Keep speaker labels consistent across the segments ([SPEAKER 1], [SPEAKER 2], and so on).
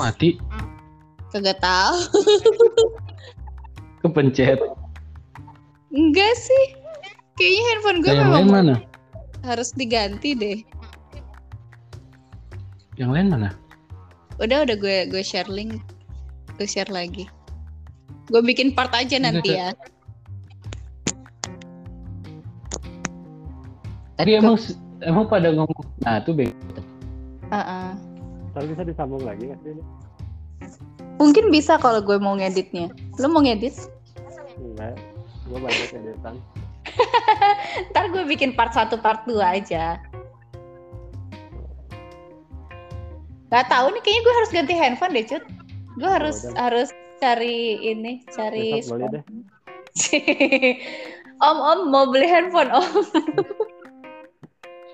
[SPEAKER 1] Mati.
[SPEAKER 2] Kagak tahu.
[SPEAKER 1] Kepencet.
[SPEAKER 2] Enggak sih. Kayaknya handphone gue
[SPEAKER 1] Nah, yang
[SPEAKER 2] memang
[SPEAKER 1] lain mana?
[SPEAKER 2] harus diganti deh.
[SPEAKER 1] Yang lain mana?
[SPEAKER 2] Udah udah gue gue share link. Gue share lagi. Gue bikin part aja
[SPEAKER 1] Enggak,
[SPEAKER 2] nanti
[SPEAKER 1] Kak.
[SPEAKER 2] ya.
[SPEAKER 1] Tapi emang emang pada ngomong. Nah, tuh bego.
[SPEAKER 2] Heeh.
[SPEAKER 3] Tapi bisa disambung lagi nggak sih ini?
[SPEAKER 2] Mungkin bisa kalau gue mau ngeditnya. Lu mau ngedit?
[SPEAKER 3] Enggak. Gue banyak editan.
[SPEAKER 2] Ntar gue bikin part 1, part 2 aja. Gak tahu nih, kayaknya gue harus ganti handphone deh, Cut. Gue harus
[SPEAKER 3] Yaudah.
[SPEAKER 2] harus cari ini, cari
[SPEAKER 3] Besok beli deh.
[SPEAKER 2] Om Om mau beli handphone Oh, Om.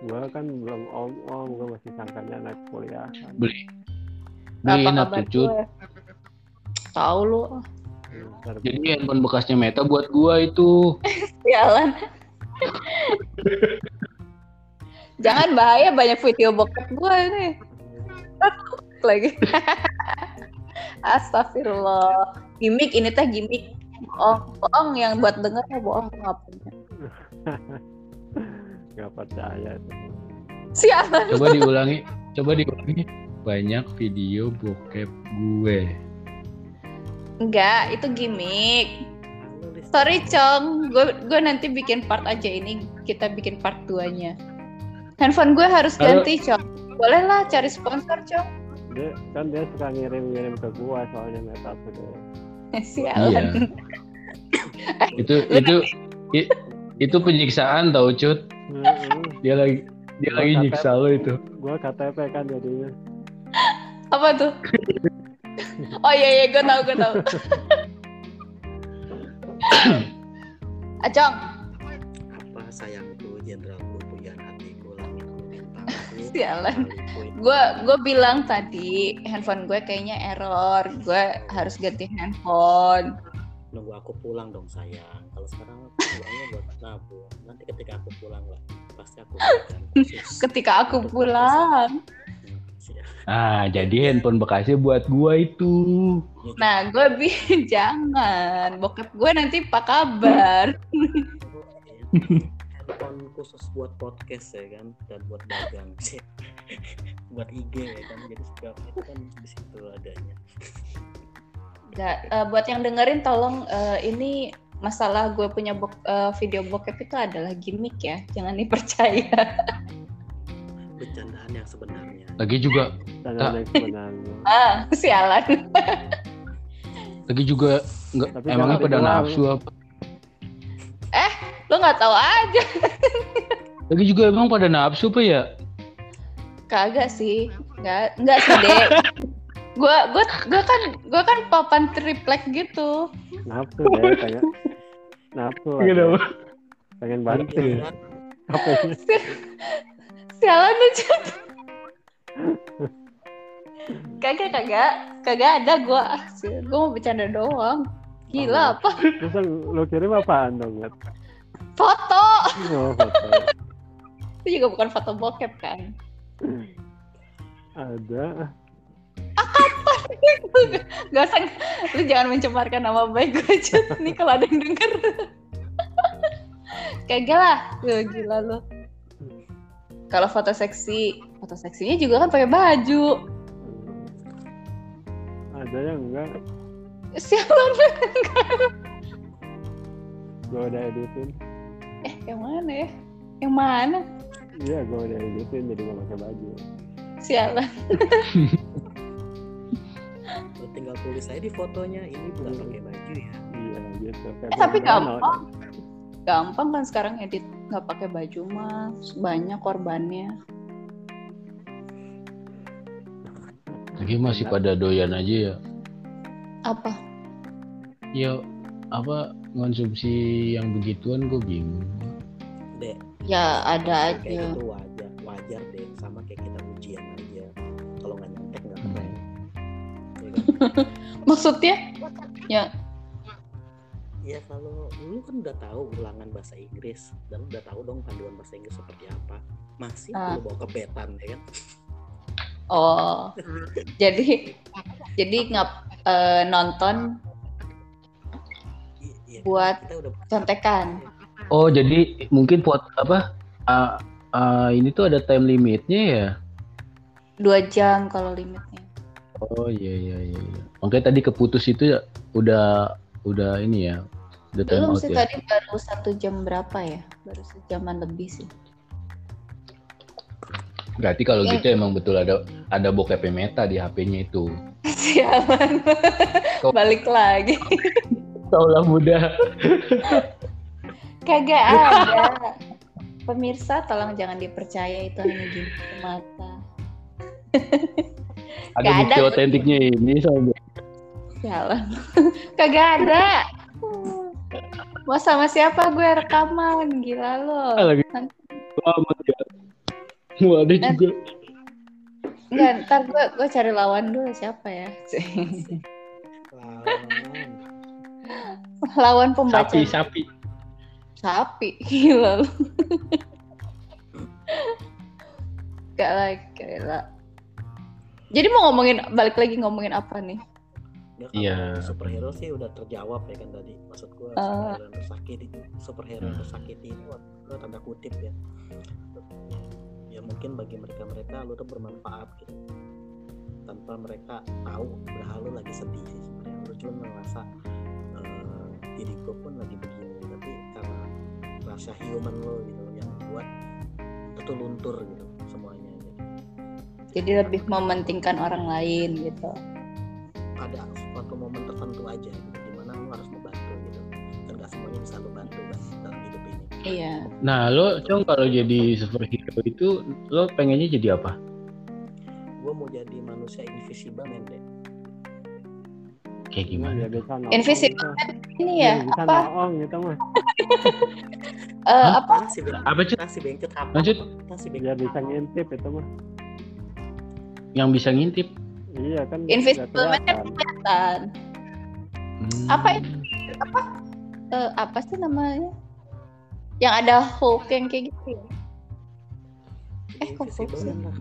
[SPEAKER 3] Gue kan belum om om. Gue masih sangkanya anak kuliah. kan.
[SPEAKER 1] Beli. Beliin
[SPEAKER 2] Apa
[SPEAKER 1] atuh,
[SPEAKER 2] kabar
[SPEAKER 1] Cut.
[SPEAKER 2] gue? Tahu lu.
[SPEAKER 3] Ntar
[SPEAKER 1] Jadi handphone bekasnya Meta buat gua itu.
[SPEAKER 2] Jalan. Jangan bahaya banyak video bokep gue nih. lagi. Astagfirullah. Gimik ini teh gimik. Bohong, bohong yang buat denger ya bohong nggak punya.
[SPEAKER 3] nggak percaya.
[SPEAKER 2] Siapa?
[SPEAKER 1] Coba diulangi. Coba diulangi. Banyak video bokep gue.
[SPEAKER 2] Enggak, itu gimik. Sorry, Cong. Gue gue nanti bikin part aja ini kita bikin part 2-nya. Handphone gue harus
[SPEAKER 1] Kalau-
[SPEAKER 2] ganti, Cong. Boleh lah cari sponsor, Cong.
[SPEAKER 3] Dia kan dia suka ngirim-ngirim ke gua soalnya meta gitu.
[SPEAKER 1] Iya.
[SPEAKER 2] Sialan.
[SPEAKER 1] itu itu i- itu penyiksaan tau cut
[SPEAKER 3] Heeh.
[SPEAKER 1] dia lagi dia lagi nyiksa lo itu
[SPEAKER 3] Gua KTP kan jadinya.
[SPEAKER 2] Apa tuh? oh iya iya gue tahu gue tahu. Acong,
[SPEAKER 4] apa sayangku jenderalku pilihan hatiku langitku bintangku
[SPEAKER 2] Sialan.
[SPEAKER 4] kaliku,
[SPEAKER 2] gue gue bilang tadi handphone gue kayaknya error, gue harus ganti handphone.
[SPEAKER 4] nunggu aku pulang dong sayang kalau sekarang aku pulangnya buat nabung nanti ketika aku pulang lah pasti aku berikan khusus
[SPEAKER 2] Ketika aku
[SPEAKER 4] untuk
[SPEAKER 2] pulang,
[SPEAKER 4] kepuasan. Siap.
[SPEAKER 1] ah jadi handphone bekasnya buat gua itu
[SPEAKER 4] Ya,
[SPEAKER 2] nah gue bilang jangan, bokap gue nanti apa kabar?
[SPEAKER 4] gitu. handphone khusus buat podcast ya kan dan buat dagang sih buat IG ya kan jadi setiap itu kan di situ adanya
[SPEAKER 2] Gak, eh, buat yang dengerin tolong eh, ini masalah gue punya bok- eh, video bokep itu adalah gimmick ya, jangan dipercaya.
[SPEAKER 4] bercandaan yang sebenarnya
[SPEAKER 1] lagi juga
[SPEAKER 3] Tanya next sebenarnya.
[SPEAKER 2] ah, sialan.
[SPEAKER 1] lagi juga nggak
[SPEAKER 3] Tapi
[SPEAKER 1] emangnya
[SPEAKER 3] jangan
[SPEAKER 1] pada
[SPEAKER 3] diulang.
[SPEAKER 1] nafsu apa
[SPEAKER 2] Lo nggak tahu aja.
[SPEAKER 1] lagi juga emang pada nafsu apa ya
[SPEAKER 2] Kagak sih, nggak nggak sih deh. Gue gue gue kan gue kan papan triplek gitu.
[SPEAKER 3] Nafsu deh kayak. Nafsu. lah,
[SPEAKER 1] Kenapa?
[SPEAKER 3] Dek. Pengen banting.
[SPEAKER 4] Iya, kan?
[SPEAKER 3] HP-nya.
[SPEAKER 2] Sialan aja. Kagak kagak kagak ada gue. Gue mau bercanda doang. Gila apa?
[SPEAKER 3] Terus yang lu kirim apaan dong? Nat?
[SPEAKER 2] Foto.
[SPEAKER 3] Oh, foto.
[SPEAKER 2] Itu juga bukan foto bokep kan.
[SPEAKER 3] Ada.
[SPEAKER 2] Gak usah, lu jangan mencemarkan nama baik gue, Cut. Nih kalau ada yang denger. Kagak lah, lu gila lu. Kalau foto seksi, foto seksinya juga kan pakai baju.
[SPEAKER 3] Ada yang enggak.
[SPEAKER 2] Sialan.
[SPEAKER 3] Gua udah editin.
[SPEAKER 2] Eh, yang mana ya? Yang mana?
[SPEAKER 3] Iya, gua udah editin jadi gak pakai baju.
[SPEAKER 2] Sialan.
[SPEAKER 4] Lu tinggal tulis aja di fotonya ini bukan
[SPEAKER 3] Hmm.
[SPEAKER 4] pakai baju ya
[SPEAKER 3] Iya, gitu. Kayak
[SPEAKER 2] Eh, tapi
[SPEAKER 3] gua udah
[SPEAKER 2] gampang. Gampang kan sekarang edit nggak pakai baju mah banyak korbannya.
[SPEAKER 1] lagi masih pada doyan aja ya
[SPEAKER 2] Apa?
[SPEAKER 1] ya apa konsumsi yang begituan gue bingung
[SPEAKER 4] dek
[SPEAKER 2] Ya ada
[SPEAKER 4] Iya, kayak
[SPEAKER 2] aja.
[SPEAKER 4] gitu wajar wajar deh sama kayak kita ujian aja kalau nggak nyontek nggak keren
[SPEAKER 2] Hmm.
[SPEAKER 4] Iya kan?
[SPEAKER 2] Maksudnya? Ya
[SPEAKER 4] ya kalau lu kan udah tahu ulangan bahasa Inggris dan lu udah tahu dong panduan bahasa Inggris seperti apa masih
[SPEAKER 2] Ah.
[SPEAKER 4] lu bawa kebetan ya kan
[SPEAKER 2] oh. Jadi Jadi ngap eh, nonton
[SPEAKER 4] Iya, iya.
[SPEAKER 2] Buat
[SPEAKER 4] kita udah Iya,
[SPEAKER 2] contekan.
[SPEAKER 5] Oh jadi mungkin buat apa? ah, ah, ini tuh ada time limitnya ya?
[SPEAKER 2] dua jam kalau limitnya.
[SPEAKER 5] Oh iya iya iya. iya. Makanya tadi keputus itu ya udah udah ini ya. Udah time
[SPEAKER 2] Belum
[SPEAKER 5] out
[SPEAKER 2] sih
[SPEAKER 5] ya.
[SPEAKER 2] tadi baru satu jam berapa ya? Baru sejaman lebih sih.
[SPEAKER 5] Berarti kalau
[SPEAKER 2] Iya.
[SPEAKER 5] gitu emang betul ada ada bokep meta di HP-nya itu.
[SPEAKER 2] Sialan.
[SPEAKER 5] Kok-
[SPEAKER 2] Balik lagi.
[SPEAKER 5] Seolah muda.
[SPEAKER 2] Kagak ada. Pemirsa tolong jangan dipercaya itu hanya gimmick semata.
[SPEAKER 5] Ada
[SPEAKER 2] Nggak
[SPEAKER 5] bukti
[SPEAKER 2] ada.
[SPEAKER 5] otentiknya ini soalnya.
[SPEAKER 2] Sialan. Kagak ada. Mau sama siapa gue rekaman? Gila lo.
[SPEAKER 5] lagi. Wah, ya. Wah, ada juga.
[SPEAKER 2] Enggak, ntar gue, gue cari lawan dulu siapa ya.
[SPEAKER 4] lawan.
[SPEAKER 2] lawan pembaca.
[SPEAKER 1] Sapi, sapi.
[SPEAKER 2] Sapi. Gila lo. Gak lah, gila. Jadi mau ngomongin, balik lagi ngomongin apa nih?
[SPEAKER 4] Ya,
[SPEAKER 5] Iya.
[SPEAKER 4] kalau Superhero sih udah terjawab ya kan tadi. Maksud gua
[SPEAKER 2] Ah.
[SPEAKER 4] superhero yang tersakiti, superhero yang
[SPEAKER 5] Hmm.
[SPEAKER 4] tersakiti itu gua tanda kutip ya. Ya mungkin bagi mereka-mereka lu tuh bermanfaat gitu. Tanpa mereka tahu udah lu lagi sedih sih sebenarnya. Lu cuma ngerasa eh, diri gua pun lagi begini tapi karena rasa human lo gitu yang buat itu tuh luntur gitu semuanya gitu.
[SPEAKER 2] Jadi lebih mementingkan orang lain gitu.
[SPEAKER 4] ada suatu momen tertentu aja gitu, dimana lu harus membantu gitu dan gak semuanya bisa lu bantu guys dalam hidup ini
[SPEAKER 2] Iya.
[SPEAKER 5] Nah, lo Cong kalau jadi superhero itu lo pengennya jadi apa?
[SPEAKER 4] gue mau jadi manusia invisible men deh
[SPEAKER 5] Kayak gimana?
[SPEAKER 3] Ya, biasa nongol
[SPEAKER 2] Invisible
[SPEAKER 3] gitu.
[SPEAKER 2] Ini ya,
[SPEAKER 3] Bisa
[SPEAKER 2] apa?
[SPEAKER 3] nongol gitu mah.
[SPEAKER 2] eh, apa?
[SPEAKER 4] apa si bengket
[SPEAKER 5] Apa sih?
[SPEAKER 4] apa si bengket apa
[SPEAKER 5] Lanjut.
[SPEAKER 4] Apa si
[SPEAKER 3] Biar
[SPEAKER 4] bengket
[SPEAKER 3] bisa ngintip itu mah.
[SPEAKER 5] Yang bisa ngintip.
[SPEAKER 3] Iya kan. nggak
[SPEAKER 2] Invisible man kan
[SPEAKER 3] kelihatan.
[SPEAKER 2] kelihatan.
[SPEAKER 5] Hmm.
[SPEAKER 2] Apa itu? Apa? Eh, apa sih namanya? Yang ada Hulk yang kayak gitu. ya?
[SPEAKER 4] Jadi
[SPEAKER 2] eh, kok
[SPEAKER 4] invisible
[SPEAKER 2] fokus?
[SPEAKER 4] kan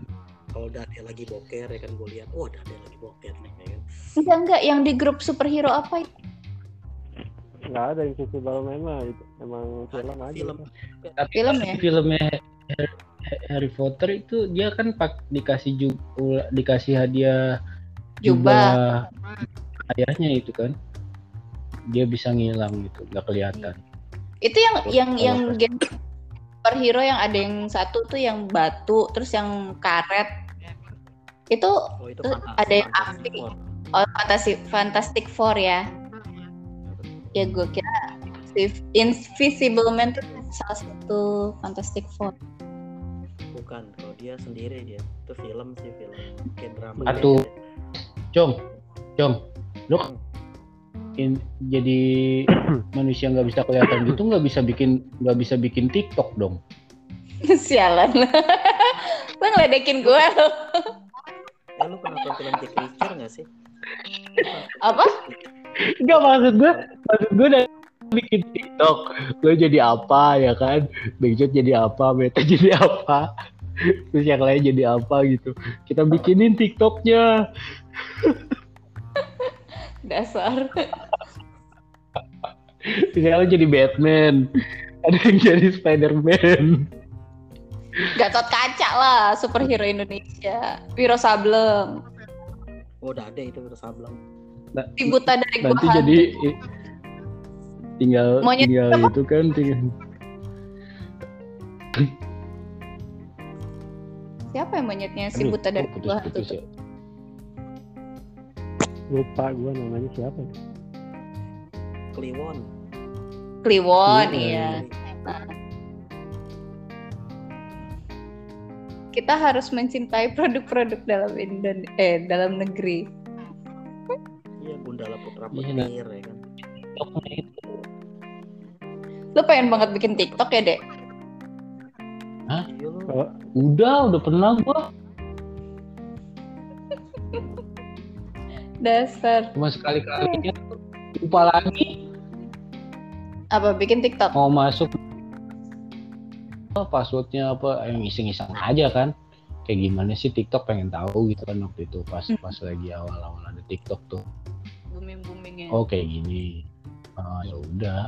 [SPEAKER 4] kalau udah ada lagi boker ya kan gue lihat oh udah ada lagi boker nih ya kan
[SPEAKER 2] Enggak enggak, yang di grup superhero apa ya? itu?
[SPEAKER 3] Nggak ada invisible man mah. Itu Emang film aja.
[SPEAKER 4] film
[SPEAKER 3] itu.
[SPEAKER 2] Film ya?
[SPEAKER 1] Filmnya Harry- Harry Potter itu dia kan pak dikasih ju- ula- dikasih hadiah
[SPEAKER 2] Jubah.
[SPEAKER 1] ayahnya itu kan. Dia bisa ngilang gitu, nggak kelihatan.
[SPEAKER 2] Itu yang yang
[SPEAKER 1] Kalau
[SPEAKER 2] yang gen superhero yang ada yang satu tuh yang batu, terus yang karet. Itu
[SPEAKER 4] oh itu
[SPEAKER 2] Tuh,
[SPEAKER 4] fantasi,
[SPEAKER 2] ada yang
[SPEAKER 4] fantasi
[SPEAKER 2] api.
[SPEAKER 4] horror.
[SPEAKER 2] oh, fantasi Fantastic Four ya. Ya gue kira si Invisible Man tuh salah satu Fantastic Four.
[SPEAKER 4] bukan kalau dia sendiri dia itu film sih film kayak gitu. drama
[SPEAKER 1] Satu.
[SPEAKER 2] Iya.
[SPEAKER 1] Cong, Cong,
[SPEAKER 4] Loh.
[SPEAKER 1] in- jadi manusia nggak bisa kelihatan gitu nggak bisa bikin nggak bisa bikin TikTok dong.
[SPEAKER 2] Sialan. Lo ngeledekin gue lo.
[SPEAKER 4] eh lu pernah nonton film Jack Reacher gak sih
[SPEAKER 2] Apa?
[SPEAKER 5] Enggak maksud gue, maksud gue dari bikin TikTok, gue jadi apa ya kan? Backchat jadi apa, Meta jadi apa, terus yang lain jadi apa gitu. Kita bikinin TikToknya.
[SPEAKER 2] Dasar.
[SPEAKER 5] Terus yang lain jadi Batman, ada yang jadi Spiderman.
[SPEAKER 2] Gatot kaca lah superhero Indonesia. Wiro Sableng.
[SPEAKER 4] oh udah ada itu udah sableng
[SPEAKER 2] Si buta dari gua
[SPEAKER 5] Nanti
[SPEAKER 2] hantu.
[SPEAKER 5] jadi i- tinggal
[SPEAKER 2] kan. Monyet
[SPEAKER 5] tinggal itu kan tinggal
[SPEAKER 2] Siapa yang monyetnya si
[SPEAKER 1] Aduh,
[SPEAKER 2] buta dari
[SPEAKER 5] Oh,
[SPEAKER 2] gua
[SPEAKER 1] kok
[SPEAKER 5] gitu
[SPEAKER 2] hantu?
[SPEAKER 1] putus-putus ya?
[SPEAKER 3] Lupa gue namanya siapa. ya?
[SPEAKER 4] Kliwon
[SPEAKER 2] Kliwon
[SPEAKER 3] Iya.
[SPEAKER 2] iya.
[SPEAKER 4] Jadi,
[SPEAKER 2] Kita harus mencintai produk-produk dalam Indon eh dalam negeri.
[SPEAKER 4] Iya Gundala Putra
[SPEAKER 1] Iya,
[SPEAKER 4] Petir
[SPEAKER 1] nah.
[SPEAKER 4] ya kan.
[SPEAKER 5] ya.
[SPEAKER 2] Lo pengen banget bikin TikTok ya, Dek?
[SPEAKER 4] Iya lu
[SPEAKER 3] Kalau
[SPEAKER 1] Udah, udah pernah gua.
[SPEAKER 2] Dasar.
[SPEAKER 1] Cuma sekali
[SPEAKER 2] Iya.
[SPEAKER 1] kalinya lupa lagi
[SPEAKER 2] Apa bikin TikTok?
[SPEAKER 5] Oh,
[SPEAKER 1] mau masuk Oh, passwordnya apa yang iseng-iseng aja kan
[SPEAKER 5] kayak gimana sih TikTok pengen tahu gitu kan waktu itu pas pas lagi awal-awal ada TikTok tuh
[SPEAKER 2] booming boomingnya
[SPEAKER 5] oh kayak gini Ah, ya udah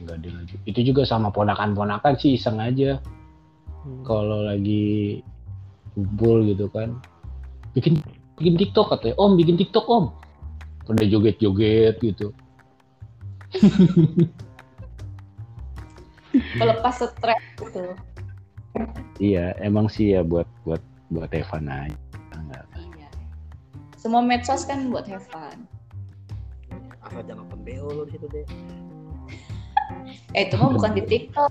[SPEAKER 5] nggak dilanjut itu juga sama ponakan-ponakan sih iseng aja kalau lagi kumpul gitu kan bikin bikin TikTok katanya om bikin TikTok om pada joget-joget gitu
[SPEAKER 2] pelepas stres gitu
[SPEAKER 5] iya emang sih ya buat buat buat Evan aja Nggak.
[SPEAKER 2] iya semua medsos kan buat have fun
[SPEAKER 4] asal jangan open BO lo di situ deh
[SPEAKER 2] eh itu mah bukan
[SPEAKER 5] Iya.
[SPEAKER 2] di TikTok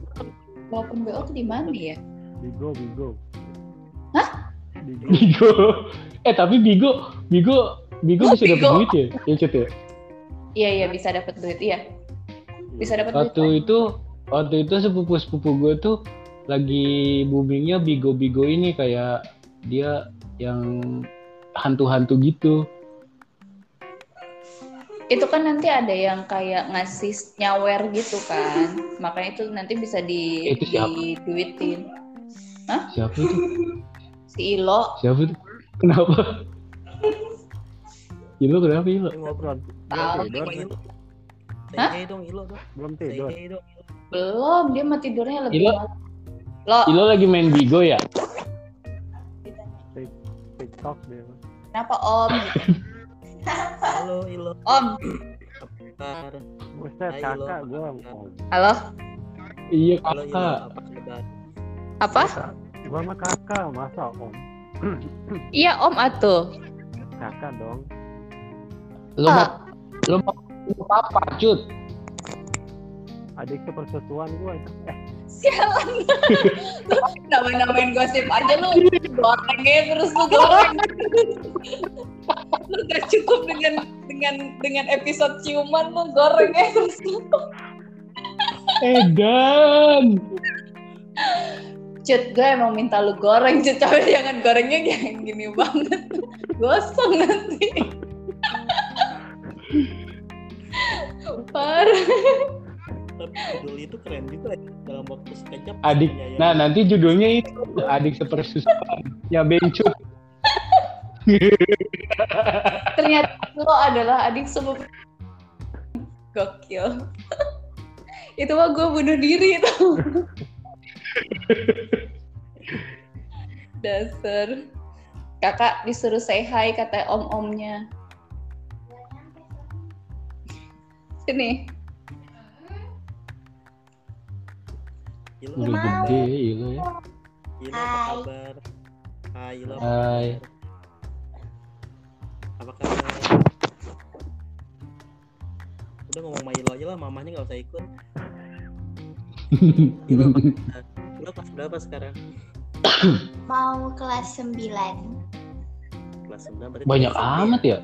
[SPEAKER 2] walaupun BO tuh di mana ya
[SPEAKER 3] Bigo, Bigo. Hah? Bigo.
[SPEAKER 5] Bigo eh tapi Bigo Bigo Bigo
[SPEAKER 2] Oh,
[SPEAKER 5] bisa dapat
[SPEAKER 2] Bigo.
[SPEAKER 5] duit ya ya Cut, ya
[SPEAKER 2] iya iya bisa dapat duit iya bisa dapat duit
[SPEAKER 5] waktu itu waktu itu sepupu sepupu gue tuh lagi boomingnya bigo-bigo ini kayak dia yang hantu-hantu gitu
[SPEAKER 2] itu kan nanti ada yang kayak ngasih nyawer gitu kan makanya itu nanti bisa di
[SPEAKER 5] Itu siapa?
[SPEAKER 2] diduitin
[SPEAKER 5] siapa itu
[SPEAKER 2] si Ilo
[SPEAKER 5] siapa itu kenapa Ilo kenapa Ilo
[SPEAKER 3] Ini ngobrol.
[SPEAKER 2] Tahu,
[SPEAKER 3] Belum tidur,
[SPEAKER 4] Coba
[SPEAKER 3] nih.
[SPEAKER 4] Ilo.
[SPEAKER 2] Hah?
[SPEAKER 4] Say hey dong Ilo dong.
[SPEAKER 3] belum
[SPEAKER 4] Say
[SPEAKER 3] tidur.
[SPEAKER 4] hey dong.
[SPEAKER 2] belum dia mah tidurnya lebih
[SPEAKER 5] Ilo.
[SPEAKER 2] malam. lo
[SPEAKER 5] Ilo lagi main bigo ya
[SPEAKER 3] TikTok dia.
[SPEAKER 2] kenapa om
[SPEAKER 4] Halo Ilo.
[SPEAKER 2] om
[SPEAKER 4] Kabar.
[SPEAKER 3] Buset,
[SPEAKER 4] Hai, Ilo.
[SPEAKER 3] kakak gua.
[SPEAKER 2] halo
[SPEAKER 5] iya
[SPEAKER 4] Halo Ilo.
[SPEAKER 5] kakak
[SPEAKER 4] Apa kabar?
[SPEAKER 2] apa
[SPEAKER 3] Gua mah kakak, masa om.
[SPEAKER 2] iya om atuh
[SPEAKER 3] Kakak dong.
[SPEAKER 5] lo mau lo mau lo papa cut
[SPEAKER 3] Adik sepersetuan gua. Eh,
[SPEAKER 2] sialan lu namain-namain gosip aja lu gorengnya terus lu goreng lu gak cukup dengan dengan dengan episode ciuman lu gorengnya terus lu
[SPEAKER 5] Edan
[SPEAKER 2] Cut, gue emang minta lu goreng, Cut. Tapi jangan gorengnya yang gini banget. Gosong nanti. Parah.
[SPEAKER 4] Tapi judul itu keren juga ya. dalam waktu sekejap. Iya,
[SPEAKER 5] adik
[SPEAKER 4] punya yang-
[SPEAKER 5] nah nanti judulnya itu adik sepersusuan ya bencut
[SPEAKER 2] Ternyata lo adalah adik sepupu. Gokil. Itu mah gue bunuh diri tuh. Dasar. Kakak disuruh say hi kata om-omnya. Sini.
[SPEAKER 4] Ilo,
[SPEAKER 5] udah
[SPEAKER 4] apa
[SPEAKER 5] gede Ilo ya
[SPEAKER 4] kabar? Ilo apa kabar? Hai Ilo. apa
[SPEAKER 5] Hai.
[SPEAKER 4] kabar? Apa kabar? Udah ngomong sama Ilo aja lah, mamahnya nggak usah ikut. Ilo, apa kabar? Ilo kelas berapa sekarang?
[SPEAKER 6] Mau kelas 9
[SPEAKER 4] Kelas 9 berarti
[SPEAKER 5] banyak
[SPEAKER 4] kelas SD
[SPEAKER 5] amat ya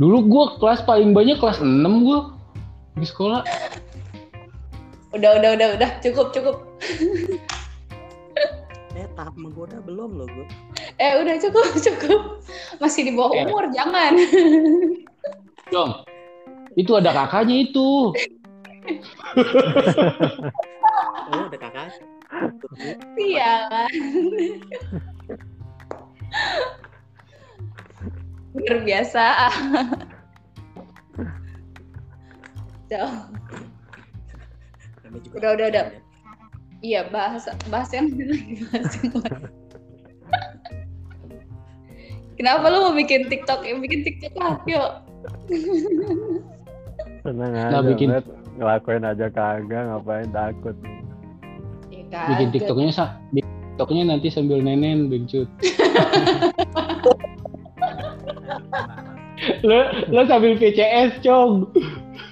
[SPEAKER 5] dulu gua kelas paling banyak kelas 6 gua di sekolah
[SPEAKER 2] Udah, udah, udah, udah. Cukup, cukup.
[SPEAKER 4] Eh, tahap menggoda belum loh gue.
[SPEAKER 2] Eh udah cukup cukup masih di bawah
[SPEAKER 5] Eh.
[SPEAKER 2] umur jangan.
[SPEAKER 5] dong itu ada kakaknya itu
[SPEAKER 4] Oh, udah kakak.
[SPEAKER 2] Sialan. Luar biasa. Jauh.
[SPEAKER 4] Namanya juga
[SPEAKER 2] Udah, udah, udah.
[SPEAKER 4] kakak.
[SPEAKER 2] Iya bahas bahas yang lagi bahas yang lain. Kenapa lu mau bikin TikTok? Ya, bikin TikTok lah, yuk.
[SPEAKER 3] seneng aja.
[SPEAKER 5] Nah, bikin-
[SPEAKER 3] Met. Ngelakuin aja kagak, ngapain takut.
[SPEAKER 2] Ya,
[SPEAKER 5] bikin
[SPEAKER 2] kagak.
[SPEAKER 5] tiktoknya sa bikin tiktoknya nanti sambil nenen bencut lo lo sambil PCS cong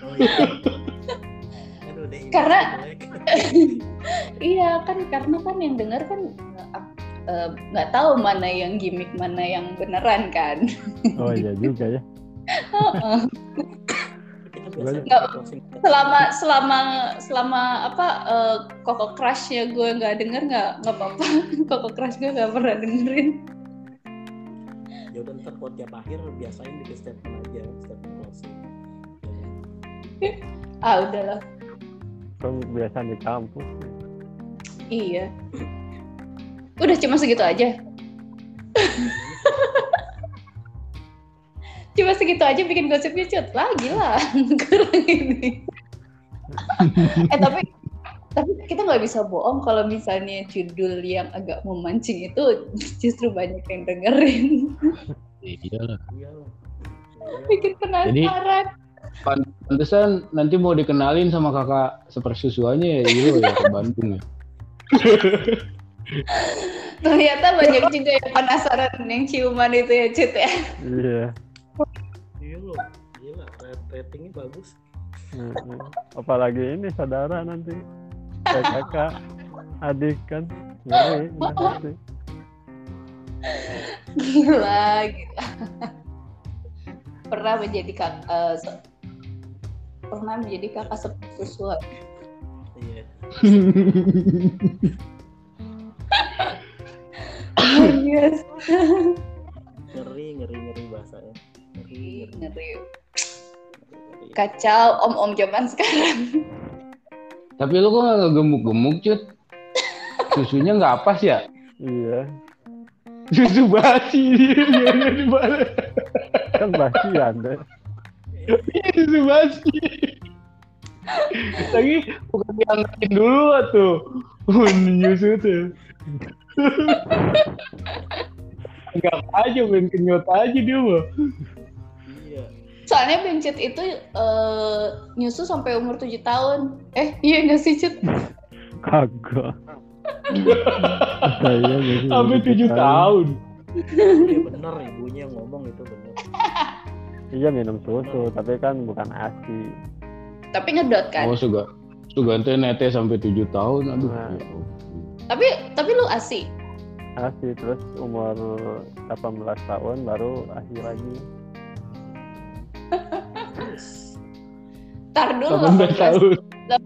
[SPEAKER 4] Oh, iya. Aduh, deh, ini
[SPEAKER 2] Karena-
[SPEAKER 4] jelek.
[SPEAKER 2] Iya kan karena kan yang denger kan eh, nggak tahu mana yang gimmick mana yang beneran kan.
[SPEAKER 3] Oh iya juga ya.
[SPEAKER 2] Heeh.
[SPEAKER 4] kita biasa
[SPEAKER 3] Nggak.
[SPEAKER 4] kita closing.
[SPEAKER 2] selama selama selama apa eh, Koko Crushnya gue nggak denger nggak nggak apa-apa. Koko Crush gue nggak pernah dengerin.
[SPEAKER 4] ya udah ntar buat tiap akhir biasain bikin statement aja statement closing Ya.
[SPEAKER 2] Ah udahlah.
[SPEAKER 3] Kan biasa di kampus.
[SPEAKER 2] Iya. Udah cuma segitu aja. cuma segitu aja bikin gosip cut lah gila kurang ini. eh tapi tapi kita nggak bisa bohong kalau misalnya judul yang agak memancing itu justru banyak yang dengerin
[SPEAKER 1] Iya lah.
[SPEAKER 2] bikin penasaran
[SPEAKER 1] Pantesan nanti mau dikenalin sama kakak sepersusuannya ya, iya ya ke Bandung ya.
[SPEAKER 2] ternyata banyak juga yang penasaran yang ciuman itu ya Cut ya
[SPEAKER 3] Iya.
[SPEAKER 4] Iya loh, gila, rat- ratingnya bagus.
[SPEAKER 3] Mm-mm. Apalagi ini saudara nanti. Kayak kakak, adik kan. Ngeri, ngeri nanti.
[SPEAKER 2] gila gila pernah menjadi kakak eh, se- pernah menjadi kakak sepupu
[SPEAKER 4] Iya.
[SPEAKER 2] yes.
[SPEAKER 4] Ngeri, ngeri, ngeri bahasanya.
[SPEAKER 2] Iya.
[SPEAKER 4] Ngeri, ngeri, ngeri.
[SPEAKER 2] kacau om om zaman sekarang
[SPEAKER 1] Tapi lu kok gak gemuk-gemuk cut? Susunya nggak pas ya?
[SPEAKER 3] Iya.
[SPEAKER 5] Susu basi. Dia ada di mana?
[SPEAKER 3] Kan basian deh.
[SPEAKER 5] Susu basi. Lagi bukan diangkatin dulu tuh. Nyusu tuh. Enggak aja main kenyot aja dia mah.
[SPEAKER 4] Iya.
[SPEAKER 2] soalnya bencet itu eh, nyusu sampai umur 7 tahun eh iya nggak sih Cut?
[SPEAKER 3] Kagak. Iya, Saya jadi
[SPEAKER 5] Sampai
[SPEAKER 3] gitu
[SPEAKER 5] tujuh
[SPEAKER 3] kan.
[SPEAKER 5] tahun.
[SPEAKER 4] Iya bener ibunya yang ngomong itu bener.
[SPEAKER 3] Iya minum susu, tapi kan bukan ASI.
[SPEAKER 2] tapi ngedot kan
[SPEAKER 1] Oh suga. Sugante nete sampai 7 tahun aduh.
[SPEAKER 3] Nah.
[SPEAKER 1] ya ampun.
[SPEAKER 2] tapi tapi lu asi
[SPEAKER 3] ASI terus umur 18 tahun baru ASI lagi.
[SPEAKER 2] tar dulu
[SPEAKER 5] 18 tahun.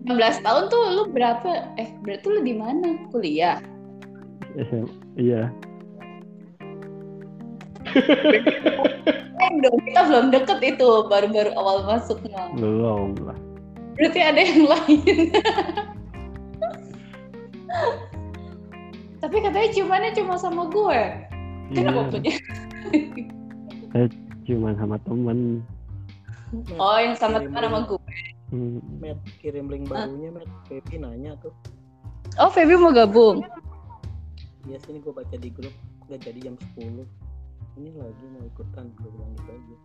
[SPEAKER 2] 18 tahun tuh lu berapa eh berarti lu di mana kuliah
[SPEAKER 3] Eh, Iya.
[SPEAKER 2] eh dong kita belum deket itu baru-baru awal masuk mah
[SPEAKER 3] Belum lah.
[SPEAKER 2] berarti ada yang lain tapi katanya ciumannya cuma sama gue Kan kenapa
[SPEAKER 3] Iya,
[SPEAKER 2] punya
[SPEAKER 3] cuman sama temen.
[SPEAKER 4] Met,
[SPEAKER 2] oh yang sama Ah.
[SPEAKER 4] kirim
[SPEAKER 2] teman sama
[SPEAKER 4] link-
[SPEAKER 2] gue
[SPEAKER 3] Hmm,
[SPEAKER 2] Iya.
[SPEAKER 4] Met, kirim link barunya, Met. Pepi nanya tuh.
[SPEAKER 2] oh Feby mau gabung
[SPEAKER 4] Iya sini gue baca di grup. Udah jadi jam 10. Ini lagi mau ikutan. Gue bilang gitu aja.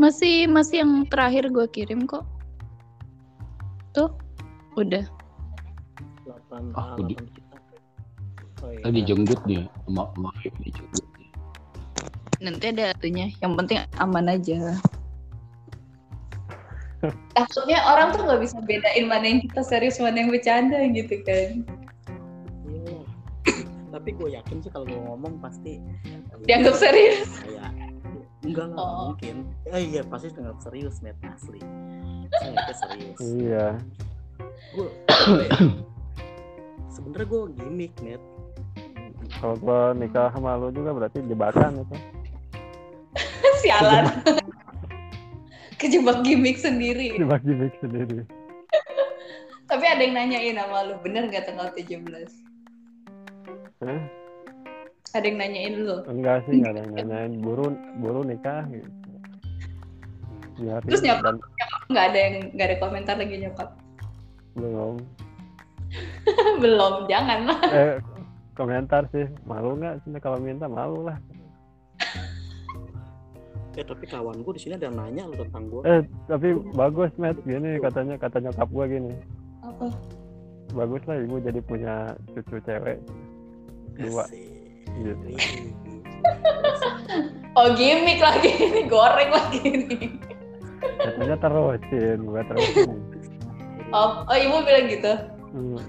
[SPEAKER 7] Masih masih yang terakhir gue kirim kok. Tuh, udah.
[SPEAKER 4] 8 ah,
[SPEAKER 1] Ah, aku di-
[SPEAKER 4] 8 kita. Oh, iya.
[SPEAKER 1] Tadi jenggut dia sama sama dijenggut.
[SPEAKER 7] Nanti ada
[SPEAKER 2] tentunya yang penting aman aja takutnya orang tuh nggak bisa bedain mana yang kita serius mana yang bercanda gitu kan
[SPEAKER 4] Iya. Tapi gue yakin sih kalau gue ngomong pasti
[SPEAKER 2] dianggap serius
[SPEAKER 4] kayak enggak lah nggak
[SPEAKER 2] Oh.
[SPEAKER 4] mungkin eh, iya pasti dianggap serius net asli Saya nggak serius
[SPEAKER 3] Iya.
[SPEAKER 4] gue sebenernya gue gimmick net
[SPEAKER 3] Kalau gua nikah sama lu juga berarti jebakan itu.
[SPEAKER 2] Iya. sialan kejebak gimmick sendiri
[SPEAKER 3] Jebak jebak sendiri.
[SPEAKER 2] Tapi ada yang nanyain sama lu, bener nggak tanggal 17?
[SPEAKER 3] Hah?
[SPEAKER 2] Ada yang nanyain lu.
[SPEAKER 3] Enggak sih, enggak ada
[SPEAKER 2] Iya.
[SPEAKER 3] yang nanyain. Buru, buru nikah gitu. Biar
[SPEAKER 2] Terus
[SPEAKER 3] ini-
[SPEAKER 2] nyapa?
[SPEAKER 3] dan-
[SPEAKER 2] Nggak ada yang nggak ada komentar lagi nyokap.
[SPEAKER 3] Belum.
[SPEAKER 2] Belum, jangan lah.
[SPEAKER 3] Eh, komentar sih. Malu nggak sih kalau minta? Malu lah.
[SPEAKER 4] eh tapi kawan gue di sini ada yang nanya lu tentang gue
[SPEAKER 3] Eh, tapi bagus, Matt. Gini katanya, kata nyokap gua gini.
[SPEAKER 2] Apa?
[SPEAKER 3] Bagus lah ibu jadi punya cucu cewek. Dua. Gitu.
[SPEAKER 2] Oh gimmick lagi ini, goreng lagi ini.
[SPEAKER 3] Katanya terusin, gua terusin.
[SPEAKER 2] Oh, oh ibu bilang gitu.
[SPEAKER 3] Hmm.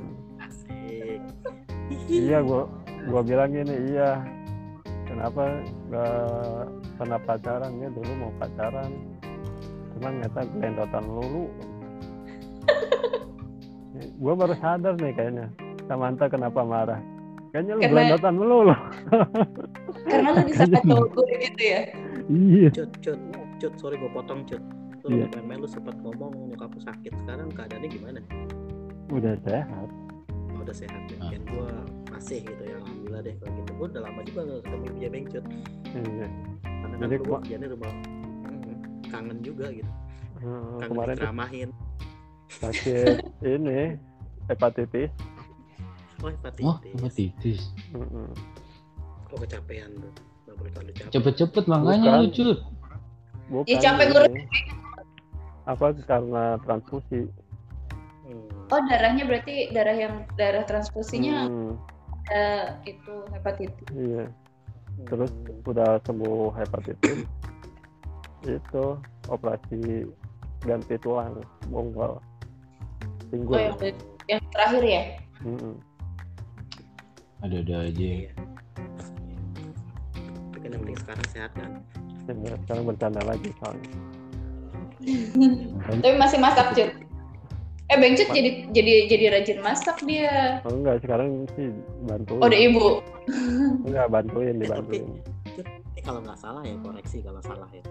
[SPEAKER 3] Iya, gua gua bilang gini, iya. Kenapa nggak pernah pacaran? Ya dulu mau pacaran. Cuman ternyata gelendotan lulu. gua baru sadar nih kayaknya. Samantha kenapa marah? Kayaknya lu
[SPEAKER 2] Karena-
[SPEAKER 3] gelendotan lulu.
[SPEAKER 2] Karena lu bisa cowok gue gitu ya.
[SPEAKER 3] Iya.
[SPEAKER 4] cut cut cut sorry gue potong cut lu
[SPEAKER 3] Iya.
[SPEAKER 4] main-main lu sempat ngomong nyokap lu sakit sekarang keadaannya gimana
[SPEAKER 3] Udah sehat. Ah.
[SPEAKER 4] Oh, udah sehat ya kan gue kasih gitu ya alhamdulillah deh kalau gitu gue udah lama juga gak ketemu dia bengcut
[SPEAKER 3] Iya.
[SPEAKER 4] karena
[SPEAKER 3] Jadi
[SPEAKER 4] kan gue
[SPEAKER 3] gua-
[SPEAKER 4] kerjanya rumah Hmm, kangen juga gitu
[SPEAKER 3] Hmm,
[SPEAKER 4] kangen
[SPEAKER 3] kemarin tuh
[SPEAKER 4] diceramahin
[SPEAKER 3] sakit ini hepatitis.
[SPEAKER 4] oh hepatitis
[SPEAKER 5] Oh, hepatitis.
[SPEAKER 3] Mm-mm.
[SPEAKER 4] kok kecapean tuh nggak boleh terlalu capek
[SPEAKER 5] Cepet-cepet makanya
[SPEAKER 3] Bukan.
[SPEAKER 5] lucu.
[SPEAKER 3] Bukan
[SPEAKER 2] Ya, capek
[SPEAKER 3] ini.
[SPEAKER 2] ngurus.
[SPEAKER 3] Apa karena transfusi?
[SPEAKER 4] Hmm.
[SPEAKER 2] Oh darahnya berarti darah yang darah transfusinya
[SPEAKER 3] Hmm,
[SPEAKER 2] ada itu hepatitis.
[SPEAKER 3] iya. Terus udah sembuh hepatitis. itu operasi ganti tulang bonggol
[SPEAKER 2] Oh
[SPEAKER 3] pinggul.
[SPEAKER 2] yang, yang terakhir ya?
[SPEAKER 3] Mm-mm.
[SPEAKER 5] Ada-ada aja.
[SPEAKER 4] iya tapi kan yang penting sekarang sehat kan
[SPEAKER 3] Ini Sekarang bercanda lagi soalnya.
[SPEAKER 5] Makanya
[SPEAKER 2] Tapi masih masak cut. Eh bengcut jadi jadi jadi rajin masak dia.
[SPEAKER 3] Oh, enggak sekarang sih bantuin.
[SPEAKER 2] Oh ada ibu.
[SPEAKER 3] enggak bantuin
[SPEAKER 4] Eh, tapi-
[SPEAKER 3] dibantuin.
[SPEAKER 4] ini kalau nggak salah ya koreksi kalau salah ya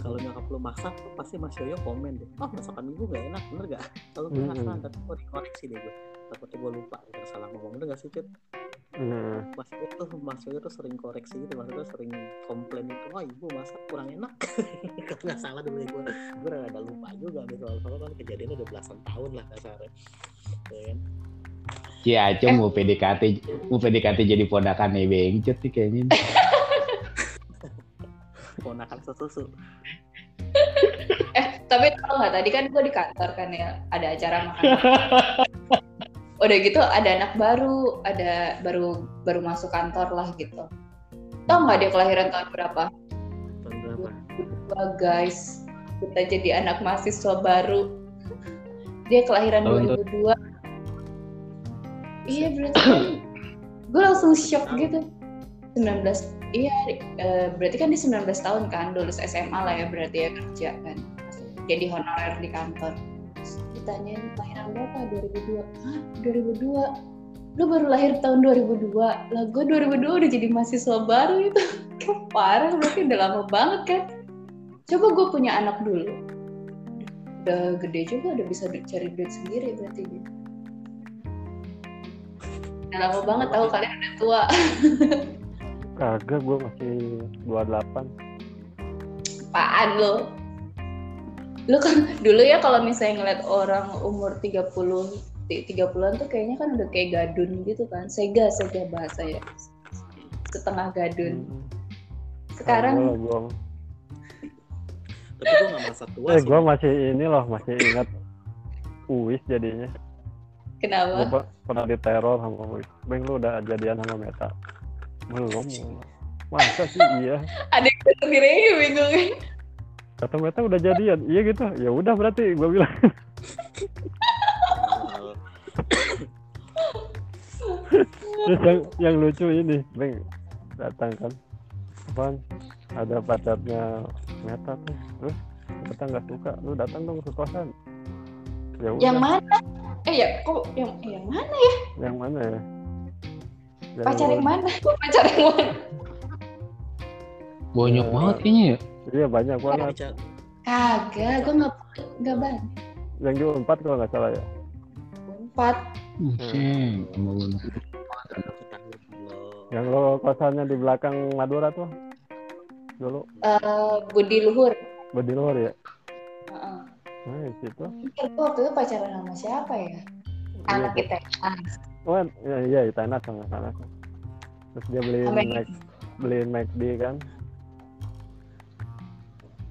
[SPEAKER 4] kalau nyokap lu masak tuh pasti Mas Yoyo komen deh oh masakan ibu gak enak bener gak kalau gue nggak
[SPEAKER 3] Mm-mm.
[SPEAKER 4] salah tapi gue dikoreksi deh gue takutnya gue lupa nggak salah ngomong bener gak sih Cut?
[SPEAKER 3] Hmm,
[SPEAKER 4] Mas Yoyo tuh Mas Yoyo tuh sering koreksi gitu maksudnya sering komplain itu wah ibu masak kurang enak kalau nggak salah dulu ya gue gue rada lupa juga nih soal soal kan kejadiannya udah belasan tahun lah kasarnya ya kan
[SPEAKER 5] Cie Acem ya, mau PDKT mau PDKT jadi ponakan nih bengcet nih kayaknya.
[SPEAKER 4] ponakan susu
[SPEAKER 2] Eh tapi tau nggak tadi kan gue di kantor kan ya ada acara makan. Udah gitu ada anak baru, ada baru baru masuk kantor lah gitu. Tau nggak dia kelahiran tahun berapa?
[SPEAKER 4] tahun berapa
[SPEAKER 2] Wah guys, kita jadi anak mahasiswa baru. Dia kelahiran
[SPEAKER 5] Tahun
[SPEAKER 2] 2002. Iya berarti kan gue langsung shock gitu. 19, iya eh, berarti kan di 19 tahun kan, lulus SMA lah ya berarti ya kerja kan. Jadi honorer di kantor. Terus Ditanyain kelahiran berapa? 2002. Hah? 2002? Lu baru lahir tahun 2002? Lah gue 2002 udah jadi mahasiswa baru itu. Kayak parah berarti udah lama banget kan coba gue punya anak dulu udah gede juga udah bisa du- cari duit sendiri berarti dia Udah lama banget tahu kalian udah tua
[SPEAKER 3] kagak gue masih 28
[SPEAKER 2] apaan lo lo kan dulu ya kalau misalnya ngeliat orang umur 30 ti- 30-an tuh kayaknya kan udah kayak gadun gitu kan sega sega bahasa ya setengah gadun
[SPEAKER 3] Hmm,
[SPEAKER 2] sekarang
[SPEAKER 3] kagak lah gua.
[SPEAKER 4] tapi gue nggak merasa tua
[SPEAKER 3] eh
[SPEAKER 4] sih
[SPEAKER 3] gue masih ini loh masih ingat Uwis jadinya gue
[SPEAKER 2] kenapa
[SPEAKER 3] pernah diteror sama Uwis Beng lu udah jadian sama Meta belum masa sih iya
[SPEAKER 2] ada yang sendiri aja bingung
[SPEAKER 3] kata Meta udah jadian iya gitu ya udah berarti gue bilang
[SPEAKER 4] Hal-hal
[SPEAKER 3] terus yang yang lucu ini Beng datang kan apaan ada pacarnya Meta tuh terus Meta nggak suka lu datang dong ke kosan ya udah
[SPEAKER 2] yang mana eh ya kok yang eh, yang mana
[SPEAKER 3] yang mana ya Yang
[SPEAKER 2] pacar yang mana pacar yang mana
[SPEAKER 5] Banyak
[SPEAKER 3] Ya.
[SPEAKER 5] banget kayaknya ya.
[SPEAKER 3] Iya banyak
[SPEAKER 4] Tapi
[SPEAKER 3] banget.
[SPEAKER 4] bicara-
[SPEAKER 2] Kagak, gue nggak nggak banyak.
[SPEAKER 3] Yang juga empat kalau nggak salah ya.
[SPEAKER 2] Empat.
[SPEAKER 5] Buset, emang lu.
[SPEAKER 4] ketahuan lo
[SPEAKER 3] Yang lo kosannya di belakang Madura tuh. Dulu
[SPEAKER 2] eh, Budi Luhur.
[SPEAKER 3] Bedilor ya.
[SPEAKER 2] Heeh.
[SPEAKER 3] Nah, di situ.
[SPEAKER 2] Ntar Eh, gua waktu itu pacaran sama siapa ya? Anak
[SPEAKER 3] Iya,
[SPEAKER 2] kita. Ah,
[SPEAKER 3] Oh, iya, iya di Tanah sama sana. Terus dia beliin
[SPEAKER 2] Apa
[SPEAKER 3] Mac, beliin McD kan.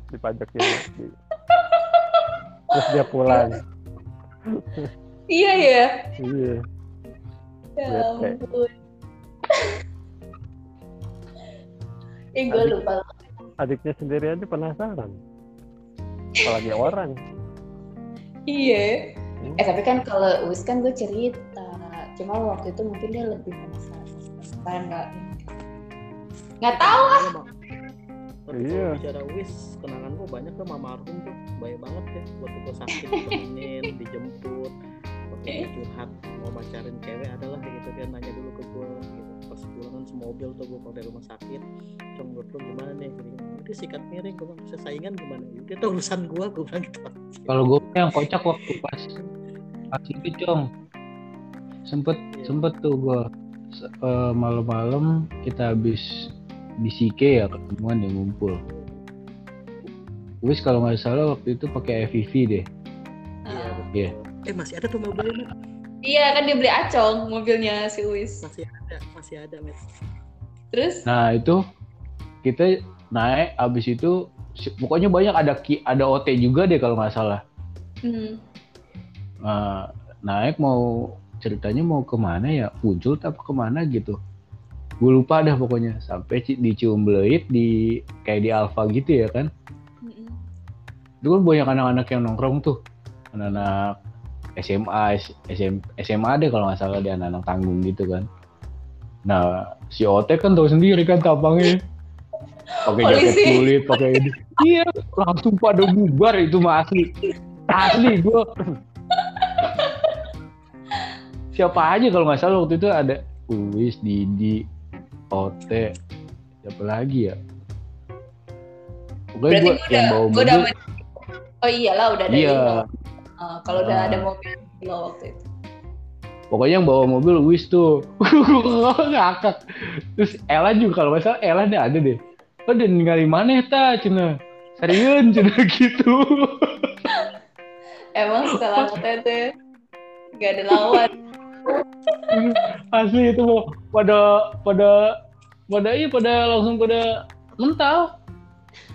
[SPEAKER 3] Dipajakin McD. Terus dia pulang.
[SPEAKER 2] iya ya.
[SPEAKER 3] Iya.
[SPEAKER 2] Ya
[SPEAKER 3] Bete.
[SPEAKER 2] ampun. Eh, gue
[SPEAKER 3] Adik.
[SPEAKER 2] lupa.
[SPEAKER 3] Adiknya sendiri aja penasaran. Apalagi orang.
[SPEAKER 2] Iya.
[SPEAKER 5] Hmm.
[SPEAKER 2] Eh, tapi kan kalau Uis kan gue cerita. Cuma waktu itu mungkin dia lebih penasaran. Sekarang nggak. Nggak tahu.
[SPEAKER 4] Tapi
[SPEAKER 3] Iya.
[SPEAKER 4] kalau bicara wis, kenangan gue banyak tuh mama Arum tuh banyak banget ya waktu gue sakit ditemenin, dijemput, waktu gue curhat mau pacarin cewek adalah kayak gitu dia nanya dulu ke gue gitu. pas pulangan semobil tuh gue dari rumah sakit cuma menurut lo gimana nih Gua bilang, udah sikat miring gue bilang bisa saingan gimana udah tuh urusan gue gue bilang gitu
[SPEAKER 5] Kalau gue yang kocak
[SPEAKER 4] Iya.
[SPEAKER 5] waktu pas pas itu cong sempet sempet tuh gue eh, malam-malam kita habis di Sike ya ketemuan yang ngumpul. Wis kalau nggak salah waktu itu pakai FVV deh.
[SPEAKER 4] Iya.
[SPEAKER 2] Ah.
[SPEAKER 4] betul.
[SPEAKER 5] Iya.
[SPEAKER 4] Eh masih ada tuh mobilnya, Met.
[SPEAKER 2] Iya kan dia beli acong mobilnya si Uis.
[SPEAKER 4] masih ada, masih ada, Met.
[SPEAKER 2] Terus
[SPEAKER 5] Nah itu kita naik abis itu si- pokoknya banyak ada ki- ada OT juga deh kalau nggak salah.
[SPEAKER 2] hmm,
[SPEAKER 5] Nah, naik mau ceritanya mau kemana ya muncul tapi kemana gitu gue lupa dah pokoknya sampai ci- di Ciumbeleit di kayak di Alfa gitu ya kan
[SPEAKER 2] hmm,
[SPEAKER 5] itu kan banyak anak-anak yang nongkrong tuh anak-anak SMA S- SM, SMA deh kalau nggak salah di anak-anak tanggung gitu kan nah si Ote kan tahu sendiri kan tampangnya pakai jaket
[SPEAKER 2] Polisi.
[SPEAKER 5] kulit pakai ini iya langsung pada bubar itu mah asli asli gue siapa aja kalau nggak salah waktu itu ada Uwis Didi Ote siapa lagi ya Pokoknya gua
[SPEAKER 2] berarti gua
[SPEAKER 5] yang
[SPEAKER 2] udah
[SPEAKER 5] bawa
[SPEAKER 2] gua udah
[SPEAKER 5] mobil
[SPEAKER 2] men- Oh iyalah udah ada
[SPEAKER 5] Iya.
[SPEAKER 2] email. Ah, kalau udah
[SPEAKER 5] Ah.
[SPEAKER 2] ada mobil lo waktu itu.
[SPEAKER 5] Pokoknya yang bawa mobil Wis tuh. Gua Ngakak. Terus Ella juga kalau nggak salah Ella ada, ada deh. Lo udah ninggalin mana ya, ta cina? Serius cina gitu.
[SPEAKER 2] Emang setelah OTT gak ada lawan.
[SPEAKER 5] Asli itu mau pada pada pada iya pada langsung pada mental.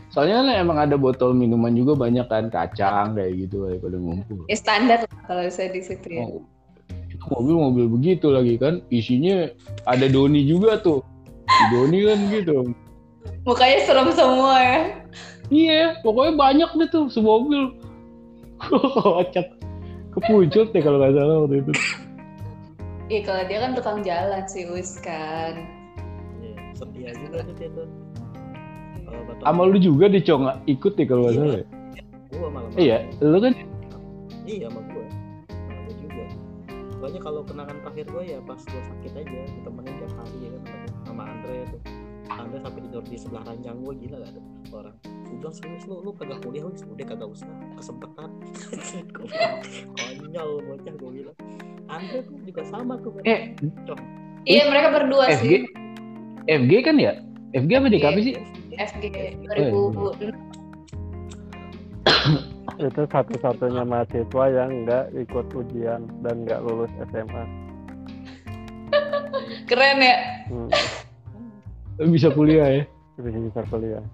[SPEAKER 5] Soalnya kan emang ada botol minuman juga banyak kan kacang kayak gitu daripada ngumpul.
[SPEAKER 2] ya standar lah kalau saya di situ ya.
[SPEAKER 5] Oh, itu mobil-mobil begitu lagi kan isinya ada Doni juga tuh. Si Doni kan gitu.
[SPEAKER 2] Mukanya serem semua ya.
[SPEAKER 5] Iya, pokoknya banyak deh tuh semobil. Kocak. Kepuncut deh kalau nggak salah waktu itu.
[SPEAKER 2] Iya kalau dia kan tukang jalan sih Uis kan.
[SPEAKER 4] Iya, setia juga tuh dia tuh. Kalau Batam-
[SPEAKER 5] Sama lu juga deh, Cong. nggak Ikut deh kalau nggak
[SPEAKER 4] Iya.
[SPEAKER 5] salah. ya?
[SPEAKER 4] Gua malam.
[SPEAKER 5] Iya, lu kan
[SPEAKER 4] Iya, sama gua. Sama gua juga. Soalnya kalau kenangan terakhir gua ya pas gua sakit aja, temenin tiap hari ya kan sama- sama Andre tuh. Andre sampai tidur di sebelah ranjang gua gila gak ada orang. Udah serius lu, lu kagak kuliah wis, udah kagak usah kesempatan. Gua bilang, Konyol bocah gua bilang. Andre tuh juga sama tuh. Met.
[SPEAKER 5] eh
[SPEAKER 2] Iya mereka
[SPEAKER 5] FG
[SPEAKER 2] berdua sih.
[SPEAKER 5] FG kan ya? FG apa DKP sih?
[SPEAKER 4] Iya
[SPEAKER 2] FG
[SPEAKER 5] Oh,
[SPEAKER 2] 2000
[SPEAKER 3] itu satu-satunya mahasiswa yang nggak ikut ujian dan nggak lulus SMA.
[SPEAKER 2] keren ya.
[SPEAKER 3] Hmm,
[SPEAKER 5] Lu Bisa kuliah ya.
[SPEAKER 3] jadi bisa kuliah.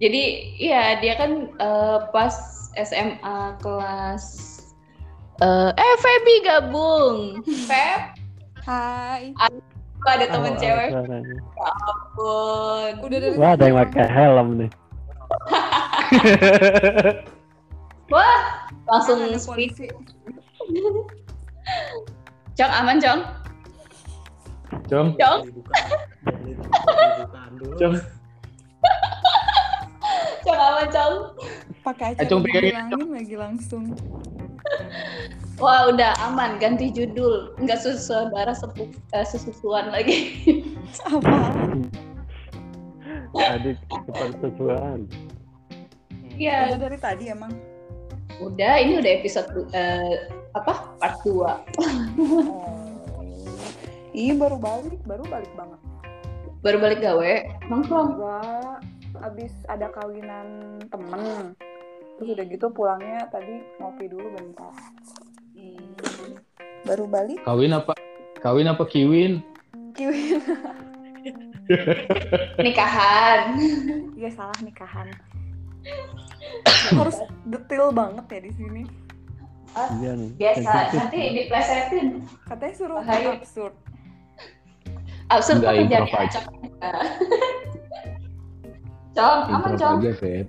[SPEAKER 2] Jadi iya dia kan eh, pas SMA kelas eh, eh Feby gabung. Feb
[SPEAKER 8] Hai.
[SPEAKER 2] lu ada temen
[SPEAKER 3] Oh,
[SPEAKER 2] cewek
[SPEAKER 3] suaranya.
[SPEAKER 2] pun.
[SPEAKER 8] Udah dari kan
[SPEAKER 3] Wah, ada yang pakai helm nih.
[SPEAKER 2] Langsung
[SPEAKER 8] Ada
[SPEAKER 2] speed.
[SPEAKER 8] polisi.
[SPEAKER 2] Cong aman Cong.
[SPEAKER 5] Cong,
[SPEAKER 2] Cong.
[SPEAKER 5] Cong.
[SPEAKER 2] Cong aman Cong.
[SPEAKER 3] Eh,
[SPEAKER 8] Pakai aja.
[SPEAKER 5] Acung pegangin,
[SPEAKER 8] bilangin lagi langsung.
[SPEAKER 2] Wah udah aman ganti judul. Enggak saudara sepupu eh, sesusuan lagi.
[SPEAKER 8] Apa?
[SPEAKER 3] Adik persetujuan.
[SPEAKER 2] Iya.
[SPEAKER 8] Udah dari tadi emang.
[SPEAKER 2] Udah ini udah episode eh, apa? Part 2.
[SPEAKER 8] Iya Oh. baru balik, baru balik banget.
[SPEAKER 2] Baru balik gawe nongkrong.
[SPEAKER 8] Gua abis ada kawinan temen. Terus udah gitu pulangnya tadi ngopi dulu bentar.
[SPEAKER 2] Hmm.
[SPEAKER 8] Baru balik
[SPEAKER 5] Kawin apa? Kawin apa kiwin?
[SPEAKER 8] kiwin.
[SPEAKER 2] Nikahan.
[SPEAKER 8] Iya salah nikahan. Harus detail banget ya di sini.
[SPEAKER 3] Iya nih.
[SPEAKER 2] Biasa
[SPEAKER 3] sensitif.
[SPEAKER 2] nanti diplesetin.
[SPEAKER 8] Katanya suruh
[SPEAKER 2] Bahaya.
[SPEAKER 8] absurd.
[SPEAKER 2] absurd
[SPEAKER 5] Nggak,
[SPEAKER 2] tuh kerjanya
[SPEAKER 5] improv aja.
[SPEAKER 2] acak Cong, aman
[SPEAKER 5] Intro
[SPEAKER 2] Cong.
[SPEAKER 5] aja, Feb.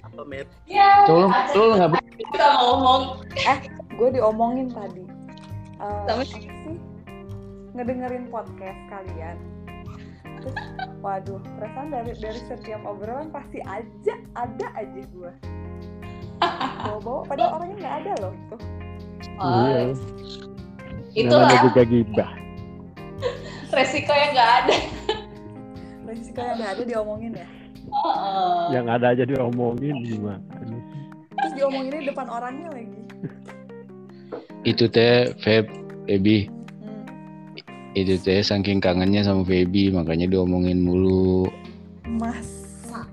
[SPEAKER 4] Apa met?
[SPEAKER 2] Iya,
[SPEAKER 5] Tolong,
[SPEAKER 2] acak
[SPEAKER 5] tolong nggak
[SPEAKER 2] kita ngomong.
[SPEAKER 8] gue diomongin tadi Eh,
[SPEAKER 2] Sama
[SPEAKER 8] apa sih ngedengerin podcast kalian Terus, waduh perasaan dari dari setiap obrolan pasti aja ada aja gue bawa-bawa padahal orangnya nggak ada loh itu
[SPEAKER 2] Oh,
[SPEAKER 3] Iya.
[SPEAKER 2] gitu itulah
[SPEAKER 3] Namanya juga gibah.
[SPEAKER 2] resiko yang nggak ada.
[SPEAKER 8] risiko yang nggak ada diomongin ya
[SPEAKER 2] Oh,
[SPEAKER 5] Ya.
[SPEAKER 3] Yang ada aja diomongin gimana?
[SPEAKER 8] terus diomongin di depan orangnya lagi
[SPEAKER 5] itu teh Feb Feby
[SPEAKER 8] Hmm.
[SPEAKER 5] itu teh saking kangennya sama Feby makanya diomongin mulu
[SPEAKER 8] Masa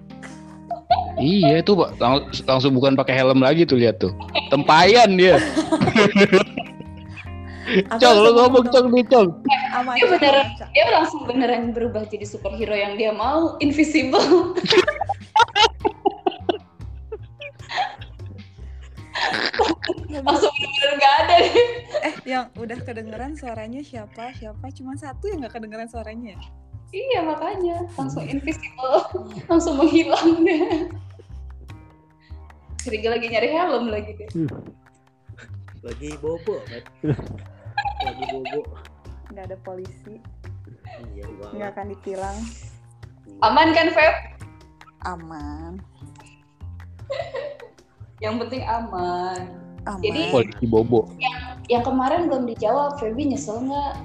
[SPEAKER 5] iya tuh Pak, lang- langsung bukan pakai helm lagi tuh lihat tuh tempayan dia
[SPEAKER 8] Aku
[SPEAKER 5] cong lu
[SPEAKER 8] langsung
[SPEAKER 5] ngomong
[SPEAKER 8] dong.
[SPEAKER 5] cong nih cong
[SPEAKER 8] Sama
[SPEAKER 2] Iya,
[SPEAKER 8] Ica,
[SPEAKER 2] beneran.
[SPEAKER 8] Ica.
[SPEAKER 2] Dia langsung beneran berubah jadi superhero yang dia mau, invisible. langsung bener-bener gak ada deh.
[SPEAKER 8] Eh yang udah kedengeran suaranya siapa Siapa cuma satu yang gak kedengeran suaranya
[SPEAKER 2] Iya makanya langsung invisible, langsung menghilang deh. Curiga lagi nyari helm lagi deh.
[SPEAKER 4] lagi bobo kan? lagi bobo
[SPEAKER 8] Gak ada polisi
[SPEAKER 4] iya gua
[SPEAKER 8] Gak akan ditilang
[SPEAKER 2] Aman kan Feb?
[SPEAKER 8] Aman
[SPEAKER 2] Yang penting aman.
[SPEAKER 8] Aman
[SPEAKER 2] Jadi-
[SPEAKER 5] polisi bobo
[SPEAKER 2] Yang Ya, kemarin belum dijawab, Febi nyesel nggak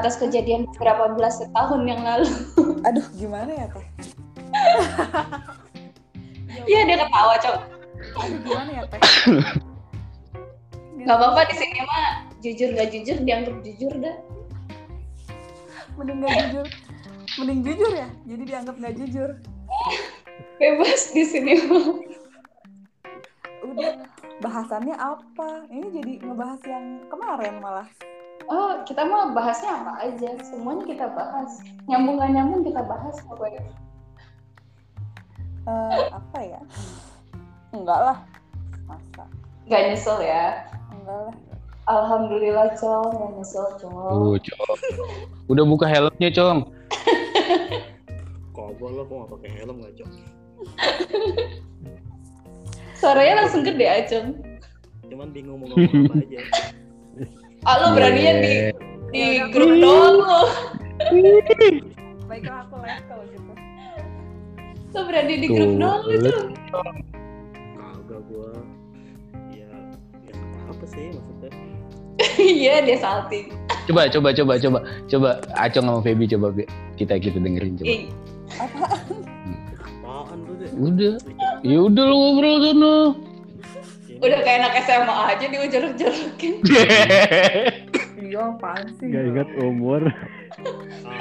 [SPEAKER 2] atas kejadian beberapa belas tahun yang lalu?
[SPEAKER 8] Aduh gimana ya Teh
[SPEAKER 2] Iya dia ketawa cok.
[SPEAKER 8] Aduh gimana ya Teh
[SPEAKER 2] Gak apa-apa di sini mah jujur gak jujur dianggap jujur dah.
[SPEAKER 8] Mending gak jujur Mending jujur ya Jadi dianggap gak jujur
[SPEAKER 2] Bebas di sini mah.
[SPEAKER 8] Udah bahasannya apa Ini jadi ngebahas yang kemarin malah
[SPEAKER 2] Oh kita mah bahasnya apa aja, semuanya kita bahas. Nyambung gak nyambung kita bahas pokoknya.
[SPEAKER 8] Eh, Apa ya Enggak lah Masa
[SPEAKER 2] Gak nyesel ya.
[SPEAKER 8] Enggak lah
[SPEAKER 2] Alhamdulillah cok, gak nyesel cok.
[SPEAKER 5] tuh Oh, cong udah buka helmnya cong
[SPEAKER 4] kobol lo kok nggak pakai helm nggak cok
[SPEAKER 2] Suaranya langsung gede ya, acung.
[SPEAKER 4] cuman bingung mau ngomong apa aja
[SPEAKER 2] Ah lo beraninya di
[SPEAKER 5] Yeah.
[SPEAKER 2] di grup doang lo.
[SPEAKER 8] Baiklah aku live kalau gitu
[SPEAKER 2] Lo berani di grup
[SPEAKER 5] Tuh.
[SPEAKER 2] doang lo tuh.
[SPEAKER 4] kagak gua ya ya apa sih maksudnya
[SPEAKER 2] Iya dia salting.
[SPEAKER 5] coba coba coba coba coba acong sama Feby coba Bi. kita kita dengerin coba
[SPEAKER 2] Ih,
[SPEAKER 4] apaan lu deh
[SPEAKER 5] udah ya udah lu ngobrol sana
[SPEAKER 2] Udah kayak anak SMA aja diujar-ujarin.
[SPEAKER 8] Iya apaan sih
[SPEAKER 3] Gak ingat umur.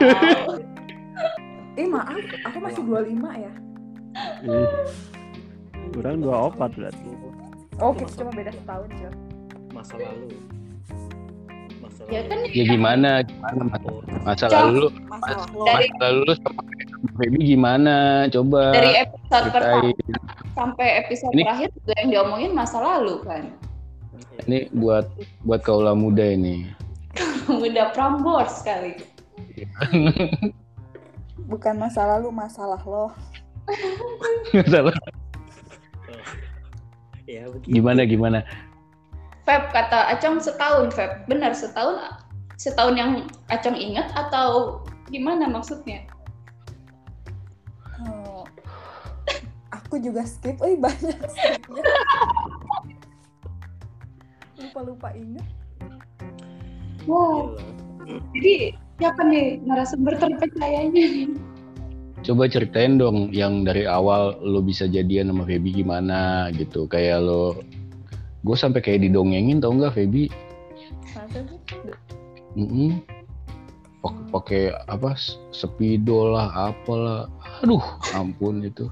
[SPEAKER 4] ah.
[SPEAKER 8] Eh maaf Aku masih 25 ya
[SPEAKER 3] Ih. Kurang dua opat berarti.
[SPEAKER 8] Oh kita cuma beda setahun ya
[SPEAKER 4] masa lalu masa
[SPEAKER 2] Ya
[SPEAKER 4] lalu
[SPEAKER 8] Iya,
[SPEAKER 2] kan
[SPEAKER 5] ya gimana gimana masa,
[SPEAKER 4] Oh,
[SPEAKER 5] masa lalu lu-
[SPEAKER 8] Masalah lo
[SPEAKER 2] Dari-
[SPEAKER 5] masa lalu lu sama Feby gimana coba
[SPEAKER 2] dari episode pertama
[SPEAKER 5] ceritain
[SPEAKER 2] sampai episode
[SPEAKER 5] Ini-
[SPEAKER 2] terakhir juga yang diomongin masa lalu kan.
[SPEAKER 4] iya.
[SPEAKER 5] ini buat buat kaula muda ini
[SPEAKER 2] Udah Prambors sekali.
[SPEAKER 8] Bukan masa lalu masalah lo
[SPEAKER 5] Salah.
[SPEAKER 4] ya begitu
[SPEAKER 5] gimana gimana
[SPEAKER 2] Feb kata Acong setahun Feb. Benar setahun setahun yang Acong ingat atau gimana maksudnya?
[SPEAKER 8] Oh. Aku juga skip, eh banyak skipnya. Lupa-lupa ingat.
[SPEAKER 2] Wow.
[SPEAKER 4] Gila.
[SPEAKER 2] Jadi siapa nih narasumber terpercayanya nih?
[SPEAKER 5] coba ceritain dong yang dari awal lu bisa jadian sama Feby gimana gitu kayak lo gue sampai kayak didongengin tau nggak Feby
[SPEAKER 8] Masa sih?
[SPEAKER 5] Mm-mm. Pak- pakai apa s- sepidol lah apalah aduh ampun itu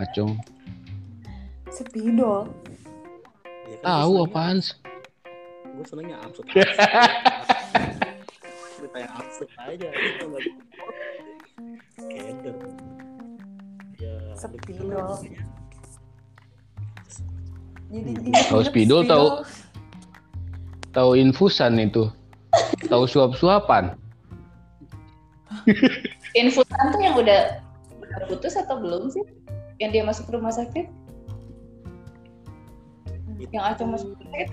[SPEAKER 5] acong
[SPEAKER 8] Sepidol.
[SPEAKER 4] Ya kan
[SPEAKER 5] tahu
[SPEAKER 2] Oh.
[SPEAKER 4] gua senangnya-
[SPEAKER 5] apaan sih
[SPEAKER 4] Gue senengnya absurd aja. Cerita yang absurd aja. Itu nggak Keder. Ya,
[SPEAKER 8] Sepi
[SPEAKER 4] begitu lah
[SPEAKER 8] dong.
[SPEAKER 4] pokoknya.
[SPEAKER 8] Jadi
[SPEAKER 5] Hmm.
[SPEAKER 8] ingat-ingat
[SPEAKER 5] Tahu spidol, tahu. tahu infusan itu tahu suap-suapan
[SPEAKER 2] Infusan tuh yang udah udah putus atau belum sih? Yang dia masuk rumah sakit? Yang Acong masuk rumah sakit?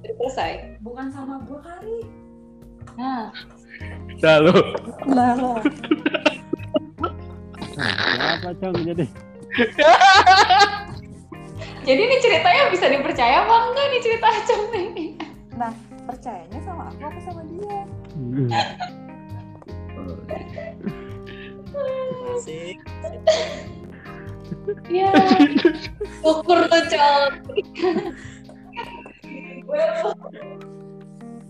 [SPEAKER 2] Udah selesai.
[SPEAKER 8] Hmm. Bukan sama gue kali.
[SPEAKER 2] Nah,
[SPEAKER 5] lalu
[SPEAKER 8] Nah lo.
[SPEAKER 3] Kenapa cong jadi?
[SPEAKER 2] jadi ini ceritanya bisa dipercaya apa enggak nih cerita Acong nih?
[SPEAKER 8] Nah percayanya sama aku apa sama dia?
[SPEAKER 4] Asik.
[SPEAKER 2] Ya, syukur tuh Cong.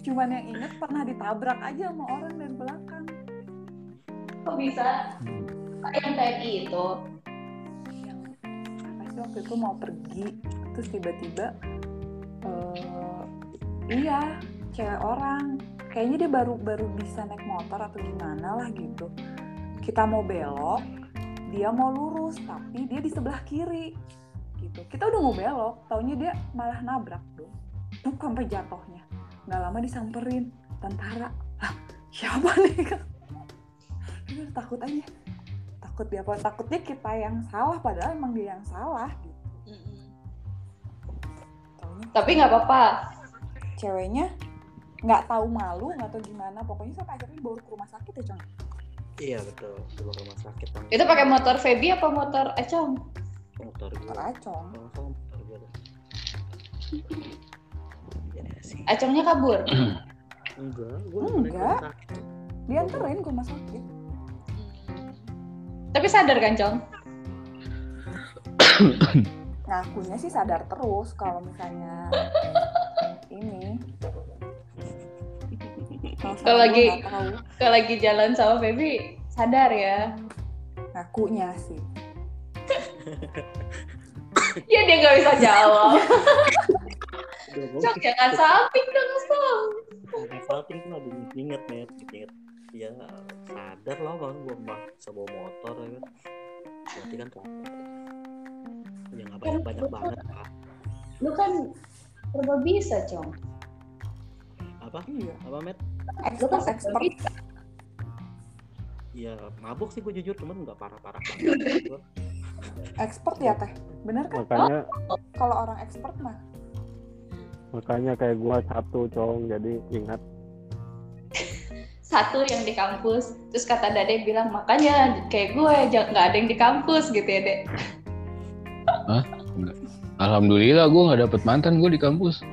[SPEAKER 8] Cuman yang inget pernah ditabrak aja sama orang dari belakang.
[SPEAKER 2] Kok bisa? Yang gitu. TNI itu.
[SPEAKER 8] Yang apa sih waktu itu mau pergi terus tiba-tiba eh, iya cewek orang kayaknya dia baru baru bisa naik motor atau gimana lah gitu kita mau belok dia mau lurus tapi dia di sebelah kiri gitu kita udah mau belok taunya dia malah nabrak dong tuh sampai jatuhnya nggak lama disamperin tentara lah siapa nih kan Aduh, takut aja takut dia apa takutnya kita yang salah padahal emang dia yang salah gitu taunya
[SPEAKER 2] Tapi nggak apa-apa.
[SPEAKER 8] ceweknya nggak tahu malu nggak tahu gimana pokoknya sampai akhirnya bawa ke rumah sakit ya cong
[SPEAKER 4] iya betul dibawa ke rumah sakit Bang.
[SPEAKER 2] Itu pakai motor Feby apa motor Acong?
[SPEAKER 4] motor gue
[SPEAKER 8] parah cong
[SPEAKER 4] Kalau nggak salah motor gue deh. Ya, sih.
[SPEAKER 2] Acongnya kabur.
[SPEAKER 4] enggak gue
[SPEAKER 8] Enggak.
[SPEAKER 4] naik rumah sakit
[SPEAKER 8] dianterin ke rumah sakit
[SPEAKER 2] Tapi sadar kan, Cong?
[SPEAKER 8] ngakunya sih sadar terus kalau misalnya ini
[SPEAKER 2] Kalau lagi-
[SPEAKER 8] nggak tahu
[SPEAKER 2] Kalau lagi jalan sama Feby, sadar ya.
[SPEAKER 8] ngakunya sih
[SPEAKER 2] Ya dia nggak bisa jawab.
[SPEAKER 4] Udah, gua-
[SPEAKER 2] Cong, jangan samping dong, Cong.
[SPEAKER 4] Salting tuh lagi inget net, inget ya sadar lah bang gue mah sebuah motor ya kan berarti kan tuh ya nggak banyak banyak banget Pak.
[SPEAKER 2] Lu kan serba bisa, Cong.
[SPEAKER 4] apa
[SPEAKER 8] iya
[SPEAKER 4] apa met
[SPEAKER 2] Lu kan
[SPEAKER 8] expert
[SPEAKER 2] serba
[SPEAKER 8] expert
[SPEAKER 2] bisa.
[SPEAKER 4] ya mabuk sih gue jujur cuman nggak parah parah banget Gua-
[SPEAKER 8] expert ya teh bener kan
[SPEAKER 3] makanya
[SPEAKER 8] kalau orang expert mah
[SPEAKER 3] makanya kayak gua satu cong jadi ingat
[SPEAKER 2] Satu yang di kampus. Terus kata Dade bilang, makanya kayak gue, jangan- nggak ada yang di kampus gitu ya, Dek.
[SPEAKER 5] Alhamdulillah gue nggak dapet mantan gue di kampus.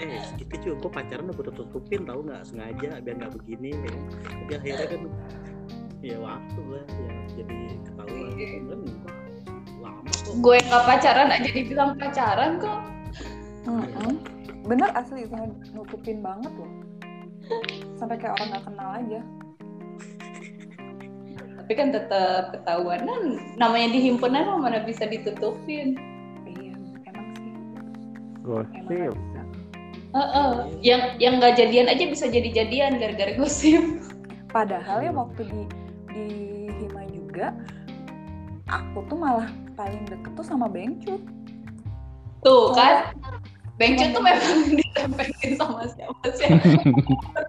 [SPEAKER 4] eh gitu cuy gue pacaran udah gue tutupin tau nggak sengaja biar nggak begini ya. tapi akhirnya kan ya waktu lah ya jadi ketahuan kan lama kok
[SPEAKER 2] Gue nggak pacaran aja dibilang pacaran kok.
[SPEAKER 8] Mm-mm. bener asli itu nutupin banget loh sampai kayak orang nggak kenal aja
[SPEAKER 2] Tapi kan tetap ketahuan. Kan namanya di himpunan mah mana bisa ditutupin.
[SPEAKER 8] iya emang sih emang nggak
[SPEAKER 3] gosip
[SPEAKER 8] bisa
[SPEAKER 2] Heeh. Yang yang nggak jadian aja bisa jadi jadian gara-gara gosip.
[SPEAKER 8] Padahal ya waktu di di Hima juga aku tuh malah paling deket tuh sama Bengcut.
[SPEAKER 2] Tuh kan. Bengcut tuh memang ditempelin sama siapa siapa.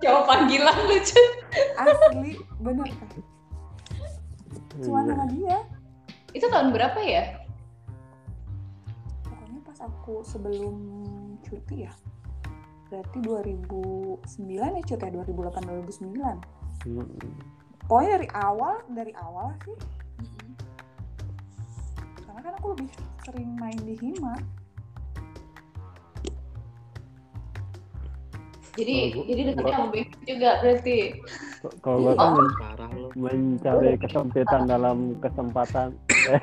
[SPEAKER 2] Coba panggilan lucu.
[SPEAKER 8] Asli bener kan? Cuma
[SPEAKER 3] Iya.
[SPEAKER 8] sama dia.
[SPEAKER 2] Itu tahun berapa ya?
[SPEAKER 8] Pokoknya pas aku sebelum cuti ya. Berarti 2009 ya cuti ya 2008
[SPEAKER 3] Mm-mm.
[SPEAKER 8] 2009. Pokoknya dari awal dari awal sih.
[SPEAKER 2] Mm-hmm.
[SPEAKER 8] Karena kan aku lebih sering main di Hima.
[SPEAKER 2] Jadi
[SPEAKER 3] Kalau gua-
[SPEAKER 2] jadi dekatnya
[SPEAKER 3] gua-
[SPEAKER 2] sama Bengcut juga berarti.
[SPEAKER 3] K- kalau
[SPEAKER 2] Oh.
[SPEAKER 3] gua kan men-
[SPEAKER 4] parah lo
[SPEAKER 3] mencari kesempitan dalam kesempatan
[SPEAKER 8] Eh,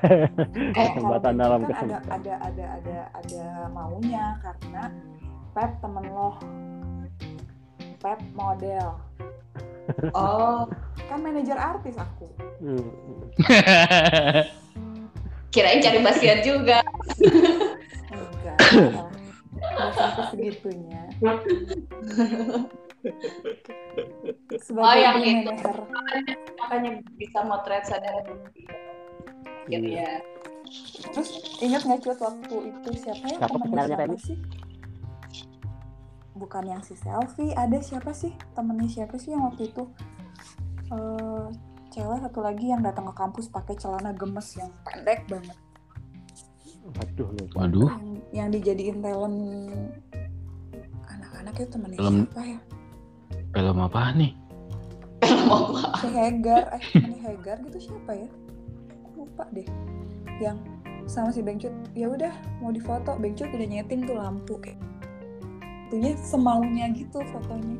[SPEAKER 3] Kesempatan
[SPEAKER 8] kalau
[SPEAKER 3] dalam
[SPEAKER 8] gitu kan
[SPEAKER 3] kesempatan.
[SPEAKER 8] Ada, ada ada ada ada maunya karena Pep temen lo. Pep model.
[SPEAKER 2] Oh,
[SPEAKER 8] Kan manajer artis aku.
[SPEAKER 3] Mm.
[SPEAKER 2] kirain cari basian juga.
[SPEAKER 8] Enggak. lah. Nggak sampai segitunya. Sebagai
[SPEAKER 2] Oh, yang
[SPEAKER 8] tim
[SPEAKER 2] itu.
[SPEAKER 8] manajer.
[SPEAKER 2] Makanya bisa motret sadar. gitu.
[SPEAKER 3] Iya.
[SPEAKER 2] Akhirnya.
[SPEAKER 8] Terus ingat nggak cuat waktu itu siapa ya
[SPEAKER 3] Cakep
[SPEAKER 8] temennya
[SPEAKER 3] sebenarnya,
[SPEAKER 8] siapa
[SPEAKER 3] Feby.
[SPEAKER 8] sih? Bukan yang si selfie, ada siapa sih temennya siapa sih yang waktu itu eh cewek satu lagi yang datang ke kampus pakai celana gemes yang pendek banget,
[SPEAKER 3] Aduh, lu.
[SPEAKER 5] Waduh,
[SPEAKER 8] yang, yang dijadiin talent anak-anak itu temennya
[SPEAKER 5] Talent.
[SPEAKER 8] siapa ya?
[SPEAKER 5] film apa nih?
[SPEAKER 8] Si Hegar, eh temennya Hegar gitu siapa ya? Lupa deh. Yang sama si Bengcut, ya udah mau difoto, Bengcut udah nyeting tuh lampu kayak punya semaunya gitu fotonya.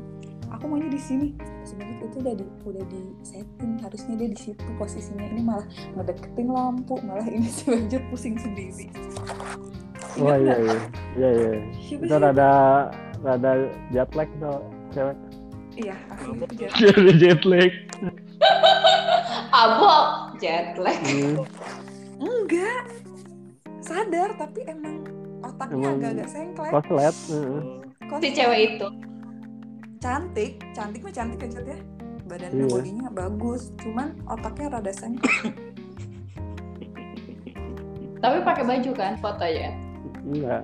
[SPEAKER 8] Aku maunya di sini. Si Bengcut itu udah di udah di setting, harusnya dia di situ posisinya. Ini malah ngedeketin lampu, malah ini si Bengcut pusing sendiri.
[SPEAKER 3] Wah,
[SPEAKER 8] Ingat
[SPEAKER 3] iya,
[SPEAKER 8] nggak?
[SPEAKER 3] iya. Iya, iya.
[SPEAKER 8] Siapa
[SPEAKER 3] Itu
[SPEAKER 8] sih?
[SPEAKER 3] ada rada jet lag tuh cewek
[SPEAKER 8] Iya, asli itu jet.
[SPEAKER 5] Jadi jet lag.
[SPEAKER 2] Abo jet lag.
[SPEAKER 3] Hmm,
[SPEAKER 8] Enggak. Sadar tapi emang otaknya
[SPEAKER 3] Emang
[SPEAKER 8] agak-agak sengklek.
[SPEAKER 3] koslet hmm. heeh.
[SPEAKER 8] Kos-
[SPEAKER 2] Si cewek itu.
[SPEAKER 8] cantik, cantik mah cantik aja ya. Badannya
[SPEAKER 3] Iya.
[SPEAKER 8] bodinya bagus, cuman otaknya rada sengklek.
[SPEAKER 2] Tapi pakai baju kan fotonya.
[SPEAKER 3] enggak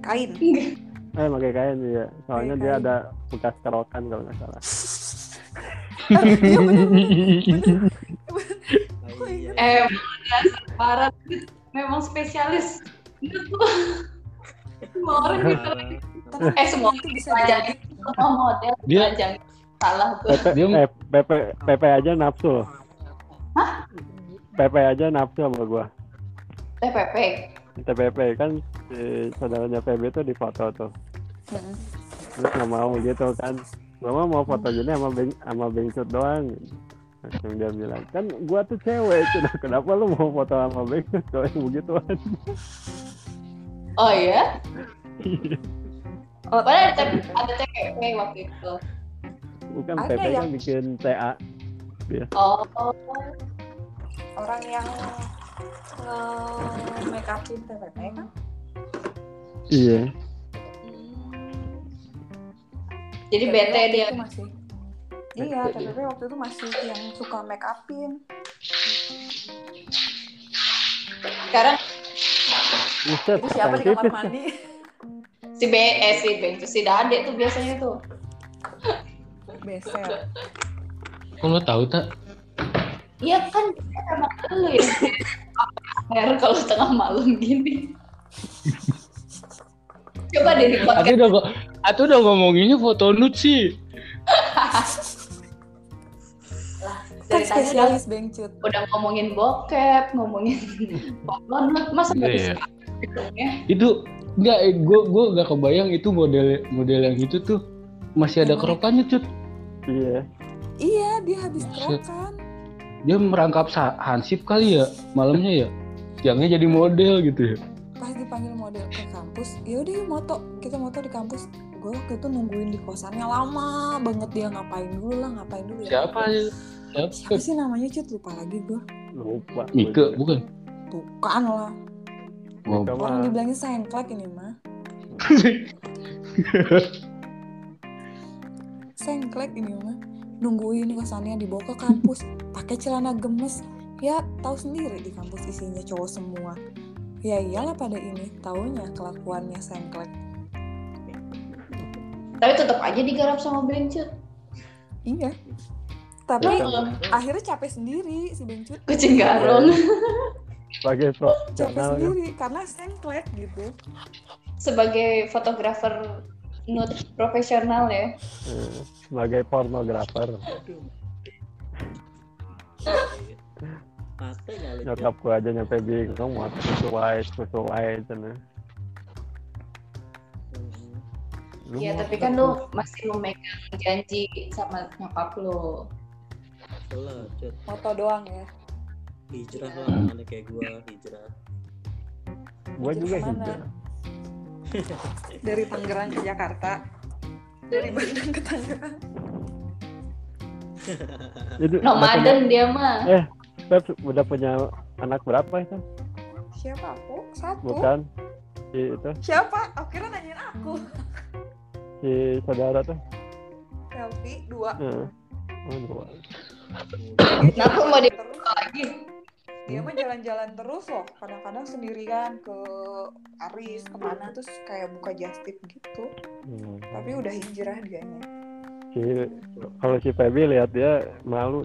[SPEAKER 8] Kain.
[SPEAKER 3] Iya. eh pakai kain ya soalnya
[SPEAKER 8] Pakai
[SPEAKER 3] dia
[SPEAKER 8] kain.
[SPEAKER 3] ada bekas kerokan kalau nggak salah
[SPEAKER 8] Ah, Iya
[SPEAKER 3] Iya.
[SPEAKER 8] bener-bener.
[SPEAKER 4] Oh, iya.
[SPEAKER 2] Eh, dasar parah. Memang spesialis. Itu tuh. Semua orang gitu.
[SPEAKER 8] Tapi
[SPEAKER 2] Eh, semua
[SPEAKER 8] itu bisa
[SPEAKER 2] Pelajarin
[SPEAKER 8] jadi.
[SPEAKER 2] semua model.
[SPEAKER 1] Dia-
[SPEAKER 2] Pelajarin. Salah tuh.
[SPEAKER 3] PP,
[SPEAKER 1] Dia-
[SPEAKER 3] eh, PP, PP aja nafsu PP aja nafsu sama gua
[SPEAKER 2] TPP.
[SPEAKER 3] TPP kan si saudaranya PB tuh difoto tuh
[SPEAKER 8] Heeh.
[SPEAKER 3] terus nggak mau gitu kan gua mah mau foto gini sama beng sama bengcut doang langsung dia bilang kan gua tuh cewek Kenapa- kenapa lu mau foto sama bengcut kalau begituan
[SPEAKER 2] Oh iya? Oh, Padahal ada, T- ada TPP waktu itu.
[SPEAKER 3] bukan
[SPEAKER 8] Ada
[SPEAKER 3] PP kan
[SPEAKER 8] yang-
[SPEAKER 3] bikin TA
[SPEAKER 2] Oh, oh.
[SPEAKER 8] Orang yang eh, nge make upin TPP kan?
[SPEAKER 3] iya
[SPEAKER 2] jadi
[SPEAKER 8] TPP
[SPEAKER 2] bete
[SPEAKER 8] waktu
[SPEAKER 2] dia.
[SPEAKER 8] itu masih. Iya,
[SPEAKER 3] Bete dia.
[SPEAKER 8] TPP waktu itu masih yang suka make upin.
[SPEAKER 2] Sekarang
[SPEAKER 3] Buset,
[SPEAKER 8] Itu siapa di kamar
[SPEAKER 3] scientific.
[SPEAKER 8] mandi?
[SPEAKER 2] si B, eh, si Ben, si Dade tuh biasanya tuh.
[SPEAKER 8] Besel.
[SPEAKER 1] Kok lo tahu tak?
[SPEAKER 2] Iya kan, emang lu ya. Air kalau tengah malam gini. Coba deh di
[SPEAKER 5] Tapi
[SPEAKER 2] podcast.
[SPEAKER 5] udah gua, atau udah ngomonginnya foto nude sih.
[SPEAKER 8] Kan
[SPEAKER 2] Dari tadi udah,
[SPEAKER 8] spesialis bengcut.
[SPEAKER 2] udah ngomongin bokep, ngomongin porno, masa nggak bisa?
[SPEAKER 5] Iya. Itu enggak eh, gua gua enggak kebayang itu model model yang itu tuh masih ada kerokannya cut.
[SPEAKER 3] iya
[SPEAKER 8] Iya, dia habis
[SPEAKER 5] Buset.
[SPEAKER 8] kerokan.
[SPEAKER 5] Dia merangkap sa- hansip kali ya malamnya ya. Siangnya jadi model gitu ya.
[SPEAKER 8] Pas dipanggil model ke kampus, ya udah yuk moto. Kita moto di kampus. Gue waktu itu nungguin di kosannya lama banget dia ngapain dulu lah, ngapain dulu ya.
[SPEAKER 5] Siapa ya?
[SPEAKER 8] Siapa
[SPEAKER 5] Siapa?
[SPEAKER 8] sih namanya Cut? Lupa lagi gue.
[SPEAKER 3] lupa gua
[SPEAKER 5] Mika
[SPEAKER 3] juga.
[SPEAKER 5] bukan?
[SPEAKER 8] Bukan lah.
[SPEAKER 5] Oh,
[SPEAKER 3] Mika mah
[SPEAKER 8] Orang dibilangnya sengklek ini mah. sengklek ini mah. Nungguin di kosannya dibawa ke kampus pakai celana gemes. Ya tahu sendiri di kampus isinya cowok semua. Ya iyalah pada ini taunya kelakuannya sengklek.
[SPEAKER 2] Tapi tetap aja digarap sama bencut.
[SPEAKER 5] Iya.
[SPEAKER 3] Ya,
[SPEAKER 8] Iya. Tapi
[SPEAKER 3] kan.
[SPEAKER 8] akhirnya capek sendiri si Bencut.
[SPEAKER 2] Kucing
[SPEAKER 5] Iya.
[SPEAKER 2] garong.
[SPEAKER 3] sebagai
[SPEAKER 8] Capek
[SPEAKER 3] profesional ya.
[SPEAKER 8] sendiri karena sengklek gitu.
[SPEAKER 2] Sebagai fotografer nude profesional ya.
[SPEAKER 3] Eh, sebagai pornografer
[SPEAKER 4] Mate kali, Cut.
[SPEAKER 3] nyokap gua aja nyampe bingung mau susu white susu white sana
[SPEAKER 4] Hmm.
[SPEAKER 3] Lu
[SPEAKER 2] Iya,
[SPEAKER 3] mau
[SPEAKER 2] tapi
[SPEAKER 3] apa
[SPEAKER 2] kan
[SPEAKER 3] tuh?
[SPEAKER 2] lu masih memegang janji sama nyokap lu.
[SPEAKER 4] Lah, Cut.
[SPEAKER 8] Foto doang ya.
[SPEAKER 4] hijrah lah anak kayak gua hijrah
[SPEAKER 3] gua juga
[SPEAKER 8] Kemana?
[SPEAKER 3] hijau
[SPEAKER 8] Dari Tangerang ke Jakarta. Dari Bandung ke Tangerang.
[SPEAKER 3] Itu udah
[SPEAKER 2] Nomaden dia mah.
[SPEAKER 3] punya- Pep, udah punya anak berapa itu?
[SPEAKER 8] Siapa aku? Satu.
[SPEAKER 3] Bukan si itu
[SPEAKER 8] Siapa? Aku kira nanyain aku.
[SPEAKER 3] si saudara tuh.
[SPEAKER 8] Selfie dua.
[SPEAKER 3] Heeh. Oh, dua.
[SPEAKER 2] Kenapa mau di-
[SPEAKER 8] Terus
[SPEAKER 2] lagi
[SPEAKER 8] dia mah jalan-jalan terus loh. Kadang-kadang sendirian ke Paris kemana terus kayak buka justip gitu.
[SPEAKER 3] Hmm.
[SPEAKER 8] Tapi udah hijrah dianya.
[SPEAKER 3] Si kalau si Feby lihat dia malu,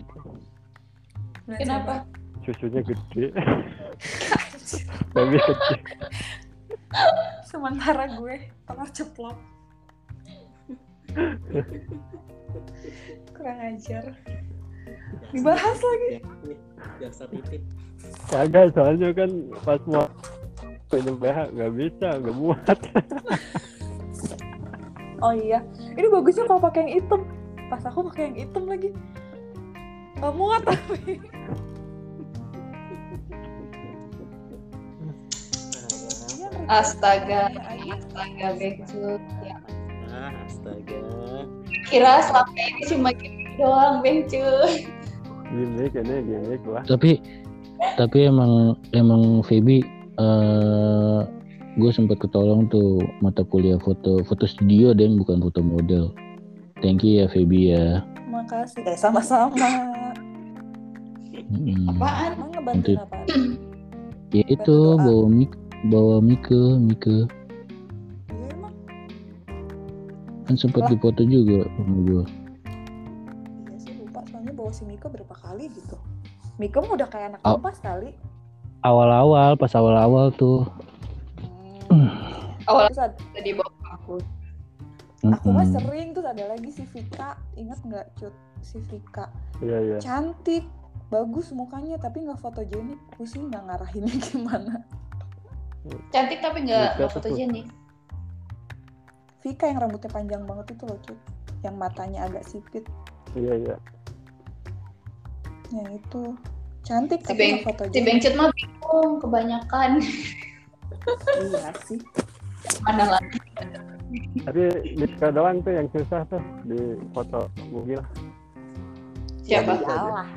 [SPEAKER 8] Nah,
[SPEAKER 2] Kenapa?
[SPEAKER 3] susunya gede. Feby kecil.
[SPEAKER 8] Sementara gue tengah ceplok. Kurang ajar. Dibahas lagi.
[SPEAKER 4] jaksa titip
[SPEAKER 3] Kagak soalnya kan pas mau pinjam BH nggak bisa, nggak muat.
[SPEAKER 8] Oh iya. Ini bagusnya kalau pakai yang hitam. Pas aku pakai yang hitam lagi. Gak muat tapi.
[SPEAKER 4] Nah,
[SPEAKER 8] Ya, mereka-
[SPEAKER 2] Astaga.
[SPEAKER 8] Ayo,
[SPEAKER 2] astaga bencut ya
[SPEAKER 4] Astaga.
[SPEAKER 2] Kira selama ini cuma gini doang, Bencu.
[SPEAKER 3] gimmick ini gimmick lah
[SPEAKER 5] tapi tapi emang emang Feby eh gue sempat ketolong tuh mata kuliah foto foto studio deh bukan foto model thank you ya Feby ya
[SPEAKER 8] Makasih guys, sama-sama.
[SPEAKER 5] Mm-mm.
[SPEAKER 2] Apaan?
[SPEAKER 8] Emang ngebantu
[SPEAKER 5] Untuk-
[SPEAKER 8] apa?
[SPEAKER 5] ya itu bawa mik bawa Mike Mike
[SPEAKER 8] Iya emang.
[SPEAKER 5] kan sempat dipoto juga sama gue
[SPEAKER 8] Iya sih lupa soalnya bawa si Miko berapa kali gitu. Miko mah udah kayak anak
[SPEAKER 5] Au.
[SPEAKER 8] kompas kali.
[SPEAKER 5] awal-awal pas awal-awal tuh
[SPEAKER 2] Awal
[SPEAKER 8] Terus ad-
[SPEAKER 2] tadi bawa aku.
[SPEAKER 8] aku mah
[SPEAKER 5] Mm-mm.
[SPEAKER 8] sering terus ada lagi si Vika. Ingat nggak cut si Vika?
[SPEAKER 3] iya iya
[SPEAKER 8] Cantik, bagus mukanya tapi nggak fotogenik. Pusing nggak ngarahinnya gimana.
[SPEAKER 2] Cantik tapi nggak
[SPEAKER 3] Iya,
[SPEAKER 2] nggak fotogenik.
[SPEAKER 8] Vika yang rambutnya panjang banget itu loh cut. Yang matanya agak sipit.
[SPEAKER 3] iya iya
[SPEAKER 8] Yang itu cantik
[SPEAKER 2] Si
[SPEAKER 8] tapi nggak
[SPEAKER 2] Si
[SPEAKER 8] fotogenik.
[SPEAKER 2] Bengcut mah bingung kebanyakan.
[SPEAKER 8] Iya sih.
[SPEAKER 2] Mana lah.
[SPEAKER 3] tapi Mika doang tuh yang susah tuh di foto mobil
[SPEAKER 2] Siapa?
[SPEAKER 3] Iya.
[SPEAKER 8] Iyalah,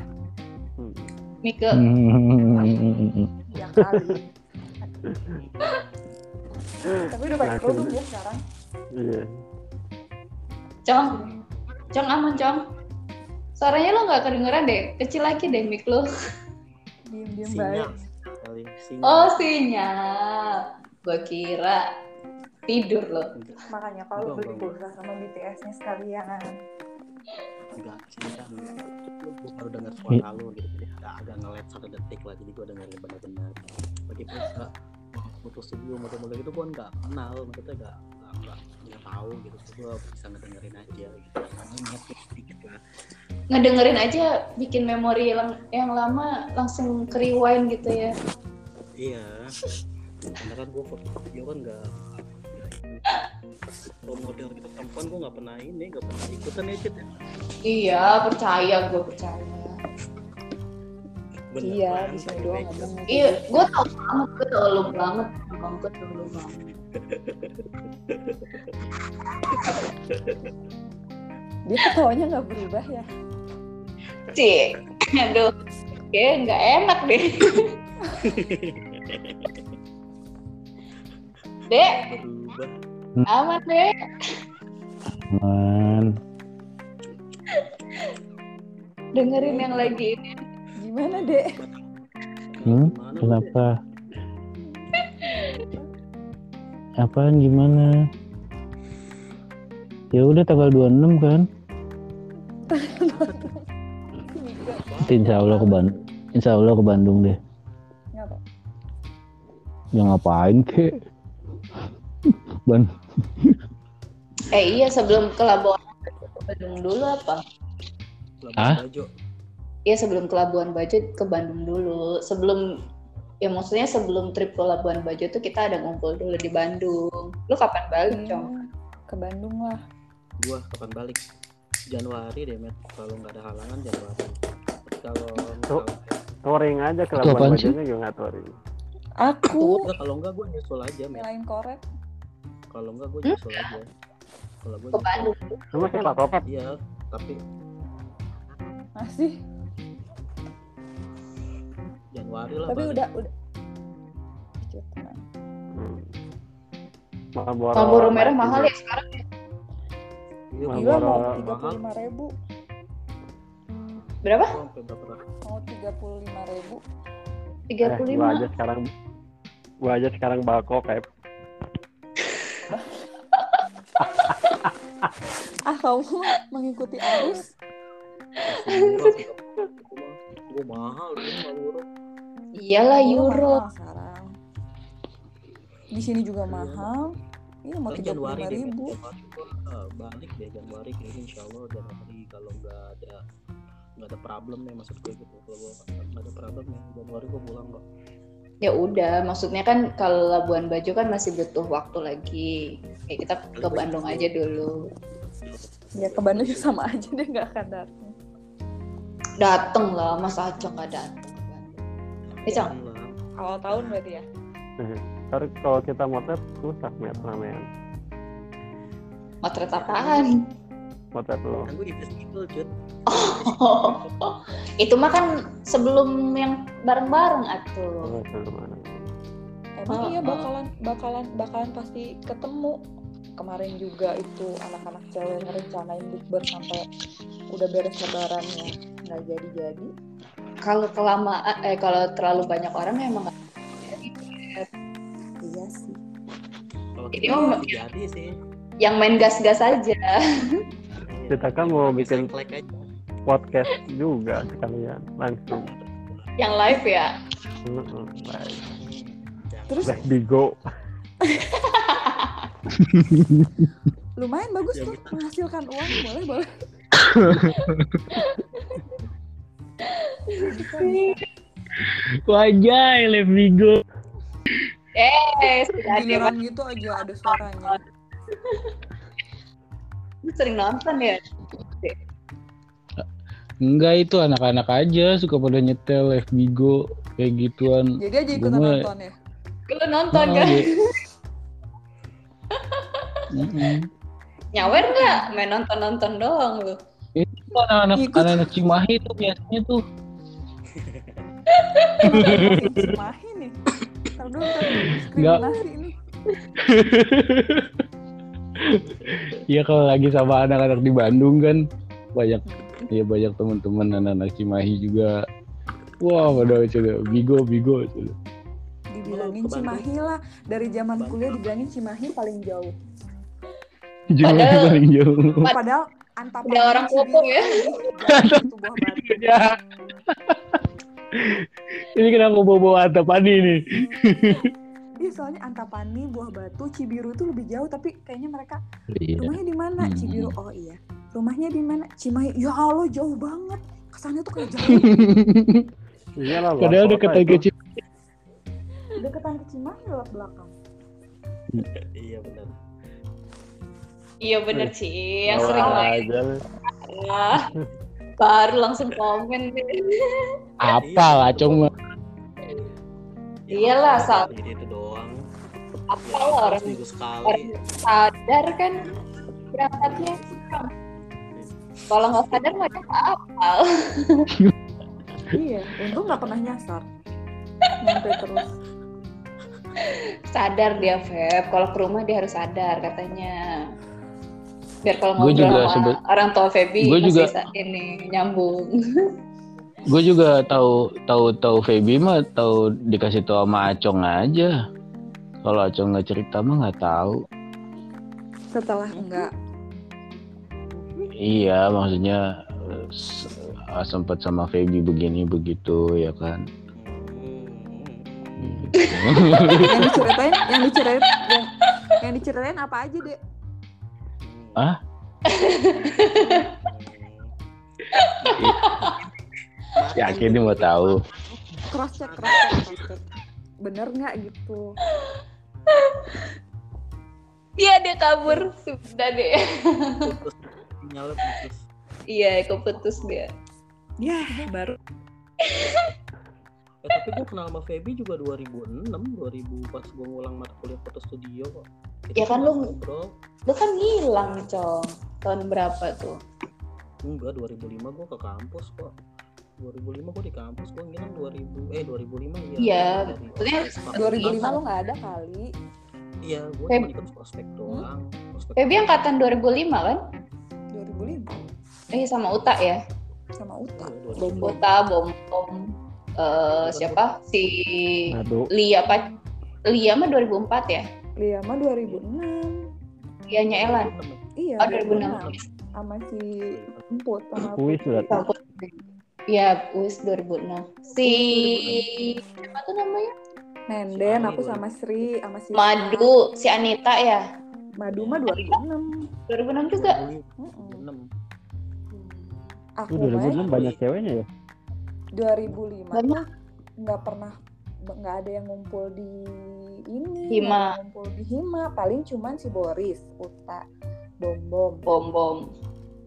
[SPEAKER 3] Hmm.
[SPEAKER 2] Mika.
[SPEAKER 5] Mm-mm.
[SPEAKER 8] iya kali. tapi udah banyak
[SPEAKER 3] Langsung.
[SPEAKER 8] kerudung ya sekarang.
[SPEAKER 3] iya
[SPEAKER 2] Cong. Cong aman, Cong. Suaranya lo nggak kedengeran deh. Kecil lagi deh mic lo.
[SPEAKER 8] Diem-diem baik.
[SPEAKER 4] Sinyal. Kali sinyal.
[SPEAKER 2] Oh, sinyal. Gua kira tidur lo.
[SPEAKER 8] Makanya kalau
[SPEAKER 4] Bang,
[SPEAKER 8] beli
[SPEAKER 4] bang.
[SPEAKER 8] pulsa sama BTS-nya sekalian.
[SPEAKER 4] Enggak, sinyal. Gue baru dengar suara
[SPEAKER 5] Iya.
[SPEAKER 4] lu gitu. Jadi agak, agak ngelet satu detik lah. Jadi gue dengerin benar-benar. Begitupun enggak putus studio model-model gitu gue nggak kenal maksudnya nggak nggak- nggak nggak tahu gitu gue bisa ngedengerin aja gitu karena ngerti sedikit lah
[SPEAKER 2] Ngedengerin aja bikin memori lang- yang lama langsung ke rewind gitu ya.
[SPEAKER 4] Iya. Karena kan gue foto video kan nggak role model gitu perempuan gue nggak pernah ini nggak pernah ikutan ya Cid ya
[SPEAKER 2] Iya, percaya gue percaya. Iya,
[SPEAKER 4] Beneran,
[SPEAKER 8] bisa
[SPEAKER 4] pakai
[SPEAKER 8] doang
[SPEAKER 4] makeup.
[SPEAKER 8] ngomong.
[SPEAKER 2] Iya, gue tau banget, gue tau lo banget, abang gue tau lo banget.
[SPEAKER 8] Dia ketawanya nggak berubah ya.
[SPEAKER 2] Cik, aduh, kayak nggak enak deh. Dek,
[SPEAKER 4] berubah
[SPEAKER 2] aman deh.
[SPEAKER 5] Man.
[SPEAKER 2] Dengerin yang lagi ini.
[SPEAKER 8] Gimana, Dek?
[SPEAKER 5] Hmm?
[SPEAKER 4] Gimana, Cid?
[SPEAKER 5] Kenapa? Apaan gimana? Ya udah tanggal 26 kan? Insya Allah ke Bandung. Insya Allah ke Bandung deh.
[SPEAKER 8] Ngapa?
[SPEAKER 5] Ya ngapain kek? Ban
[SPEAKER 2] Eh iya, sebelum ke Labuan ke Bandung dulu apa?
[SPEAKER 4] Lama
[SPEAKER 5] Hah?
[SPEAKER 4] baju.
[SPEAKER 2] Iya, sebelum ke Labuan Bajo ke Bandung dulu. Sebelum ya maksudnya sebelum trip ke Labuan Bajo tuh kita ada ngumpul dulu di Bandung. Lu kapan balik, Cong?
[SPEAKER 8] Hmm, Ke Bandung lah.
[SPEAKER 4] Gua kapan balik Januari deh Met kalau nggak ada halangan Januari kalau
[SPEAKER 3] Tuh.
[SPEAKER 4] misalnya-
[SPEAKER 3] touring aja ke
[SPEAKER 5] Itu
[SPEAKER 3] Labuan
[SPEAKER 5] apaan sih?
[SPEAKER 3] Bajo nya juga nggak touring
[SPEAKER 8] Aku
[SPEAKER 4] Nggak, kalau nggak gue nyusul aja Met
[SPEAKER 8] nyalain korek.
[SPEAKER 4] kalau nggak gue
[SPEAKER 2] Hmm?
[SPEAKER 4] nyusul aja kalau gue
[SPEAKER 2] Ke Bandung.
[SPEAKER 3] lu masih pak Kopet
[SPEAKER 4] iya tapi
[SPEAKER 8] Masih.
[SPEAKER 4] Januari lah
[SPEAKER 8] Tapi
[SPEAKER 4] balik.
[SPEAKER 8] udah udah Cut, tenang.
[SPEAKER 3] hmm. Marlboro,
[SPEAKER 2] Marlboro merah mahal ya sekarang.
[SPEAKER 4] Iya,
[SPEAKER 3] Mahal
[SPEAKER 8] Gila mau
[SPEAKER 3] Marlboro
[SPEAKER 8] tiga puluh lima ribu,
[SPEAKER 2] Berapa?
[SPEAKER 4] Gua sampai berapa ratus
[SPEAKER 8] mau tiga puluh lima ribu.
[SPEAKER 3] eh, gua aja
[SPEAKER 2] 35.
[SPEAKER 3] sekarang gua aja sekarang bawa Kopet
[SPEAKER 8] Ah kamu mengikuti arus?
[SPEAKER 4] Gue mahal, gue mahal.
[SPEAKER 2] Iyalah euro.
[SPEAKER 8] Mahal sekarang. Di sini juga mahal. Iya mau
[SPEAKER 4] Ntar
[SPEAKER 8] tiga puluh
[SPEAKER 4] Januari
[SPEAKER 8] lima
[SPEAKER 4] deh,
[SPEAKER 8] ribu.
[SPEAKER 4] Januari gua, eh, balik deh Januari kayaknya insya Allah Januari kalau nggak ada nggak ada problem nih maksud gue gitu kalau gua nggak ada problem ya Januari gue pulang kok
[SPEAKER 2] Ya udah, maksudnya kan kalau Labuan Bajo kan masih butuh waktu lagi. Kayak kita ke Bandung aja dulu.
[SPEAKER 8] Ya ke Bandung juga sama aja deh nggak akan datang.
[SPEAKER 2] Dateng lah, Mas Acong gak dateng ke Bandung. Eh, Cong,
[SPEAKER 8] Awal tahun berarti ya.
[SPEAKER 3] ntar kalau kita motret susah Met ramean
[SPEAKER 2] Motret apaan?
[SPEAKER 3] motret lo
[SPEAKER 4] Kan gue invisible, Jud.
[SPEAKER 2] Oh, itu mah kan sebelum yang bareng-bareng atuh.
[SPEAKER 3] Motret lo mana
[SPEAKER 8] Emang
[SPEAKER 2] Ah,
[SPEAKER 8] iya
[SPEAKER 2] ah.
[SPEAKER 8] bakalan bakalan bakalan pasti ketemu. Kemarin juga itu anak-anak cewek ngerencanain bukber sampai udah beres lebarannya nggak jadi-jadi.
[SPEAKER 2] Kalau kelamaan, eh kalau terlalu banyak orang ya emang nggak
[SPEAKER 8] Iya sih.
[SPEAKER 4] Kalau
[SPEAKER 2] Ini
[SPEAKER 4] kita
[SPEAKER 2] mah-
[SPEAKER 4] sih jadi sih.
[SPEAKER 2] yang main gas-gas aja.
[SPEAKER 3] kita kan mau
[SPEAKER 4] Bisa
[SPEAKER 3] bikin
[SPEAKER 4] nge-like aja.
[SPEAKER 3] podcast juga sekalian langsung
[SPEAKER 2] Yang live ya.
[SPEAKER 3] Mm-mm, baik
[SPEAKER 4] Jangan.
[SPEAKER 8] Terus
[SPEAKER 3] Let's be go
[SPEAKER 8] lumayan bagus
[SPEAKER 4] Ya,
[SPEAKER 8] tuh menghasilkan uang boleh boleh. Bisa, bisa.
[SPEAKER 5] Wajah, let me go.
[SPEAKER 2] Eh, sudah ada yang
[SPEAKER 8] Giliran gitu aja ada suaranya.
[SPEAKER 2] sering nonton ya.
[SPEAKER 5] Enggak itu anak-anak aja suka pada nyetel let me go kayak gituan.
[SPEAKER 8] Jadi aja ikutan
[SPEAKER 5] Gua-
[SPEAKER 8] nonton ya.
[SPEAKER 2] Lu nonton
[SPEAKER 5] Ah,
[SPEAKER 2] kan? gak?
[SPEAKER 5] iya. Mm-mm.
[SPEAKER 2] Nyawer gak? Main nonton-nonton doang lu.
[SPEAKER 5] Itu anak-anak
[SPEAKER 8] Ikut.
[SPEAKER 5] anak-anak Cimahi tuh biasanya tuh
[SPEAKER 8] Cimahi nih. Ntar dulu, ntar dulu.
[SPEAKER 5] Nggak.
[SPEAKER 8] diskriminasi ini.
[SPEAKER 5] Iya kalau lagi sama anak-anak di Bandung kan banyak ya banyak teman-teman anak-anak Cimahi juga. Wah, pada coba bigo bigo coba.
[SPEAKER 8] Dibilangin
[SPEAKER 4] Ke Bandung.
[SPEAKER 8] Cimahi lah. Dari zaman
[SPEAKER 4] Bandung.
[SPEAKER 8] kuliah dibilangin Cimahi paling jauh.
[SPEAKER 5] Jumlah
[SPEAKER 2] Padahal-
[SPEAKER 5] paling jauh.
[SPEAKER 8] Padahal antara
[SPEAKER 2] Udah orang kopo ya.
[SPEAKER 8] gitu. Tubuh batu.
[SPEAKER 5] Ya. ini kenapa bawa-bawa atapan ini?
[SPEAKER 8] Iya soalnya Antapani, Buah Batu, Cibiru itu lebih jauh tapi kayaknya mereka
[SPEAKER 5] Iya.
[SPEAKER 8] rumahnya di mana?
[SPEAKER 5] Hmm.
[SPEAKER 8] Cibiru. Oh iya. Rumahnya di mana? Cimahi. Ya Allah jauh banget. Kesannya tuh kayak jauh.
[SPEAKER 3] iya lah luar
[SPEAKER 5] Padahal udah
[SPEAKER 3] kota
[SPEAKER 5] kata
[SPEAKER 3] itu.
[SPEAKER 5] kecil.
[SPEAKER 8] Deketan ke Cimahi lewat belakang.
[SPEAKER 4] Iya benar.
[SPEAKER 2] Iya bener sih, yang
[SPEAKER 3] Awal
[SPEAKER 2] sering main.
[SPEAKER 3] aja lu.
[SPEAKER 2] Ah, Baru langsung komen deh.
[SPEAKER 5] Apa lah, cuma
[SPEAKER 4] Ya,
[SPEAKER 2] Iyalah, Sal.
[SPEAKER 4] Jadi itu doang.
[SPEAKER 2] Apa lah
[SPEAKER 4] Ya, ampun,
[SPEAKER 2] orang
[SPEAKER 4] seminggu sekali.
[SPEAKER 2] orang sadar kan berangkatnya. Kalau nggak sadar mah dia nggak apal.
[SPEAKER 8] Iya. Untung nggak pernah nyasar. Nyampe terus.
[SPEAKER 2] Sadar dia Feb. Kalau ke rumah dia harus sadar katanya. Biar kalau
[SPEAKER 5] Gua
[SPEAKER 2] ngobrol
[SPEAKER 5] juga
[SPEAKER 2] sama
[SPEAKER 5] sebe-
[SPEAKER 2] orang tua Febi
[SPEAKER 5] Gua
[SPEAKER 2] masih
[SPEAKER 5] juga-
[SPEAKER 2] sa- ini nyambung.
[SPEAKER 5] gue juga tahu tahu tahu Feby mah tahu dikasih tahu sama Acong aja. Kalau Acong nggak cerita mah nggak tahu.
[SPEAKER 8] Setelah enggak
[SPEAKER 5] Iya, maksudnya eh, s- eh, sempet sama Feby begini begitu ya kan.
[SPEAKER 4] Hmm.
[SPEAKER 8] yang diceritain yang diceritain yang, yang diceritain apa aja deh
[SPEAKER 5] Hah?
[SPEAKER 4] Hmm.
[SPEAKER 5] Yakin Ya, dia mau tahu.
[SPEAKER 8] cross check cross check, cross check. bener nggak gitu
[SPEAKER 2] Iya dia kabur sudah deh.
[SPEAKER 4] Putus. Sinyalnya putus.
[SPEAKER 2] Iya keputus dia.
[SPEAKER 8] ya baru
[SPEAKER 4] Eh, tapi gue kenal sama Feby juga 2006, 2000 pas gue ngulang mata kuliah foto studio kok. Itu
[SPEAKER 2] Ya kan lu-
[SPEAKER 4] ngobrol.
[SPEAKER 2] Lu kan ngilang cong. Tahun berapa tuh?
[SPEAKER 4] Enggak, 2005 gue ke kampus kok. 2005 gue di kampus, gue ngilang 2000, eh 2005
[SPEAKER 2] Iya,
[SPEAKER 4] Dari-
[SPEAKER 2] maksudnya
[SPEAKER 4] Ospek.
[SPEAKER 8] 2005 lo nggak ada kali
[SPEAKER 4] Iya,
[SPEAKER 2] Feb-
[SPEAKER 4] gue
[SPEAKER 2] Hmm?
[SPEAKER 4] cuma di kampus ospek doang. Ospek
[SPEAKER 2] Febi angkatan 2005 kan?
[SPEAKER 8] 2005
[SPEAKER 2] Eh sama Uta ya.
[SPEAKER 8] sama Uta
[SPEAKER 4] Iya,
[SPEAKER 8] bom bom
[SPEAKER 2] Uta bom bom. Eh, siapa si
[SPEAKER 3] aduh
[SPEAKER 2] Lia apa Lia mah 2004 ya
[SPEAKER 8] Lia mah 2006
[SPEAKER 2] Lianya Elan
[SPEAKER 8] iya
[SPEAKER 2] oh 2006
[SPEAKER 8] sama si Emput sama
[SPEAKER 3] Wih, sudah
[SPEAKER 8] Putri.
[SPEAKER 2] ya wis 2006 si siapa tuh namanya
[SPEAKER 8] Nenden aku sama Sri sama si
[SPEAKER 2] Madu si Anita ya
[SPEAKER 8] Madu mah 2006
[SPEAKER 2] 2006 juga
[SPEAKER 8] Mm-mm.
[SPEAKER 4] 2006.
[SPEAKER 8] aku
[SPEAKER 3] Lu 2006
[SPEAKER 8] mah
[SPEAKER 3] banyak ceweknya ya
[SPEAKER 8] 2005
[SPEAKER 2] Banyak.
[SPEAKER 8] tuh nggak pernah nggak ada yang ngumpul di ini
[SPEAKER 2] Hima.
[SPEAKER 8] nggak ada yang ngumpul di hima paling cuman si Boris Uta bom bom
[SPEAKER 2] bom bom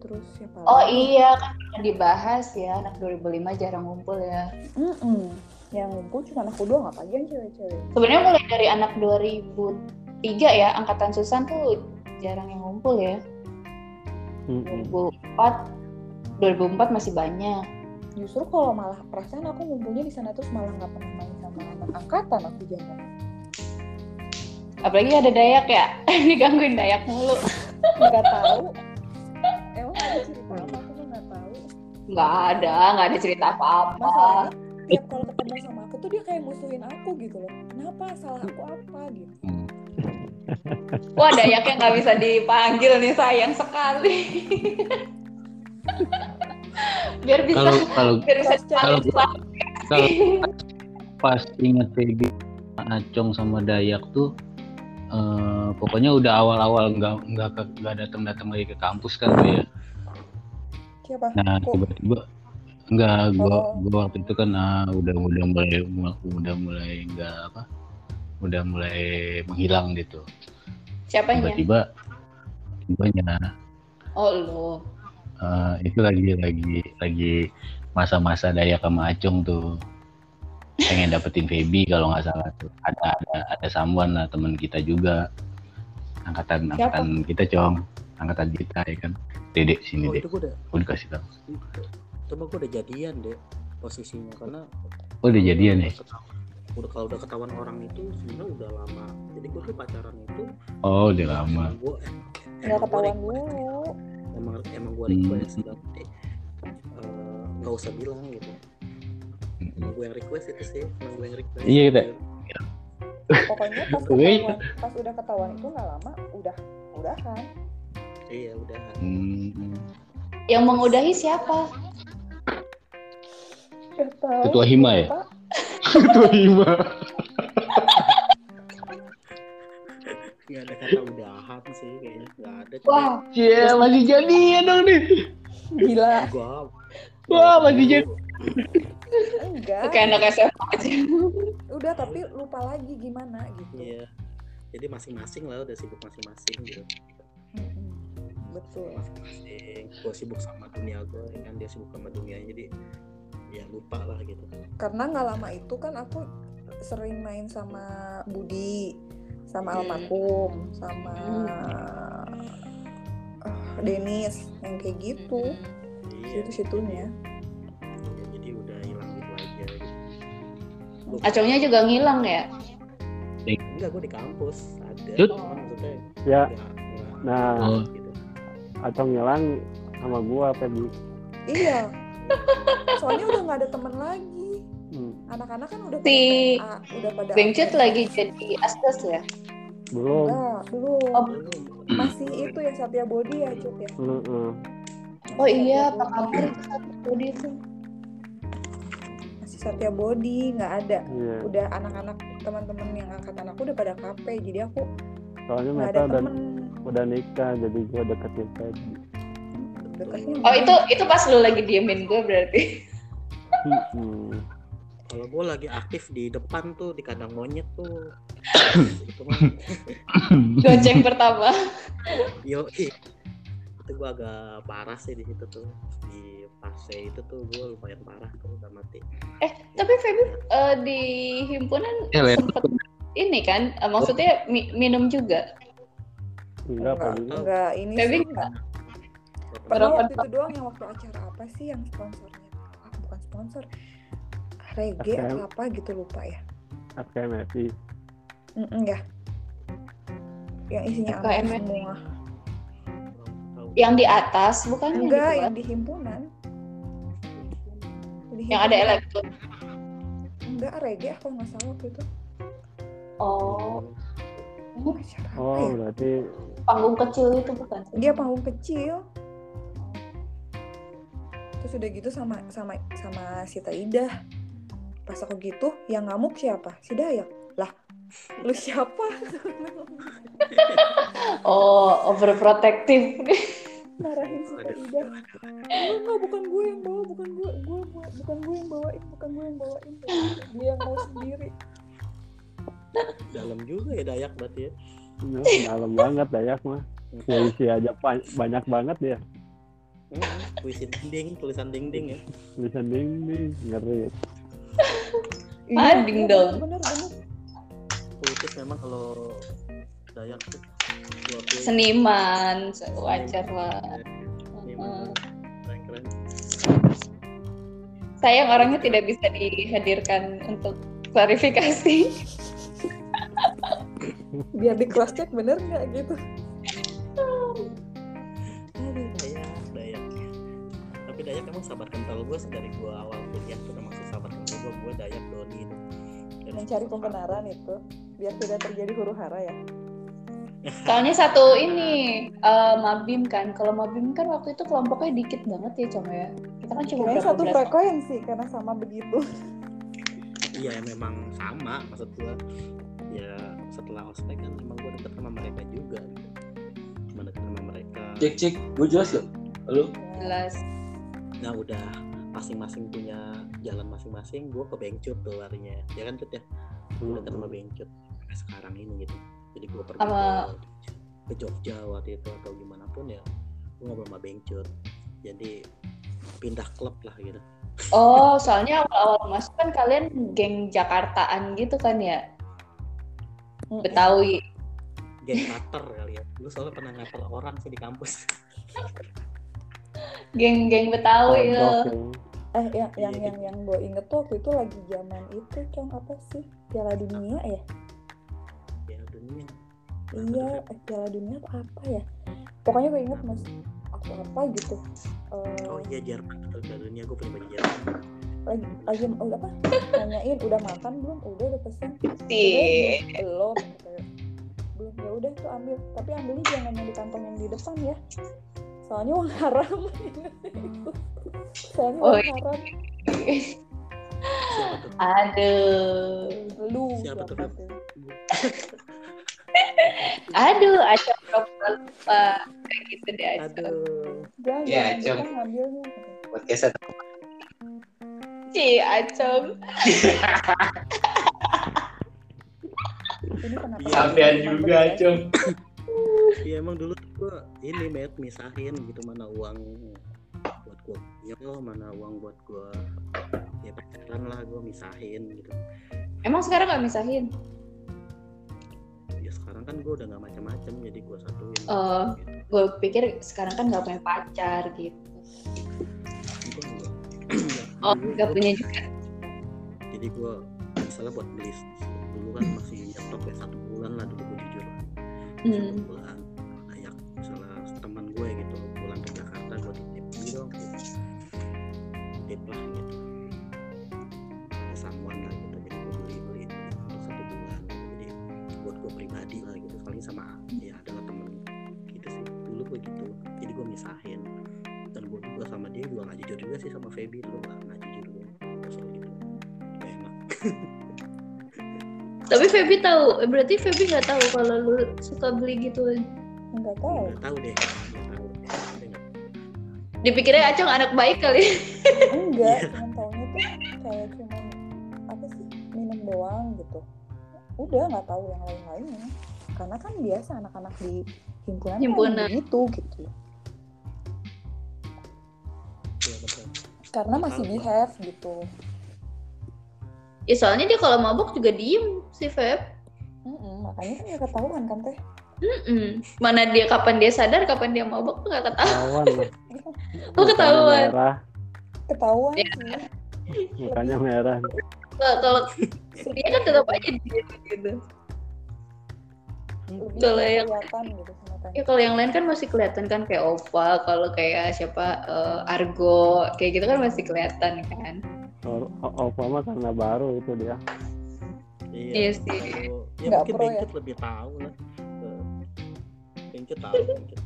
[SPEAKER 8] terus siapa
[SPEAKER 2] oh
[SPEAKER 8] lagi?
[SPEAKER 2] iya kan pernah dibahas ya anak 2005 jarang ngumpul ya
[SPEAKER 8] Mm-mm. yang ngumpul cuma aku doang apalagi yang cewek-cewek
[SPEAKER 2] sebenarnya mulai dari anak 2003 ya angkatan Susan tuh jarang yang ngumpul ya.
[SPEAKER 3] Mm-mm.
[SPEAKER 2] 2004 2004 masih banyak.
[SPEAKER 8] Justru kalau malah perasaan aku ngumpulnya di sana terus malah nggak pernah main sama anak angkatan aku jarang.
[SPEAKER 2] Apalagi ada Dayak ya. Digangguin Dayak mulu.
[SPEAKER 8] Nggak tahu. Emang ada cerita apa aku tuh nggak tahu.
[SPEAKER 2] Nggak ada, nggak ada cerita apa-apa.
[SPEAKER 8] Masalahnya tiap kalau ketemu sama aku tuh dia kayak musuhin aku gitu loh. Kenapa salah aku apa gitu.
[SPEAKER 5] Hmm.
[SPEAKER 2] Wah, Dayak yang nggak bisa dipanggil nih sayang sekali. biar bisa
[SPEAKER 5] Kalau kalau
[SPEAKER 2] biar bisa
[SPEAKER 5] kalau-
[SPEAKER 2] dipanggil selalu.
[SPEAKER 5] kalau pas inget Feby Acong sama Dayak tuh eh, pokoknya udah awal-awal nggak nggak ke- nggak datang datang lagi ke kampus kan tuh ya.
[SPEAKER 8] Siapa?
[SPEAKER 5] Nah
[SPEAKER 8] Aku.
[SPEAKER 5] tiba-tiba nggak gua
[SPEAKER 8] Oh.
[SPEAKER 5] gua waktu itu kan ah, udah udah mulai udah mulai nggak apa udah mulai menghilang gitu
[SPEAKER 2] Siapanya?
[SPEAKER 5] tiba-tiba tiba
[SPEAKER 2] Oh, lo.
[SPEAKER 5] Eh, itu lagi lagi lagi masa-masa Dayak sama Acung tuh pengen dapetin Feby kalau nggak salah tuh ada ada ada Samuan lah teman kita juga angkatan
[SPEAKER 8] Siapa?
[SPEAKER 5] angkatan kita cong angkatan kita ya kan Dede sini
[SPEAKER 4] Oh,
[SPEAKER 5] deh
[SPEAKER 4] itu gue udah
[SPEAKER 5] udah kasih tahu
[SPEAKER 4] itu mah gue udah jadian deh posisinya karena
[SPEAKER 5] oh udah jadian ya
[SPEAKER 4] udah kalau udah ketahuan orang itu sebenarnya udah lama jadi gue tuh pacaran itu
[SPEAKER 5] oh udah lama
[SPEAKER 4] gue
[SPEAKER 8] Nggak ketahuan dulu.
[SPEAKER 4] emang emang gue
[SPEAKER 5] Hmm.
[SPEAKER 4] request bilang, "Eh, eh, nggak usah bilang gitu
[SPEAKER 5] Mm-mm.
[SPEAKER 4] emang gue yang request itu sih emang gue yang request
[SPEAKER 5] Iya, kita-
[SPEAKER 8] Pokoknya pas
[SPEAKER 5] Oke.
[SPEAKER 8] ketahuan, pas udah ketahuan itu nggak lama udah udahan.
[SPEAKER 4] iya udah
[SPEAKER 5] Hmm.
[SPEAKER 2] Yang mengudahi siapa?
[SPEAKER 8] Nggak tahu.
[SPEAKER 5] Ketua Hima ya?
[SPEAKER 8] Pak.
[SPEAKER 5] Ketua Hima
[SPEAKER 4] nggak ada kata udahan sih kayaknya nggak ada
[SPEAKER 2] Wah,
[SPEAKER 5] Cie, Iya, masih jadian dong nih
[SPEAKER 8] Gila.
[SPEAKER 4] gue
[SPEAKER 5] Wah, masih jadi.
[SPEAKER 8] Enggak.
[SPEAKER 2] kayak anak SMA aja.
[SPEAKER 8] Udah tapi lupa lagi gimana gitu.
[SPEAKER 4] iya jadi masing-masing lah udah sibuk masing-masing gitu
[SPEAKER 8] Mm-mm. Betul.
[SPEAKER 4] masing-masing gue sibuk sama dunia gue kan dia sibuk sama dunia jadi ya lupa lah gitu
[SPEAKER 8] Karena nggak lama itu kan aku sering main sama Budi, sama
[SPEAKER 4] Iya.
[SPEAKER 8] almarhum, sama eh, Denis yang kayak gitu
[SPEAKER 4] iya
[SPEAKER 8] situ-situnya.
[SPEAKER 4] Ya, jadi udah hilang gitu aja gitu.
[SPEAKER 2] Acungnya juga ngilang ya?
[SPEAKER 4] enggak gue di kampus ada
[SPEAKER 5] Cut.
[SPEAKER 4] Cuman maksudnya
[SPEAKER 3] ya
[SPEAKER 4] ya, ya,
[SPEAKER 3] Nah.
[SPEAKER 4] ya, gitu.
[SPEAKER 3] acong ngilang sama gua tadi
[SPEAKER 8] Iya. Soalnya udah nggak ada teman lagi.
[SPEAKER 3] Mm,
[SPEAKER 8] Anak-anak kan udah
[SPEAKER 2] Si
[SPEAKER 8] pada PA, udah pada
[SPEAKER 2] Bengcut lagi jadi astes ya?
[SPEAKER 3] belum
[SPEAKER 8] Enggak, Nah, belum.
[SPEAKER 2] Oh.
[SPEAKER 8] Masih itu yang Satya Bodi ya, Cut ya.
[SPEAKER 3] Heeh.
[SPEAKER 2] Oh iya, Pak
[SPEAKER 8] Satya Bodi.
[SPEAKER 2] Kamar itu satu body itu.
[SPEAKER 8] Masih Satya Bodi, nggak ada.
[SPEAKER 3] iya
[SPEAKER 8] Udah anak-anak teman-teman yang angkatan aku udah pada kafe, jadi aku
[SPEAKER 3] soalnya
[SPEAKER 8] nggak
[SPEAKER 3] mereka
[SPEAKER 8] ada
[SPEAKER 3] udah
[SPEAKER 8] temen.
[SPEAKER 3] udah nikah jadi gua deketin Feby
[SPEAKER 8] Dekatnya
[SPEAKER 2] Oh itu itu pas lu lagi diemin gue berarti.
[SPEAKER 3] Heeh.
[SPEAKER 4] kalau gue lagi aktif di depan tuh di kandang monyet tuh itu mah
[SPEAKER 2] Goceng pertama.
[SPEAKER 4] yo itu gue agak parah sih di situ tuh di fase itu tuh gue lumayan parah tuh udah mati Iya,
[SPEAKER 2] Tapi Feby eh, di himpunan
[SPEAKER 5] Eh, Len.
[SPEAKER 2] sempet ini kan eh, maksudnya mi- minum juga.
[SPEAKER 3] enggak kan Feby
[SPEAKER 8] Enggak, enggak, ini
[SPEAKER 2] Tapi-
[SPEAKER 8] sih enggak. Pernah waktu itu doang yang waktu acara apa sih yang sponsornya? Ah, bukan sponsor. Reggae
[SPEAKER 3] Acara-
[SPEAKER 8] atau apa gitu lupa ya.
[SPEAKER 3] FKM Feby
[SPEAKER 8] Mm ya. Yang isinya anak
[SPEAKER 2] FKM.
[SPEAKER 8] semua.
[SPEAKER 2] Yang di atas bukan yang gitu kan? di
[SPEAKER 8] Enggak,
[SPEAKER 2] bawah.
[SPEAKER 8] yang di himpunan. Di
[SPEAKER 2] yang ada
[SPEAKER 8] himpunan.
[SPEAKER 2] elektron.
[SPEAKER 8] Enggak, reggae kalau nggak salah waktu itu.
[SPEAKER 2] Oh,
[SPEAKER 8] Oh, acara apa
[SPEAKER 3] oh
[SPEAKER 8] ya?
[SPEAKER 3] berarti
[SPEAKER 2] panggung kecil itu bukan.
[SPEAKER 8] Dia panggung kecil. Terus udah gitu sama sama sama si Taidah. Pas aku gitu, yang ngamuk siapa? Si Dayak. Lah, lu siapa?
[SPEAKER 2] Oh, overprotective.
[SPEAKER 8] Marahin si Taidah. Enggak, enggak, bukan gue yang bawa, bukan gue, gue, gue- bukan gue yang bawain, bukan gue yang bawain. Dia yang bawa sendiri.
[SPEAKER 4] dalam juga ya dayak berarti ya
[SPEAKER 3] ya, dalam banget Dayak mah puisi aja pa- banyak banget ya
[SPEAKER 4] Hmm, puisi dinding tulisan dinding ya
[SPEAKER 3] bisa dinding ngeri
[SPEAKER 8] Iya,
[SPEAKER 2] Ah, ding
[SPEAKER 8] iya,
[SPEAKER 2] dong.
[SPEAKER 8] Bener, bener.
[SPEAKER 4] puitis memang kalau dayak tuh Waktu-
[SPEAKER 2] seniman se- wajar lah
[SPEAKER 4] Iya, Seniman. Keren-keren.
[SPEAKER 2] sayang orangnya tidak bisa dihadirkan untuk klarifikasi
[SPEAKER 8] biar di cross check bener nggak gitu
[SPEAKER 4] Aduh, Dayak, Dayak. Tapi Dayak emang sahabat kental gue dari gue awal kuliah tuh emang sahabat kental gue, gue Dayak Doni. Dari
[SPEAKER 8] mencari pembenaran itu biar tidak terjadi huru hara ya
[SPEAKER 2] soalnya satu ini eh, mabim kan kalau mabim kan waktu itu kelompoknya dikit banget ya cong ya kita kan cuma
[SPEAKER 8] kayaknya
[SPEAKER 2] berapa
[SPEAKER 8] satu
[SPEAKER 2] belas
[SPEAKER 8] frekuensi karena sama begitu
[SPEAKER 4] Iya memang sama maksud gue. Ya setelah ospek kan emang gue deket sama mereka juga. Gitu. Cuma deket sama mereka.
[SPEAKER 5] Cek cek, gue jelas loh. Halo.
[SPEAKER 2] belas
[SPEAKER 4] Nah udah masing-masing punya jalan masing-masing, gue ke Bengcut tuh larinya. Ya kan Cut ya? Gue deket sama Bengcut sampai sekarang ini gitu. Jadi gue pergi
[SPEAKER 2] Sama-
[SPEAKER 4] ke- ke Jogja waktu itu atau gimana pun ya gue ngobrol sama Bengcut. Jadi pindah klub lah gitu.
[SPEAKER 2] oh soalnya awal-awal masuk kan kalian geng Jakartaan gitu kan ya Betawi
[SPEAKER 4] Geng ngater kali ya. Gue soalnya pernah ngater orang sih di kampus.
[SPEAKER 2] geng-geng Betawi ya.
[SPEAKER 8] eh yang yang
[SPEAKER 4] Iya.
[SPEAKER 8] yang yang gue inget tuh waktu itu lagi zaman itu cong apa sih piala dunia ya
[SPEAKER 4] Ya dunia.
[SPEAKER 8] Iya, eh, Piala Dunia apa apa ya? Pokoknya gue inget mas apa apa gitu. Eh,
[SPEAKER 4] Oh iya Jerman kita udah dunia gue punya baju Jerman.
[SPEAKER 8] lagi lagi udah apa? Nanyain udah makan belum? Udah udah pesen.
[SPEAKER 2] sih
[SPEAKER 8] Udah, belum. kata gue. Belum ya udah tuh ambil. Tapi ambilnya jangan yang di kantong yang di depan ya. Soalnya uang haram. Soalnya
[SPEAKER 2] Oh,
[SPEAKER 8] uang
[SPEAKER 2] iya.
[SPEAKER 8] haram.
[SPEAKER 4] Siapa tuh?
[SPEAKER 2] aduh
[SPEAKER 8] Lu
[SPEAKER 4] Siapa tuh, Feb?
[SPEAKER 2] aduh acap lupa lupa kayak gitu deh acap
[SPEAKER 4] Aduh.
[SPEAKER 8] Jangan
[SPEAKER 5] Ya,
[SPEAKER 8] jangan kita
[SPEAKER 5] Cem.
[SPEAKER 8] ngambilnya.
[SPEAKER 5] Podcast
[SPEAKER 2] Ci, acap
[SPEAKER 8] Ini kenapa?
[SPEAKER 4] Iya,
[SPEAKER 5] sampean
[SPEAKER 8] Teman
[SPEAKER 5] juga,
[SPEAKER 8] berdua.
[SPEAKER 5] Cung.
[SPEAKER 4] Iya emang dulu gue ini met misahin gitu mana uang buat gue yo mana uang buat gue ya pacaran lah gue misahin gitu
[SPEAKER 2] emang sekarang nggak misahin
[SPEAKER 4] ya sekarang kan gue udah nggak macam-macam jadi gue satuin
[SPEAKER 2] Oh.
[SPEAKER 4] gitu.
[SPEAKER 2] gue pikir sekarang kan nggak punya pacar gitu
[SPEAKER 4] Gitu. Gua
[SPEAKER 2] oh
[SPEAKER 4] nggak- Dulu
[SPEAKER 2] nggak
[SPEAKER 4] gua-
[SPEAKER 2] punya juga
[SPEAKER 4] jadi gue misalnya buat beli dulu kan masih nyetok ya satu bulan lah dulu gue jujur
[SPEAKER 2] Hmm.
[SPEAKER 4] satu bulan kayak misalnya teman gue gitu pulang ke Jakarta gue titip ini dong gitu. titip lah gitu Ya, someone lah gitu jadi gue beli beli untuk satu bulan jadi buat gue pribadi lah gitu paling sama ya adalah temen gitu sih dulu gue gitu jadi gue misahin dan gue juga sama dia juga nggak jujur juga sih sama Feby dulu nggak nggak jujur gue Gua selalu gitu gak enak
[SPEAKER 7] Tapi Feby tahu,
[SPEAKER 2] Eh,
[SPEAKER 7] berarti Feby nggak tahu kalau lu suka beli gituan.
[SPEAKER 8] Enggak tahu.
[SPEAKER 4] nggak tahu deh nggak tahu deh Dia nggak
[SPEAKER 2] dipikirnya acap anak baik kali
[SPEAKER 8] enggak cuman taunya tuh kayak cuman apa sih minum doang gitu udah nggak tahu yang lain lainnya karena kan biasa anak-anak di himpunan,
[SPEAKER 7] Himpunan.
[SPEAKER 8] itu gitu
[SPEAKER 4] tahu, nggak tahu.
[SPEAKER 8] karena masih
[SPEAKER 4] Tahu.
[SPEAKER 8] behave gitu
[SPEAKER 7] Ya soalnya dia kalau mabuk juga diem si Feb.
[SPEAKER 8] Mm-mm, makanya kan nggak ketahuan kan teh
[SPEAKER 7] Mm-mm.
[SPEAKER 2] mana dia kapan dia sadar kapan dia mabok tuh nggak ketahuan
[SPEAKER 3] Ketahuan.
[SPEAKER 7] Oh, ketahuan.
[SPEAKER 3] Mukanya Merah,
[SPEAKER 8] ketahuan
[SPEAKER 2] Ya.
[SPEAKER 8] sih
[SPEAKER 3] mukanya merah.
[SPEAKER 2] kalau dia kan tetap aja dia gitu
[SPEAKER 8] lebih
[SPEAKER 2] Betul, ya.
[SPEAKER 8] kelihatan gitu sama teh
[SPEAKER 2] ya kalau yang lain kan masih kelihatan kan kayak Opa kalau kayak siapa eh, Argo kayak gitu kan masih kelihatan kan
[SPEAKER 3] Or- o- Opa mah karena baru itu dia.
[SPEAKER 2] Iya
[SPEAKER 4] Iya
[SPEAKER 2] sih.
[SPEAKER 4] tahu. Ya
[SPEAKER 8] Nggak
[SPEAKER 4] mungkin
[SPEAKER 8] pro ya.
[SPEAKER 4] Bengcut lebih tahu lah. Eh, Bengcut tahu. Bengcut.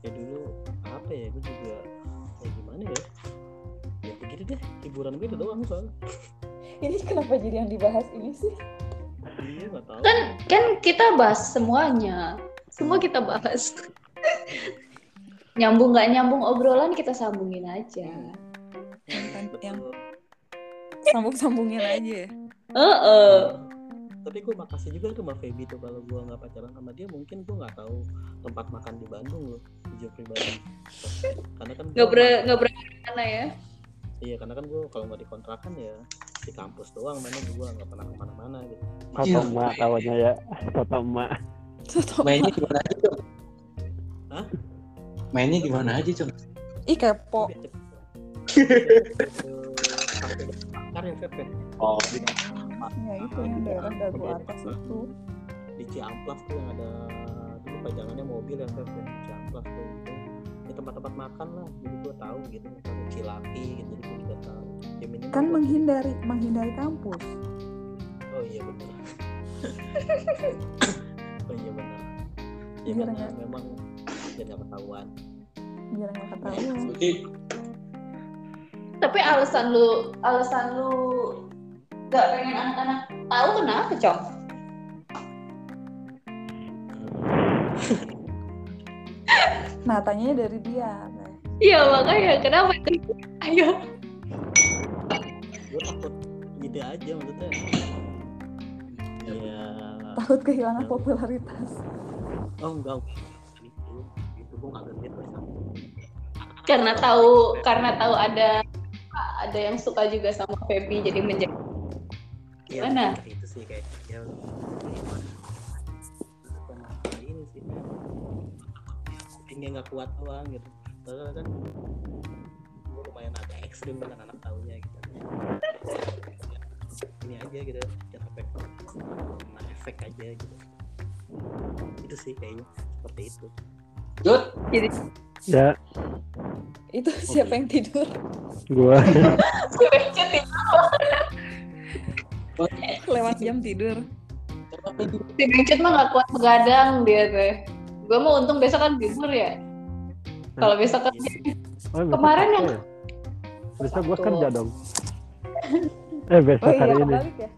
[SPEAKER 4] Ya dulu apa ya gue juga kayak gimana ya? Ya begitu deh, hiburan gue itu doang soalnya.
[SPEAKER 8] ini kenapa jadi yang dibahas ini sih
[SPEAKER 4] Iya nggak tahu.
[SPEAKER 2] kan kita bahas semuanya semua kita bahas nyambung nggak nyambung obrolan kita sambungin aja
[SPEAKER 4] Hmm, betul.
[SPEAKER 8] yang- sambung-sambungin aja ya
[SPEAKER 2] eh eh.
[SPEAKER 4] Tapi gue makasih juga tuh sama Feby tuh kalau gue nggak pacaran sama dia mungkin gue nggak tahu tempat makan di Bandung loh, jujur pribadi. Karena kan
[SPEAKER 2] nggak
[SPEAKER 4] gua-
[SPEAKER 2] pernah nggak pernah kemana ya
[SPEAKER 4] Iya karena kan gue kalau nggak dikontrakan ya di kampus doang mana gue nggak pernah kemana-mana gitu.
[SPEAKER 3] Kata emak tawanya ya. Kata emak.
[SPEAKER 9] Tutup.
[SPEAKER 4] mainnya gimana aja Cung? Hah? mainnya gimana aja Cung?
[SPEAKER 9] Ih kepo.
[SPEAKER 4] ya gitu. Ntar yang Feb, ya.
[SPEAKER 1] Oh,
[SPEAKER 8] Ya itu yang daerah dagu atas itu.
[SPEAKER 4] di Ciamplas tuh yang ada dulu pajangannya mobil yang Feb, ya. Ciamplas tuh gitu. di tempat-tempat makan lah jadi gue tahu gitu Makan cilaki gitu jadi gue juga tahu Ya, minimal
[SPEAKER 8] Kan
[SPEAKER 4] gua-
[SPEAKER 8] menghindari menghindari kampus.
[SPEAKER 4] oh iya benar oh iya benar ya
[SPEAKER 8] Bener,
[SPEAKER 4] karena
[SPEAKER 8] kan?
[SPEAKER 4] memang jadi nggak ketahuan
[SPEAKER 8] Biar nggak ketahuan.
[SPEAKER 4] jadi
[SPEAKER 2] Tapi alasan lu, alasan lu gak pengen anak-anak tahu kenapa, Cong?
[SPEAKER 8] Nah tanyanya dari dia. Nah,
[SPEAKER 2] Iya, makanya kenapa? Ayo.
[SPEAKER 4] gue takut ide aja maksudnya ya
[SPEAKER 8] Takut kehilangan popularitas.
[SPEAKER 4] oh enggak itu itu gue nggak genit lah sama
[SPEAKER 2] Karena tahu, karena tahu ada ada yang suka juga sama Feby jadi menjadi
[SPEAKER 4] Iya,
[SPEAKER 2] Gimana?
[SPEAKER 4] kayak itu sih kayak ya bukan apa ini sih kupingnya nggak kuat doang gitu padahal kan gue lumayan agak ekstrim dengan anak taunya gitu ini aja gitu jangan efek kena efek aja gitu itu sih kayaknya seperti itu
[SPEAKER 3] Ya,
[SPEAKER 9] Itu siapa yang tidur?
[SPEAKER 3] gua
[SPEAKER 9] Lewat jam tidur.
[SPEAKER 2] si Bencut mah gak kuat begadang dia teh. Gue mau untung besok kan libur ya. Kalau besok kan
[SPEAKER 4] Iya sih.
[SPEAKER 3] Oh, besok
[SPEAKER 2] Kemarin
[SPEAKER 3] Sabtu
[SPEAKER 2] yang-
[SPEAKER 3] ya? Besok gua
[SPEAKER 9] Sabtu.
[SPEAKER 3] kerja dong. Eh, besok
[SPEAKER 8] Oh iya
[SPEAKER 3] hari ini.
[SPEAKER 8] kebalik ya.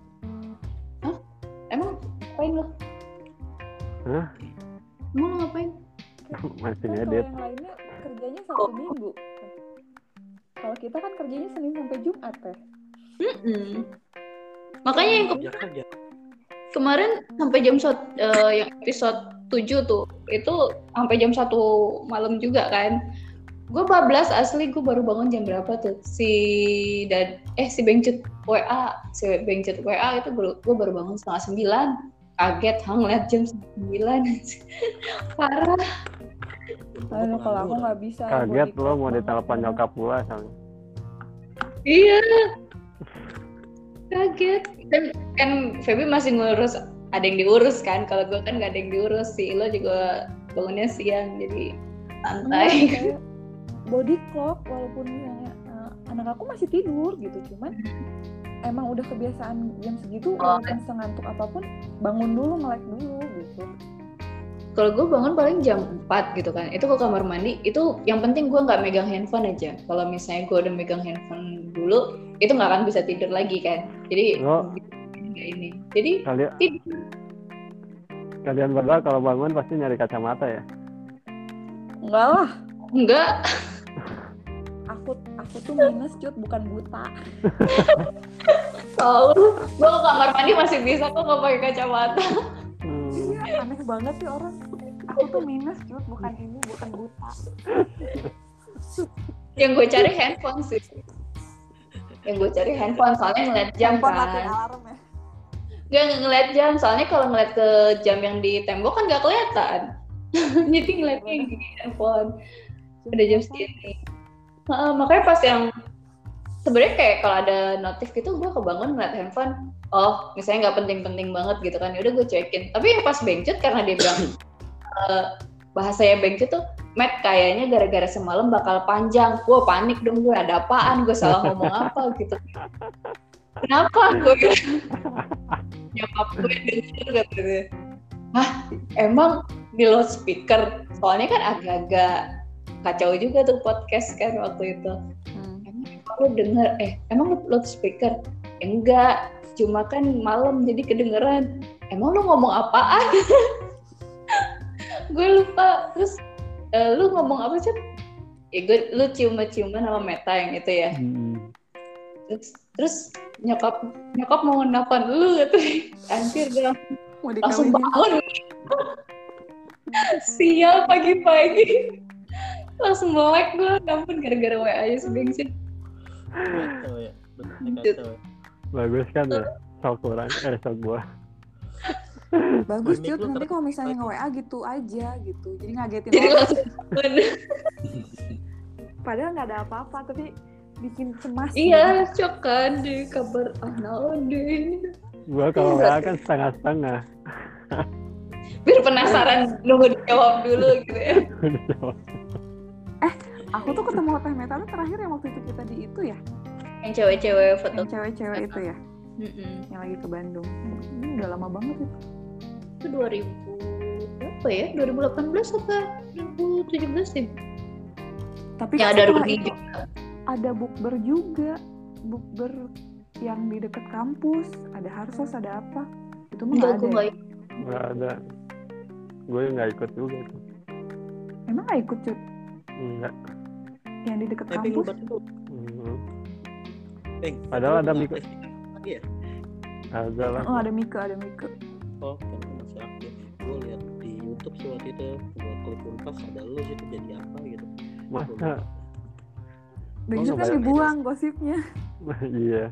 [SPEAKER 2] emang ngapain lo?
[SPEAKER 3] Hah?
[SPEAKER 2] Emang lo ngapain?
[SPEAKER 3] Masih
[SPEAKER 8] Kan kalau
[SPEAKER 3] ngedit.
[SPEAKER 8] yang lainnya kerjanya satu minggu. Kalau kita kan kerjanya Senin sampai Jumat ya.
[SPEAKER 2] Mm-mm. Makanya yang ke-
[SPEAKER 4] ya kerja
[SPEAKER 2] kemarin sampai jam sat- eh, yang episode 7 tuh itu sampai jam 1 malam juga kan. Gue bablas asli gue baru bangun jam berapa tuh si dan eh si Bengcut WA si Bengcut WA itu gue gue baru bangun setengah sembilan kaget hang liat jam sembilan parah
[SPEAKER 4] Iya,
[SPEAKER 8] Aduh, kalau aku nggak bisa.
[SPEAKER 3] Kaget lo
[SPEAKER 8] body clock
[SPEAKER 3] mau
[SPEAKER 8] banget.
[SPEAKER 3] ditelepon nyokap gua soalnya.
[SPEAKER 2] iya kaget dan kan Feby masih ngurus ada yang diurus kan kalau gue kan nggak ada yang diurus sih lo juga bangunnya siang jadi
[SPEAKER 8] Enggak,
[SPEAKER 2] santai
[SPEAKER 8] kayak body clock walaupun misalnya uh, anak aku masih tidur gitu cuman emang udah kebiasaan jam segitu
[SPEAKER 2] Oh.
[SPEAKER 8] walaupun sengantuk apapun bangun dulu melek dulu gitu
[SPEAKER 2] kalau gue bangun paling jam 4 gitu kan itu ke kamar mandi itu yang penting gue nggak megang handphone aja kalau misalnya gue udah megang handphone dulu itu nggak akan bisa tidur lagi kan jadi
[SPEAKER 3] Lo-
[SPEAKER 2] ini jadi
[SPEAKER 3] Kalian
[SPEAKER 2] tidur
[SPEAKER 3] kalian berdua kalau bangun pasti nyari kacamata ya.
[SPEAKER 8] enggak lah
[SPEAKER 2] enggak
[SPEAKER 8] aku aku tuh minus cut bukan buta
[SPEAKER 2] tahu gue ke kamar mandi masih bisa kok nggak pakai kacamata
[SPEAKER 3] Hmm.
[SPEAKER 8] iya aneh banget sih orang aku tuh minus cut bukan ini bukan buta
[SPEAKER 2] yang gue cari handphone sih yang gue cari handphone soalnya ngeliat jam
[SPEAKER 8] Handphone matiin
[SPEAKER 2] kan
[SPEAKER 8] alarm ya
[SPEAKER 2] gak ngeliat jam soalnya kalau ngeliat ke jam yang di tembok kan nggak kelihatan jadi ngeliatnya yang di handphone udah
[SPEAKER 8] Iya kan?
[SPEAKER 2] jam segini Heeh, makanya pas yang sebenarnya kayak kalau ada notif gitu gue kebangun ngeliat handphone oh misalnya nggak penting-penting banget gitu kan udah gue cekin tapi yang pas bencut karena dia bilang eh, bahasanya bencut tuh Matt kayaknya gara-gara semalam bakal panjang gue panik dong gue ada apaan gue salah ngomong apa gitu kenapa gue bilang, nyokap gue denger kata dia hah emang di loudspeaker soalnya kan agak-agak kacau juga tuh podcast kan waktu itu emang lu denger eh emang lu loudspeaker enggak cuma kan malam jadi kedengeran emang lu ngomong apaan gue lupa terus eh, lu ngomong apa sih ya gue lu ciuman-ciuman sama meta yang itu
[SPEAKER 8] Iya.
[SPEAKER 2] ya
[SPEAKER 3] Hmm.
[SPEAKER 2] terus terus nyokap nyokap mau nelfon lu gitu anjir gue langsung-
[SPEAKER 8] mau
[SPEAKER 2] langsung
[SPEAKER 8] dikawinin
[SPEAKER 2] bangun sial pagi-pagi langsung melek gue ya ampun gara-gara WA aja sebengsin
[SPEAKER 4] kacau ya bentuknya
[SPEAKER 2] Lanjut.
[SPEAKER 4] kacau ya
[SPEAKER 3] Bagus kan ya? Sok kurang, eh sok gua.
[SPEAKER 10] Bagus
[SPEAKER 4] Mimik
[SPEAKER 10] Cut,
[SPEAKER 4] lu
[SPEAKER 10] nanti
[SPEAKER 4] keren.
[SPEAKER 10] kalau misalnya nge-WA gitu aja gitu. Jadi ngagetin
[SPEAKER 2] Jadi
[SPEAKER 10] orang.
[SPEAKER 2] langsung bener.
[SPEAKER 8] Padahal nggak ada apa-apa, tapi bikin cemas. gitu.
[SPEAKER 2] iya shock kan di kabar anak lo deh
[SPEAKER 3] Gua kalau
[SPEAKER 8] Iya.
[SPEAKER 3] WA kan setengah-setengah.
[SPEAKER 2] biar penasaran nunggu dijawab dulu gitu ya
[SPEAKER 8] Aku tuh ketemu teh meta lu terakhir yang waktu itu kita di itu ya,
[SPEAKER 2] yang cewek-cewek foto
[SPEAKER 8] yang cewek-cewek itu ya,
[SPEAKER 2] Mm-mm.
[SPEAKER 8] yang lagi ke Bandung. Ini udah lama banget itu.
[SPEAKER 2] itu 2000 berapa ya 2018 apa 2017 deh
[SPEAKER 8] Tapi
[SPEAKER 2] ya
[SPEAKER 8] kan
[SPEAKER 2] ada
[SPEAKER 8] setelah
[SPEAKER 2] Rudi
[SPEAKER 8] itu
[SPEAKER 2] juga.
[SPEAKER 8] ada bukber juga, bukber yang di dekat kampus, ada harsos, ada apa? Itu mah
[SPEAKER 2] Enggak,
[SPEAKER 8] nggak
[SPEAKER 2] aku
[SPEAKER 8] ada.
[SPEAKER 2] nggak
[SPEAKER 8] ya?
[SPEAKER 3] Nggak ada. Gue nggak ikut juga. tuh.
[SPEAKER 8] Emang nggak ikut Cut?
[SPEAKER 3] Nggak.
[SPEAKER 8] yang di dekat
[SPEAKER 4] Eh, Ping, lu
[SPEAKER 8] kampus?
[SPEAKER 4] berarti lu-
[SPEAKER 3] Hmm.
[SPEAKER 4] Ping,
[SPEAKER 3] Padahal
[SPEAKER 4] lu
[SPEAKER 3] ada
[SPEAKER 4] nggak
[SPEAKER 3] mikro-
[SPEAKER 4] aktif lagi ya?
[SPEAKER 3] Ada lah.
[SPEAKER 8] Oh ada Mika, ada Mika.
[SPEAKER 4] Oh, kan lu masih aktif. Gue lihat di YouTube sih waktu itu, gue klik unpas ada lu gitu jadi apa gitu.
[SPEAKER 3] Masa?
[SPEAKER 8] Dan itu
[SPEAKER 3] nggak
[SPEAKER 8] kan
[SPEAKER 3] bayar
[SPEAKER 8] dibuang gosipnya,
[SPEAKER 3] iya.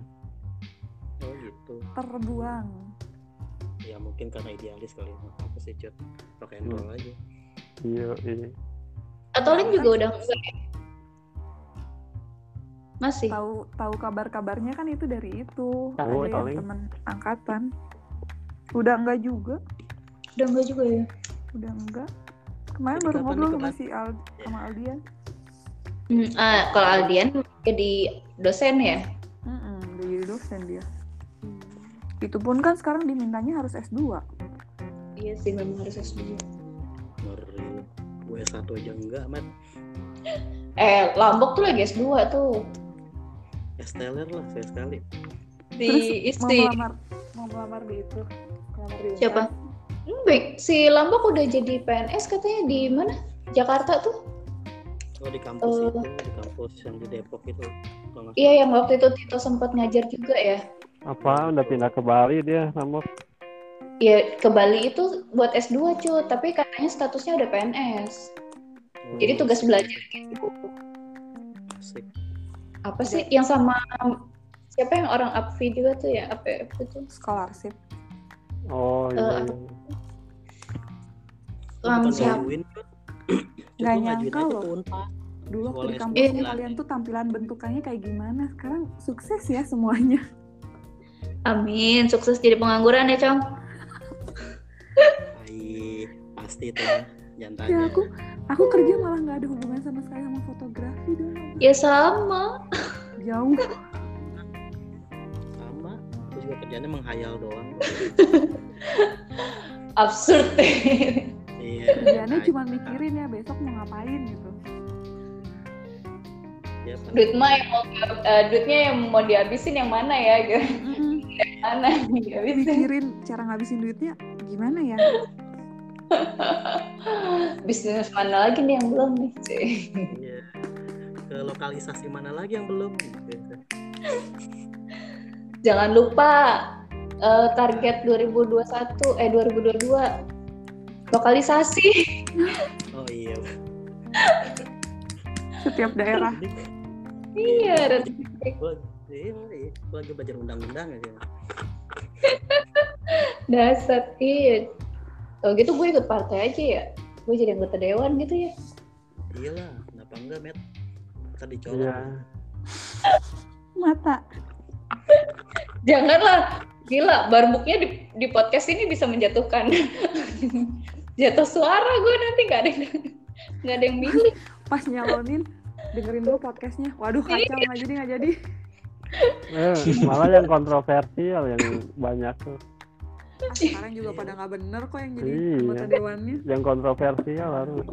[SPEAKER 4] Oh gitu.
[SPEAKER 8] terbuang.
[SPEAKER 4] Ya mungkin karena idealis kali ya. Apa sih cut? Rock and roll
[SPEAKER 3] Hmm.
[SPEAKER 4] aja.
[SPEAKER 3] Iya. Iya.
[SPEAKER 2] atau Lin juga udah enggak ya? masih
[SPEAKER 8] Tahu tahu kabar-kabarnya kan itu dari itu.
[SPEAKER 3] Tahu,
[SPEAKER 8] ada
[SPEAKER 3] tahu.
[SPEAKER 8] yang teman angkatan. Udah enggak juga,
[SPEAKER 2] udah enggak juga ya
[SPEAKER 8] udah enggak. Kemarin
[SPEAKER 4] Jadi
[SPEAKER 8] baru
[SPEAKER 4] kapan
[SPEAKER 8] ngobrol
[SPEAKER 4] nih
[SPEAKER 8] sama
[SPEAKER 4] kemarin?
[SPEAKER 8] si Al sama Aldian.
[SPEAKER 2] Hmm, ah, kalau Aldian jadi dosen ya
[SPEAKER 8] Mm-mm, udah jadi dosen dia. Itu pun kan sekarang dimintanya harus S2.
[SPEAKER 2] iya sih memang harus S2
[SPEAKER 4] Ngeri. Gue satu aja enggak, man.
[SPEAKER 2] eh Lombok tuh lagi S2 tuh
[SPEAKER 4] Es teler lah, saya sekali.
[SPEAKER 2] di
[SPEAKER 8] Mau
[SPEAKER 2] istri
[SPEAKER 8] melamar mau melamar di itu. Melamar di
[SPEAKER 2] siapa
[SPEAKER 8] UKS.
[SPEAKER 2] Hmm, baik si Lombok udah jadi PNS katanya di mana Jakarta tuh
[SPEAKER 4] Oh di kampus
[SPEAKER 2] Eh.
[SPEAKER 4] itu, di kampus yang di Depok itu. Kalau nggak
[SPEAKER 2] iya yang waktu itu Tito sempat ngajar juga ya
[SPEAKER 3] Apa? Udah pindah ke Bali dia sama
[SPEAKER 2] Iya, ke Bali itu buat S2 cuy, tapi katanya statusnya udah PNS.
[SPEAKER 4] salah. Oh,
[SPEAKER 2] Jadi tugas belajar gitu.
[SPEAKER 4] Asik.
[SPEAKER 2] Apa sih yang sama siapa yang orang APVI juga tuh ya? Apa apa tuh?
[SPEAKER 8] Scholarship.
[SPEAKER 3] Oh iya.
[SPEAKER 2] Eh,
[SPEAKER 3] iya.
[SPEAKER 4] Lu
[SPEAKER 2] Lam
[SPEAKER 4] bukan
[SPEAKER 2] siap.
[SPEAKER 4] ngajuin, Cut. Cut, lu
[SPEAKER 8] Nggak
[SPEAKER 4] ngajuin
[SPEAKER 8] nyangka
[SPEAKER 4] aja
[SPEAKER 8] loh.
[SPEAKER 4] ke Unpad.
[SPEAKER 8] Dulu
[SPEAKER 4] Sekolah
[SPEAKER 8] waktu di
[SPEAKER 4] S2
[SPEAKER 8] kampusnya
[SPEAKER 4] lah.
[SPEAKER 8] kalian tuh tampilan bentukannya kayak gimana? Sekarang sukses ya semuanya.
[SPEAKER 2] Amin, sukses jadi pengangguran ya, Cong.
[SPEAKER 4] Ai, pasti itu lah. Jangan tanya.
[SPEAKER 8] Ya aku aku kerja malah nggak ada hubungan sama sekali sama fotografi dong.
[SPEAKER 2] Ya sama.
[SPEAKER 8] Jauh. Iya.
[SPEAKER 4] Sama. Aku juga kerjanya menghayal doang.
[SPEAKER 2] Absurd.
[SPEAKER 4] Iya.
[SPEAKER 8] Kerjaannya
[SPEAKER 4] Nah,
[SPEAKER 8] cuma mikirin ya besok mau ngapain gitu.
[SPEAKER 4] ya, paling-
[SPEAKER 2] duit mah yang mau eh, duitnya yang mau dihabisin yang mana ya? Gitu. Mana yang dihabisin?
[SPEAKER 8] Mikirin cara ngabisin duitnya gimana ya?
[SPEAKER 2] Bisnis mana lagi nih yang belum nih, cuy.
[SPEAKER 4] Iya. Ke lokalisasi mana lagi yang belum? Gitu.
[SPEAKER 2] Jangan lupa eh, target 2021 eh 2022 lokalisasi.
[SPEAKER 4] Oh iya.
[SPEAKER 8] Setiap daerah.
[SPEAKER 2] Iya, dan
[SPEAKER 4] Gua iya, iya. Gua lagi belajar undang-undang ya, aja.
[SPEAKER 2] dasar iya. Kalau gitu gue ikut partai aja ya. Gue jadi anggota dewan gitu ya.
[SPEAKER 4] Iya lah. Kenapa enggak, Met? Ntar dicolok.
[SPEAKER 3] Iya.
[SPEAKER 8] Mata.
[SPEAKER 2] Janganlah. Gila, barbuknya di, di podcast ini bisa menjatuhkan. Jatuh suara gue nanti nggak ada yang nggak ada yang milih.
[SPEAKER 8] Pas nyalonin dengerin dulu podcastnya. Waduh kacau nggak jadi nggak jadi.
[SPEAKER 3] Eh, malah yang kontroversial yang banyak tuh.
[SPEAKER 8] Ah, sekarang juga pada nggak bener kok yang jadi
[SPEAKER 3] Iya.
[SPEAKER 8] anggota dewannya.
[SPEAKER 3] Yang kontroversial harus.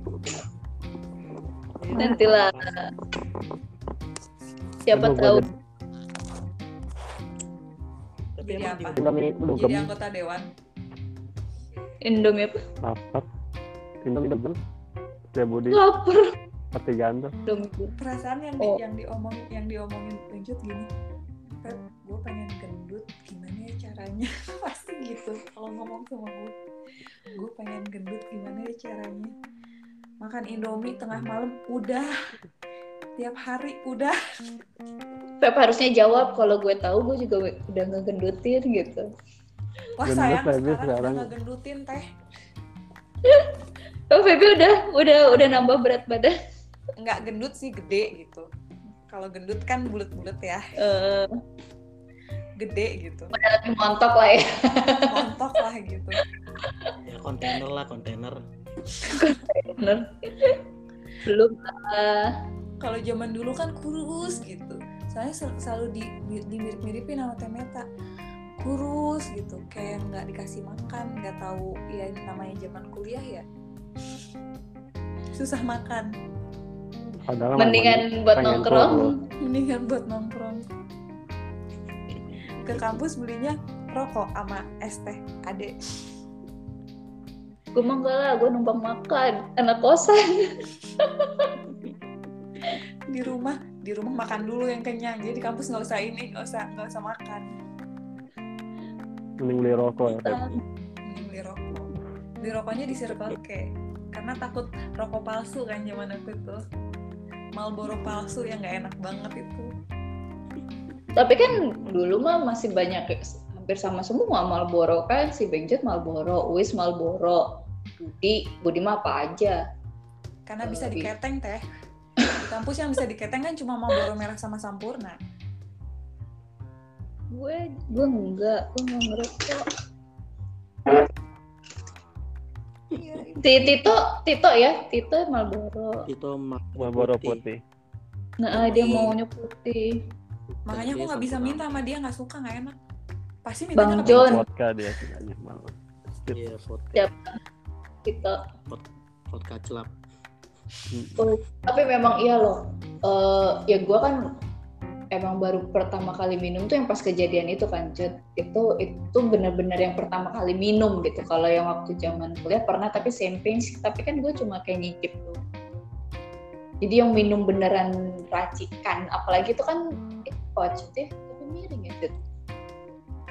[SPEAKER 2] Nantilah. Siapa
[SPEAKER 3] Aduh, gua
[SPEAKER 2] tahu.
[SPEAKER 3] jadi-
[SPEAKER 4] Tapi
[SPEAKER 8] Iya,
[SPEAKER 10] Jadi
[SPEAKER 4] emang
[SPEAKER 10] apa?
[SPEAKER 4] di-
[SPEAKER 3] Demi dugem
[SPEAKER 2] Iya.
[SPEAKER 10] Jadi anggota dewan.
[SPEAKER 2] Indomie apa?
[SPEAKER 3] lapar. Ini dugem. Ya Budi
[SPEAKER 2] Lapar.
[SPEAKER 3] pasti ganteng.
[SPEAKER 2] Indomie.
[SPEAKER 10] Perasaan yang di,
[SPEAKER 2] Oh.
[SPEAKER 10] yang diomongin yang diomongin lanjut gini. Pep, gue pengen gendut, gimana ya caranya? Pasti gitu kalau ngomong sama gue. Gue pengen gendut, gimana ya caranya? Makan Indomie tengah malam udah. Tiap hari udah.
[SPEAKER 2] Pep harusnya jawab kalau gue tahu gue juga udah ngegendutin gitu.
[SPEAKER 8] Wah
[SPEAKER 3] Gendut lagi
[SPEAKER 8] sayang sekarang,
[SPEAKER 3] sekarang.
[SPEAKER 8] udah nggak gendutin teh.
[SPEAKER 2] Oh, Feby udah udah udah nambah berat badan.
[SPEAKER 8] Nggak gendut sih gede gitu. Kalau gendut kan bulat-bulat ya,
[SPEAKER 2] Eh,
[SPEAKER 8] gede gitu.
[SPEAKER 2] lebih montok lah ya.
[SPEAKER 8] Montok lah gitu.
[SPEAKER 4] ya kontainer lah kontainer
[SPEAKER 2] Bener. Belum eh, lah.
[SPEAKER 8] Kalau zaman dulu kan kurus gitu. Soalnya sel- selalu di, di- dimirip-miripin sama teh meta kurus gitu kayak nggak dikasih makan nggak tahu ya namanya zaman kuliah ya susah makan
[SPEAKER 3] Padahal
[SPEAKER 2] Mendingan buat
[SPEAKER 3] pengen
[SPEAKER 2] nongkrong.
[SPEAKER 3] keluar.
[SPEAKER 8] mendingan buat nongkrong ke kampus belinya rokok sama es teh ade
[SPEAKER 2] Gue mah enggak lah, gue numpang makan. Anak kosan.
[SPEAKER 8] di rumah di rumah makan dulu yang kenyang jadi di kampus nggak usah ini nggak usah nggak usah makan
[SPEAKER 3] mending beli rokok ya Feb.
[SPEAKER 8] ini Hmm, beli rokok beli rokoknya di Circle K karena takut rokok palsu kan zaman aku itu Marlboro palsu yang nggak enak banget itu
[SPEAKER 2] Tapi kan dulu mah masih banyak ya, hampir sama semua Malboro kan si Benjet Malboro, Wis Malboro, Budi, Budi mah apa aja.
[SPEAKER 8] karena
[SPEAKER 2] Oh,
[SPEAKER 8] bisa
[SPEAKER 2] iya.
[SPEAKER 8] diketeng teh di kampus yang bisa diketeng kan cuma Marlboro merah sama Sampurna
[SPEAKER 2] Gue gue enggak, gue enggak ngerokok. Si Tito, Tito ya, Tito Malboro.
[SPEAKER 4] itu
[SPEAKER 3] Marlboro putih
[SPEAKER 2] Nah, dia maunya putih.
[SPEAKER 8] makanya aku
[SPEAKER 4] Iya,
[SPEAKER 8] nggak bisa
[SPEAKER 4] Sampurna.
[SPEAKER 8] minta sama dia nggak suka nggak enak pasti
[SPEAKER 2] Bang
[SPEAKER 8] mintanya ke
[SPEAKER 2] John.
[SPEAKER 3] vodka dia sih, banyak banget
[SPEAKER 4] iya vodka
[SPEAKER 2] Siap. Tito.
[SPEAKER 4] vodka celap
[SPEAKER 2] tapi memang iya loh Eh, ya gue kan emang baru pertama kali minum tuh yang pas kejadian itu kan Jud itu itu benar-benar yang pertama kali minum gitu kalau yang waktu zaman kuliah pernah tapi champagne sih. tapi kan gue cuma kayak nyicip tuh jadi yang minum beneran racikan apalagi itu kan itu kocet ya tapi miring ya Jud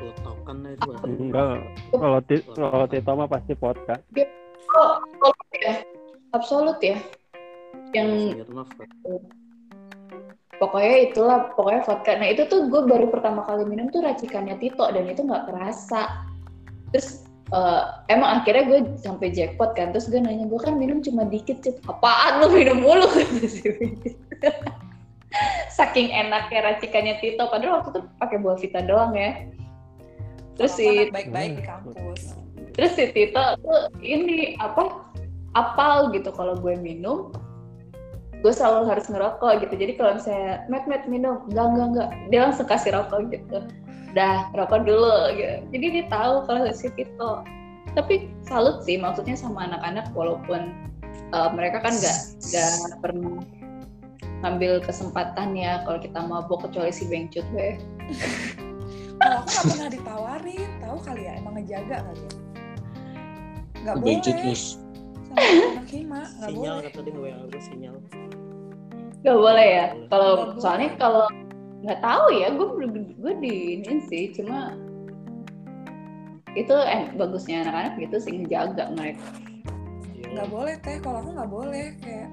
[SPEAKER 4] letokan lah itu bahasa
[SPEAKER 3] enggak kalau ti- kalau Tito mah pasti vodka
[SPEAKER 2] oh, absolut ya absolut ya yang
[SPEAKER 4] Smirnoff kan.
[SPEAKER 2] pokoknya itulah pokoknya vodka nah itu tuh gue baru pertama kali minum tuh racikannya Tito dan itu nggak kerasa terus eh, emang akhirnya gue sampai jackpot kan terus gue nanya gue kan minum cuma dikit Cit. apaan lu minum mulu kata si Bingit. saking enaknya racikannya Tito padahal waktu itu pakai buah vita doang ya terus si
[SPEAKER 8] anak baik-baik di kampus
[SPEAKER 2] terus si Tito tuh ini apa apal gitu kalau gue minum gue selalu harus ngerokok gitu jadi kalau misalnya met met minum enggak enggak enggak dia langsung kasih rokok gitu dah rokok dulu gitu jadi dia tahu kalau si Tito tapi salut sih maksudnya sama anak-anak walaupun uh, mereka kan nggak nggak pernah ngambil kesempatan ya kalau kita mabok kecuali si Bengcut weh
[SPEAKER 8] Kalau aku nggak pernah ditawarin, tahu kali ya emang ngejaga kali ya. Nggak boleh.
[SPEAKER 1] Bencut terus.
[SPEAKER 8] Sama anak hima nggak
[SPEAKER 4] sinyal
[SPEAKER 8] boleh.
[SPEAKER 4] kata dia nge WA gue sinyal
[SPEAKER 2] Gak boleh ya.
[SPEAKER 4] Nggak
[SPEAKER 8] Nggak
[SPEAKER 2] Kalau
[SPEAKER 8] boleh.
[SPEAKER 2] soalnya kalau nggak tahu ya, gue gue di ini sih cuma itu en- bagusnya anak-anak gitu sih ngejaga mereka.
[SPEAKER 4] Iya.
[SPEAKER 8] Nggak boleh teh. Kalau aku nggak boleh kayak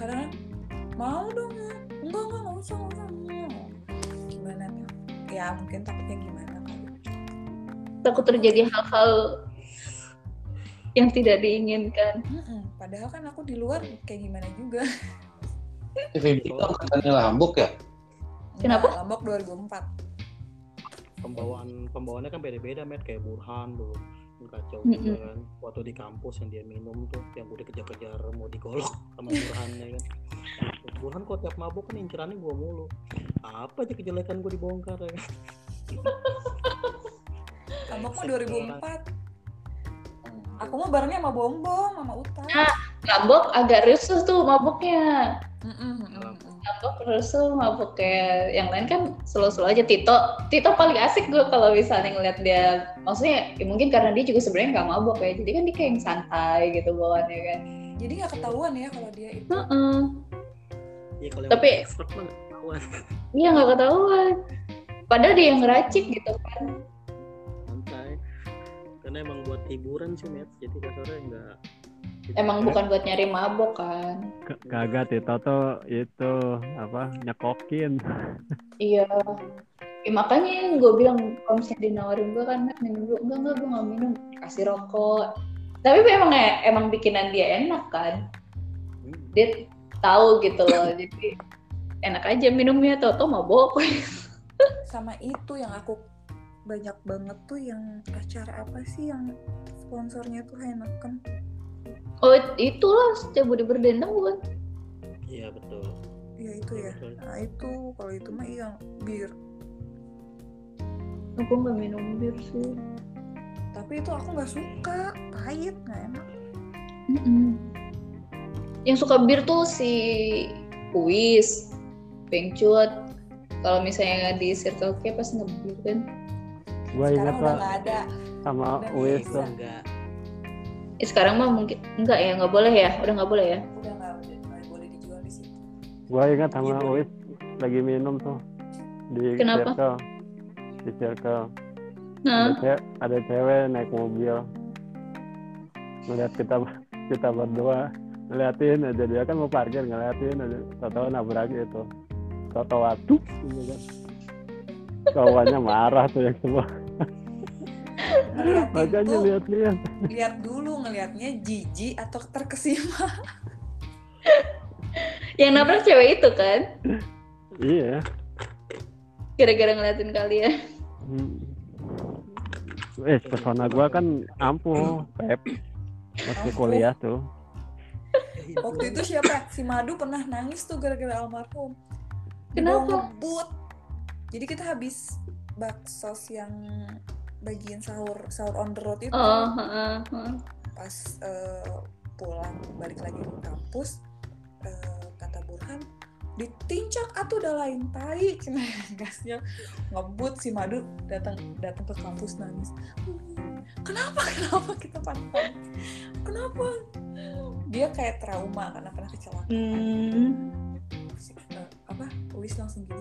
[SPEAKER 8] kadang mau dong ya. Enggak enggak nggak usah nggak usah. nggak. Gimana tuh? Ya mungkin takutnya gimana kali.
[SPEAKER 2] Takut terjadi hal-hal yang tidak diinginkan.
[SPEAKER 8] Mm-mm. Padahal kan aku di luar kayak gimana juga.
[SPEAKER 1] Feby itu angkatannya lambuk ya?
[SPEAKER 2] Kenapa?
[SPEAKER 8] Nggak, Lombok 2004.
[SPEAKER 4] pembawaan pembawaannya kan beda-beda met kayak Burhan dulu yang kacau
[SPEAKER 2] Mm-mm.
[SPEAKER 4] juga kan waktu di kampus yang dia minum tuh yang udah kejar-kejar mau digolok sama Burhan ya kan Burhan kok tiap mabuk kan incerannya gua mulu apa aja kejelekan gua dibongkar ya kan
[SPEAKER 8] Lombok mah
[SPEAKER 4] Brengsek orang.
[SPEAKER 8] 2004. Aku mau barengnya sama Bombom, sama Uta.
[SPEAKER 2] Mabok agak rusuh tuh maboknya.
[SPEAKER 8] Mm-mm, mm-mm.
[SPEAKER 2] Mabok rusuh, mabok kayak yang lain kan slow-slow aja. Tito, Tito paling asik gue kalau misalnya ngeliat dia. Maksudnya ya mungkin karena dia juga sebenarnya nggak mabok ya. Jadi kan dia kayak yang santai gitu bawaannya kan.
[SPEAKER 8] Jadi nggak ketahuan ya kalau dia itu.
[SPEAKER 2] Heeh.
[SPEAKER 4] Iya, kalau yang
[SPEAKER 2] Tapi-
[SPEAKER 4] expert mah nggak ketahuan.
[SPEAKER 2] Iya nggak ketahuan. Padahal dia yang ngeracik gitu kan.
[SPEAKER 4] santai karena emang buat hiburan sih met jadi kasarnya nggak
[SPEAKER 2] Emang bukan buat nyari mabok kan.
[SPEAKER 3] K- kagak Tito tuh itu apa nyekokin
[SPEAKER 2] Iya. ya makanya gue bilang kalau misalnya dinawarin gue kan "Nat, minum dulu enggak enggak gue nggak minum kasih rokok tapi emang ya, emang bikinan dia enak kan dia tahu gitu loh jadi enak aja minumnya tau tau mabok
[SPEAKER 8] sama itu yang aku banyak banget tuh yang acara apa sih yang sponsornya tuh Heineken
[SPEAKER 2] oh itulah setiap budi berdendang bukan
[SPEAKER 4] Iya betul. Iya,
[SPEAKER 8] ya itu ya
[SPEAKER 4] Betul.
[SPEAKER 8] nah itu kalau itu mah iya bir
[SPEAKER 2] aku nggak minum bir sih
[SPEAKER 8] tapi itu aku nggak suka pahit nggak enak
[SPEAKER 2] Mm-mm. Yang suka bir tuh si Puis, Pengcut. Kalau misalnya di Circle K pas ngebir kan.
[SPEAKER 3] Gua ingat
[SPEAKER 8] sekarang udah
[SPEAKER 3] lah
[SPEAKER 8] nggak ada
[SPEAKER 3] sama
[SPEAKER 8] udah
[SPEAKER 3] Uis
[SPEAKER 8] bisa.
[SPEAKER 3] tuh.
[SPEAKER 4] Enggak.
[SPEAKER 2] Eh, sekarang mah mungkin enggak ya, nggak boleh ya, udah nggak boleh ya.
[SPEAKER 8] udah nggak udah nggak boleh dijual di situ
[SPEAKER 3] Gua ingat sama Uis lagi minum tuh di
[SPEAKER 2] Kenapa?
[SPEAKER 3] circle. Di circle.
[SPEAKER 2] Nah,
[SPEAKER 3] Ada, ce- ada cewek naik mobil. Melihat kita kita berdua ngeliatin aja dia kan mau parkir ngeliatin aja tahu nabrak itu tahu waktu gitu kan kawannya marah tuh yang semua
[SPEAKER 8] Ngeliatin
[SPEAKER 3] makanya
[SPEAKER 8] tuh.
[SPEAKER 3] lihat-lihat
[SPEAKER 8] lihat dulu ngelihatnya jijik atau terkesima
[SPEAKER 2] yang nabrak cewek itu kan,
[SPEAKER 3] iya
[SPEAKER 2] gara-gara ngeliatin kalian.
[SPEAKER 3] Hmm. Eh, pesona gua kan ampuh, Pep. Waktu
[SPEAKER 8] Ampuh.
[SPEAKER 3] kuliah tuh.
[SPEAKER 4] Iya,
[SPEAKER 8] waktu itu siapa si Madu pernah nangis tuh gara-gara almarhum Dia
[SPEAKER 2] Kenapa?
[SPEAKER 8] mau ngebut jadi kita habis bakso yang bagian sahur sahur on the road itu
[SPEAKER 2] Oh, heeh, heeh.
[SPEAKER 8] pas eh, pulang balik lagi ke kampus eh, kata Burhan ditincak atau udah lain tai Cina gasnya ngebut si madu datang datang ke kampus nangis "Hmm, kenapa kenapa kita pantang kenapa dia kayak trauma karena pernah kecelakaan
[SPEAKER 2] Hmm.
[SPEAKER 8] Si- eh, apa Uwis langsung gini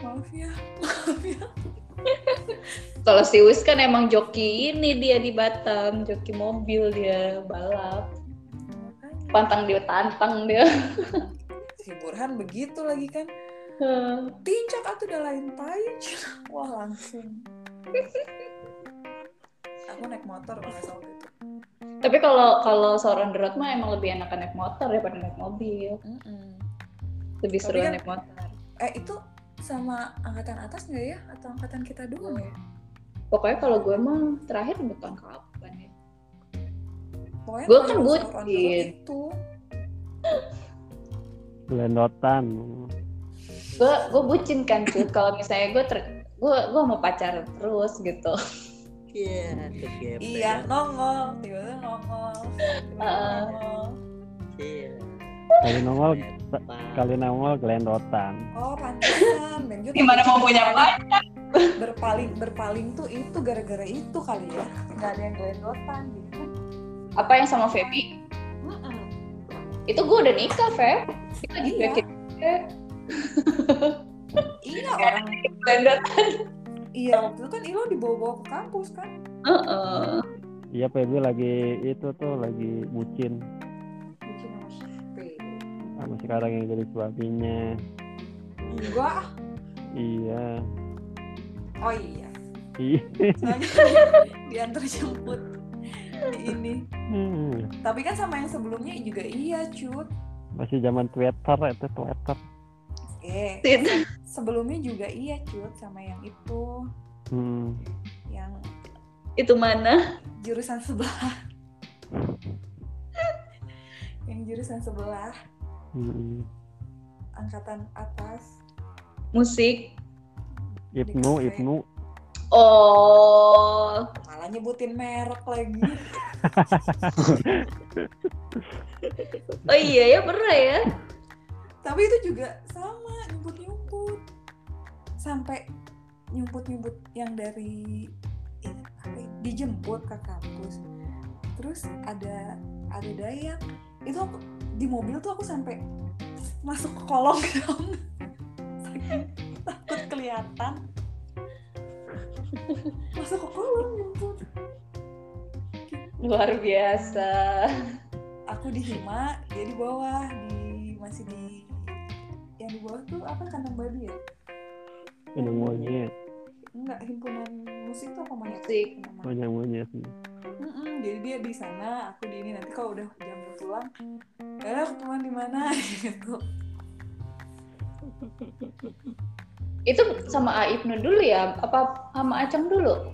[SPEAKER 8] maaf ya maaf ya
[SPEAKER 2] Kalau si Wis kan emang joki ini dia di Batam, joki mobil dia balap,
[SPEAKER 8] Makanya.
[SPEAKER 2] pantang dia tantang dia.
[SPEAKER 8] si Burhan begitu lagi kan tincak atau udah lain tai wah langsung aku naik motor kalau nggak salah itu
[SPEAKER 2] Tapi kalau kalau sahur on the road mah emang lebih enakan naik motor daripada naik mobil. Lebih
[SPEAKER 8] Tapi
[SPEAKER 2] seru
[SPEAKER 8] kan-
[SPEAKER 2] naik motor.
[SPEAKER 8] eh itu sama angkatan atas nggak ya atau angkatan kita doang ya
[SPEAKER 2] Pokoknya kalau gue mah terakhir udah tahun kapan ya?
[SPEAKER 8] pokoknya
[SPEAKER 2] Gua kan
[SPEAKER 8] kalau yang sahur on the road
[SPEAKER 2] bucin.
[SPEAKER 8] itu
[SPEAKER 3] Lendotan.
[SPEAKER 2] Gue gue bucin kan cuy. kalau misalnya gue ter gue gue mau pacaran terus gitu.
[SPEAKER 4] Iya.
[SPEAKER 2] Ya,
[SPEAKER 4] kegeber.
[SPEAKER 8] iya nongol tiba-tiba nongol
[SPEAKER 2] Iya.
[SPEAKER 8] tiba-tiba
[SPEAKER 2] Heeh.
[SPEAKER 8] nongol.
[SPEAKER 4] Iya.
[SPEAKER 3] Kali nongol,
[SPEAKER 4] Lepas.
[SPEAKER 3] kali nongol gelendotan.
[SPEAKER 8] oh pantesan Ben Jut
[SPEAKER 2] Gimana mau punya pacar?
[SPEAKER 8] berpaling berpaling tuh itu gara-gara itu kali ya nggak ada yang gelendotan gitu
[SPEAKER 2] Apa yang sama Feby?
[SPEAKER 8] Mm-mm.
[SPEAKER 2] Itu gue udah nikah, Feb. Itu lagi
[SPEAKER 8] Iya.
[SPEAKER 2] cuekin gue.
[SPEAKER 8] iya orang
[SPEAKER 2] Blender.
[SPEAKER 8] iya waktu itu kan Ilo dibawa-bawa ke kampus kan
[SPEAKER 2] Heeh.
[SPEAKER 3] Iya, Feby lagi itu tuh lagi bucin
[SPEAKER 8] bikin sama siapa ya?
[SPEAKER 3] sama sekarang yang jadi suaminya.
[SPEAKER 8] Enggak.
[SPEAKER 3] Iya.
[SPEAKER 8] Oh iya.
[SPEAKER 3] Ih.
[SPEAKER 8] Soalnya diantar jemput di ini.
[SPEAKER 3] Hmm.
[SPEAKER 8] Tapi kan sama yang sebelumnya juga iya, cut.
[SPEAKER 3] Masih zaman Twitter itu Twitter.
[SPEAKER 8] Eh,
[SPEAKER 2] Itu.
[SPEAKER 8] sebelumnya juga iya, cut sama yang itu,
[SPEAKER 3] Hmm.
[SPEAKER 8] yang
[SPEAKER 2] Itu mana?
[SPEAKER 8] jurusan sebelah. yang jurusan sebelah,
[SPEAKER 3] Hmm.
[SPEAKER 8] angkatan atas.
[SPEAKER 2] Musik.
[SPEAKER 3] Ibnu, Ibnu.
[SPEAKER 2] Oh.
[SPEAKER 8] Malah nyebutin merek lagi.
[SPEAKER 2] Oh iya ya pernah ya.
[SPEAKER 8] Tapi itu juga sama, nyumput-nyumput. Sampai nyumput-nyumput yang dari eh, apa ya, dijemput ke kampus. Terus ada ada Dayak. Itu aku- di mobil tuh aku sampai masuk ke kolong dong. Saking takut kelihatan. Masuk ke kolong nyumput.
[SPEAKER 2] Luar biasa.
[SPEAKER 8] Aku di Hima, dia di bawah, di masih di yang di bawah tuh apa kantong babi ya?
[SPEAKER 3] Ada monyet,
[SPEAKER 8] Enggak, himpunan musik tuh apa monyet?
[SPEAKER 2] Musik.
[SPEAKER 8] Himpunan
[SPEAKER 3] banyak monyet.
[SPEAKER 8] Mm-mm, jadi dia di sana, aku di ini. Nanti kalau udah jam pulang, ya ketemuan di mana gitu.
[SPEAKER 2] Itu sama Aibnu dulu ya? Apa sama Acang dulu?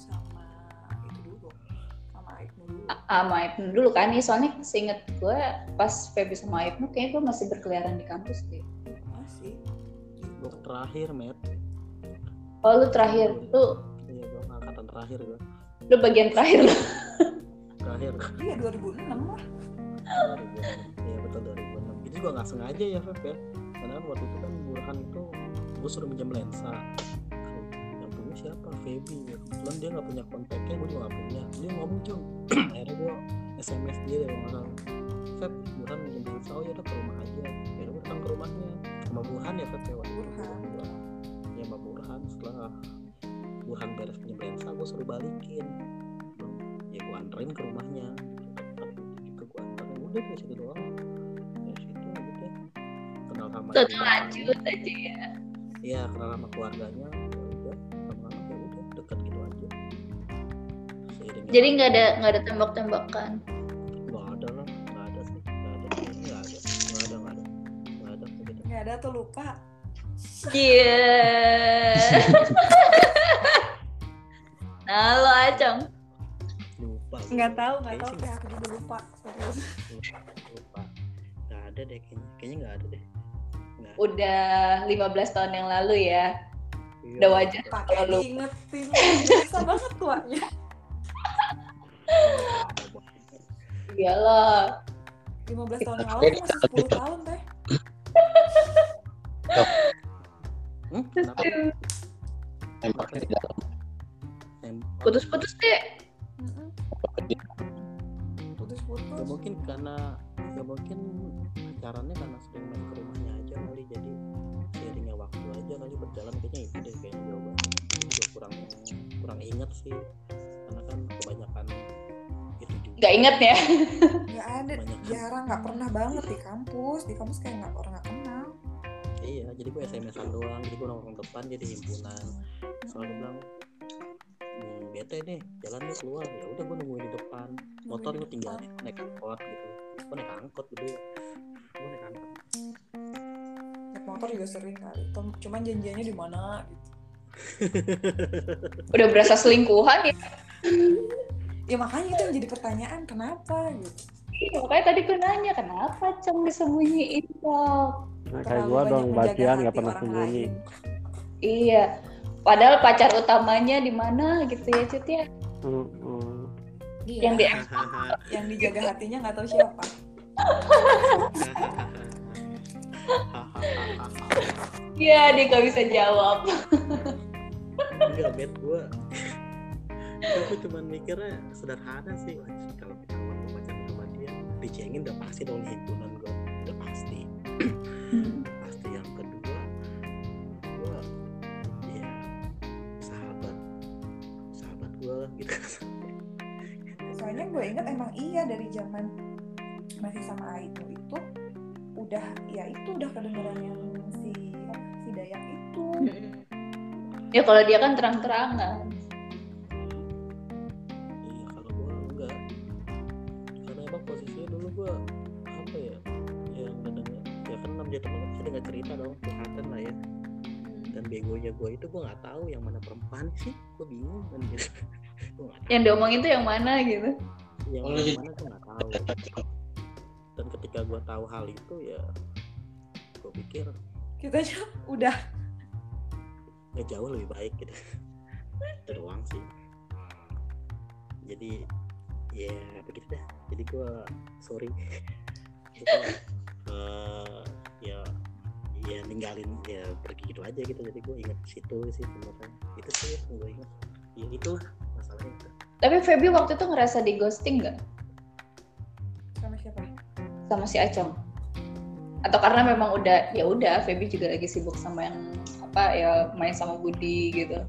[SPEAKER 8] Sama itu dulu, sama Aibnu dulu.
[SPEAKER 2] A- Sama Aibnu dulu kan? Iya, soalnya seinget gue pas Feby sama Aibnu kayaknya gue masih berkeliaran di kampus deh.
[SPEAKER 8] Masih. Gitu.
[SPEAKER 4] Gue terakhir, Matt.
[SPEAKER 2] Oh lu terakhir, lu,
[SPEAKER 4] Iya, gue angkatan terakhir gue.
[SPEAKER 2] lu bagian terakhir lu.
[SPEAKER 4] Terakhir.
[SPEAKER 8] Iya 2006 lah.
[SPEAKER 4] 2006. Iya betul 2006. Jadi gue nggak sengaja ya, Feb ya. Karena kan waktu itu kan Burhan itu gue suruh minjem lensa. Yang punya siapa? Feby. ya. Kebetulan dia nggak punya kontaknya, gue juga nggak punya. Dia ngomong cung. Akhirnya gue SMS dia dari mana? Feb, Burhan minjem lensa. Oh ya udah ke rumah aja. Akhirnya gue datang ke rumahnya. Sama Burhan ya, Feb ya. waktu itu.
[SPEAKER 8] Burhan.
[SPEAKER 4] Ya sama Burhan. Setelah Burhan beres minjem lensa, gue suruh balikin. Ya gue anterin ke rumahnya ke gua antar udah dari situ doang dari situ udah kenal sama
[SPEAKER 2] Tuh
[SPEAKER 4] dia.
[SPEAKER 2] lanjut aja ya.
[SPEAKER 4] iya kenal sama keluarganya ya udah sama ya udah dekat gitu aja Seiringnya
[SPEAKER 2] Jadi
[SPEAKER 4] waktu,
[SPEAKER 2] nggak ada nggak ada tembak-tembakan.
[SPEAKER 4] nggak ada lah nggak ada sih nggak ada nggak ada nggak ada nggak ada nggak ada begitu
[SPEAKER 8] Nggak ada tuh lupa.
[SPEAKER 2] Iya. nah lo Acang.
[SPEAKER 4] lupa
[SPEAKER 8] Nggak tahu, nggak tahu.
[SPEAKER 4] Kayaknya
[SPEAKER 8] Kayak Iya, aku juga lupa. Serius.
[SPEAKER 4] sih nggak- lupa nggak ada deh kayaknya kayaknya nggak ada deh Nggak ada.
[SPEAKER 2] Udah 15 tahun yang lalu ya.
[SPEAKER 4] Iya,
[SPEAKER 2] udah wajar.
[SPEAKER 8] Pakai
[SPEAKER 2] Kalau lupa.
[SPEAKER 8] diingetin. Biasa banget tuanya.
[SPEAKER 2] Ya Iyalah.
[SPEAKER 8] 15 tahun yang lalu masih 10 tahun teh.
[SPEAKER 4] Hmm? Kenapa?
[SPEAKER 1] Nembaknya di dalam.
[SPEAKER 4] Nembak.
[SPEAKER 2] Putus-putus deh.
[SPEAKER 8] Mm-mm.
[SPEAKER 4] Gak
[SPEAKER 8] Putus-putus.
[SPEAKER 4] mungkin karena gak mungkin pacarannya karena sering main ke rumahnya aja kali jadi seiringnya waktu aja kali berjalan kayaknya itu deh kayaknya jawabannya Ini juga kurang kurang ingat sih karena kan kebanyakan itu juga
[SPEAKER 2] Nggak inget ya.
[SPEAKER 8] Nggak ada.
[SPEAKER 4] Kebanyakan.
[SPEAKER 8] Jarang, nggak pernah banget di kampus. Di kampus kayak nggak orang nggak kenal.
[SPEAKER 4] iya jadi gue SMS-an doang jadi gue nongkrong depan jadi himpunan selalu bilang hmm, bete deh jalan deh keluar ya udah gue nungguin di depan motor gue tinggal naik angkot gitu gue naik angkot gitu gue naik angkot
[SPEAKER 8] Naik motor juga sering kali. Tom- Cuman janjiannya di mana gitu.
[SPEAKER 2] Udah berasa selingkuhan ya.
[SPEAKER 8] Ya makanya itu yang jadi pertanyaan kenapa gitu.
[SPEAKER 2] Iya, Makanya tadi gue nanya kenapa Acang disembunyiin Cang?
[SPEAKER 3] Nah, kayak
[SPEAKER 8] Terlalu
[SPEAKER 3] gua
[SPEAKER 8] banyak
[SPEAKER 3] dong,
[SPEAKER 8] menjaga
[SPEAKER 3] Batian nggak
[SPEAKER 8] hati
[SPEAKER 3] pernah
[SPEAKER 8] orang
[SPEAKER 3] sembunyi.
[SPEAKER 8] lain.
[SPEAKER 2] Iya. Padahal pacar utamanya di mana gitu ya Cut ya.
[SPEAKER 3] Hmm, Mm-mm.
[SPEAKER 8] Iya.
[SPEAKER 2] Yang di
[SPEAKER 8] yang dijaga hatinya nggak tahu siapa.
[SPEAKER 2] Iya dia nggak bisa jawab.
[SPEAKER 4] Enggak, bet gue Gue cuma mikirnya sederhana sih Wah, sih, Kalau ketahuan gue pacaran sama dia Dicengin udah pasti dong di himpunan gue Udah pasti Pasti yang kedua Gue Ya Sahabat Sahabat gue gitu
[SPEAKER 8] Soalnya gue inget emang iya dari zaman masih sama Aito itu udah ya itu udah kedengeran yang si si Dayak itu
[SPEAKER 2] Ya kalau dia kan terang-terangan.
[SPEAKER 4] Iya kalau gue enggak Karena emang posisinya dulu gue Apa ya Yang ngedenger Ya kan namanya temen gue dengar cerita dong Curhatan lah ya dan begonya gue itu gue nggak tahu yang mana perempuan sih gue bingung kan gitu gue nggak tahu
[SPEAKER 2] Yang diomongin tuh yang mana gitu.
[SPEAKER 4] yang
[SPEAKER 1] Oh,
[SPEAKER 4] mana
[SPEAKER 1] jadi-
[SPEAKER 4] gue nggak tahu dan ketika gue tahu hal itu ya gue pikir
[SPEAKER 8] kita aja udah
[SPEAKER 4] ya jauh lebih baik gitu itu doang sih jadi ya begitu dah jadi gue sorry Gua, eh, ya ya ninggalin ya pergi gitu aja gitu jadi gue ingat situ sih sebenarnya itu sih yang gue ingat ya itulah masalahnya itu
[SPEAKER 2] Tapi Feby waktu itu ngerasa di ghosting nggak
[SPEAKER 8] sama siapa?
[SPEAKER 2] sama si Acong? Atau karena memang udah ya udah Feby juga lagi sibuk sama yang apa ya main sama Budi gitu.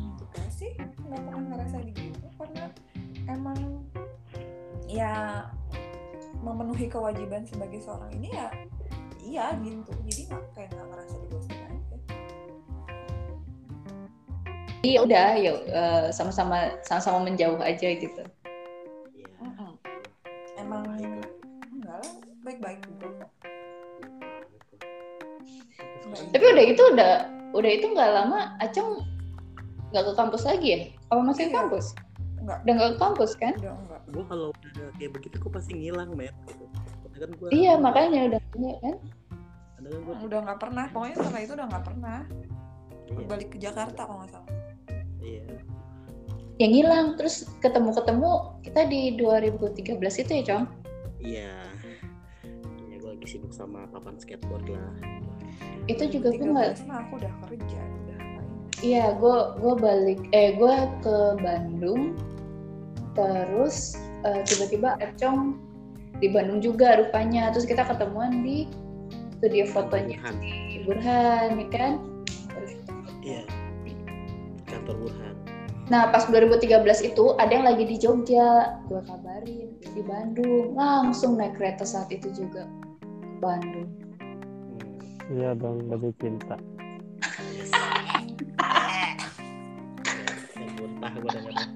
[SPEAKER 8] Enggak sih, nggak pernah ngerasa gitu karena emang ya memenuhi kewajiban sebagai seorang ini ya iya gitu jadi nggak kayak nggak ngerasa di aja
[SPEAKER 2] Jadi ya udah ya eh, sama-sama sama-sama menjauh aja gitu.
[SPEAKER 4] Iya.
[SPEAKER 8] Mm-mm. Emang
[SPEAKER 4] ya
[SPEAKER 8] enggak lah, baik-baik juga. kok. Baik.
[SPEAKER 2] Tapi udah itu udah udah itu nggak lama Aceng nggak ke kampus lagi ya? Apa masih ke
[SPEAKER 8] Iya.
[SPEAKER 2] kampus?
[SPEAKER 8] Enggak.
[SPEAKER 2] Udah nggak ke kampus kan?
[SPEAKER 8] Udah enggak.
[SPEAKER 4] Gue kalau udah kayak begitu gue pasti ngilang, Met. Gitu. Karena Kan gua,
[SPEAKER 2] Iya makanya udah iya kan?
[SPEAKER 4] Karena kan gua,
[SPEAKER 8] Udah enggak pernah. Pokoknya setelah itu udah enggak pernah.
[SPEAKER 4] iya,
[SPEAKER 8] Balik ke Jakarta kalau nggak salah.
[SPEAKER 4] iya.
[SPEAKER 2] Yang hilang Ya terus ketemu-ketemu kita di 2013 itu ya, Cong?
[SPEAKER 4] Iya. Ya gue lagi sibuk sama papan skateboard lah.
[SPEAKER 2] Itu juga gue nggak
[SPEAKER 8] 13 mah aku udah kerja, udah lain.
[SPEAKER 2] Iya, gue gua balik, eh gue ke Bandung, terus eh, tiba-tiba Acong di Bandung juga rupanya, terus kita ketemuan di studio fotonya
[SPEAKER 4] Burhan.
[SPEAKER 2] di Burhan, ya kan? Terus-
[SPEAKER 4] Iya. Kantor Burhan.
[SPEAKER 2] Nah pas 2013 itu ada yang lagi di Jogja, gue kabarin di Bandung, langsung naik kereta saat itu juga ke Bandung.
[SPEAKER 4] Hmm,
[SPEAKER 3] Iya dong, lebih cinta.
[SPEAKER 4] Yes. Dan muntah gue dengar.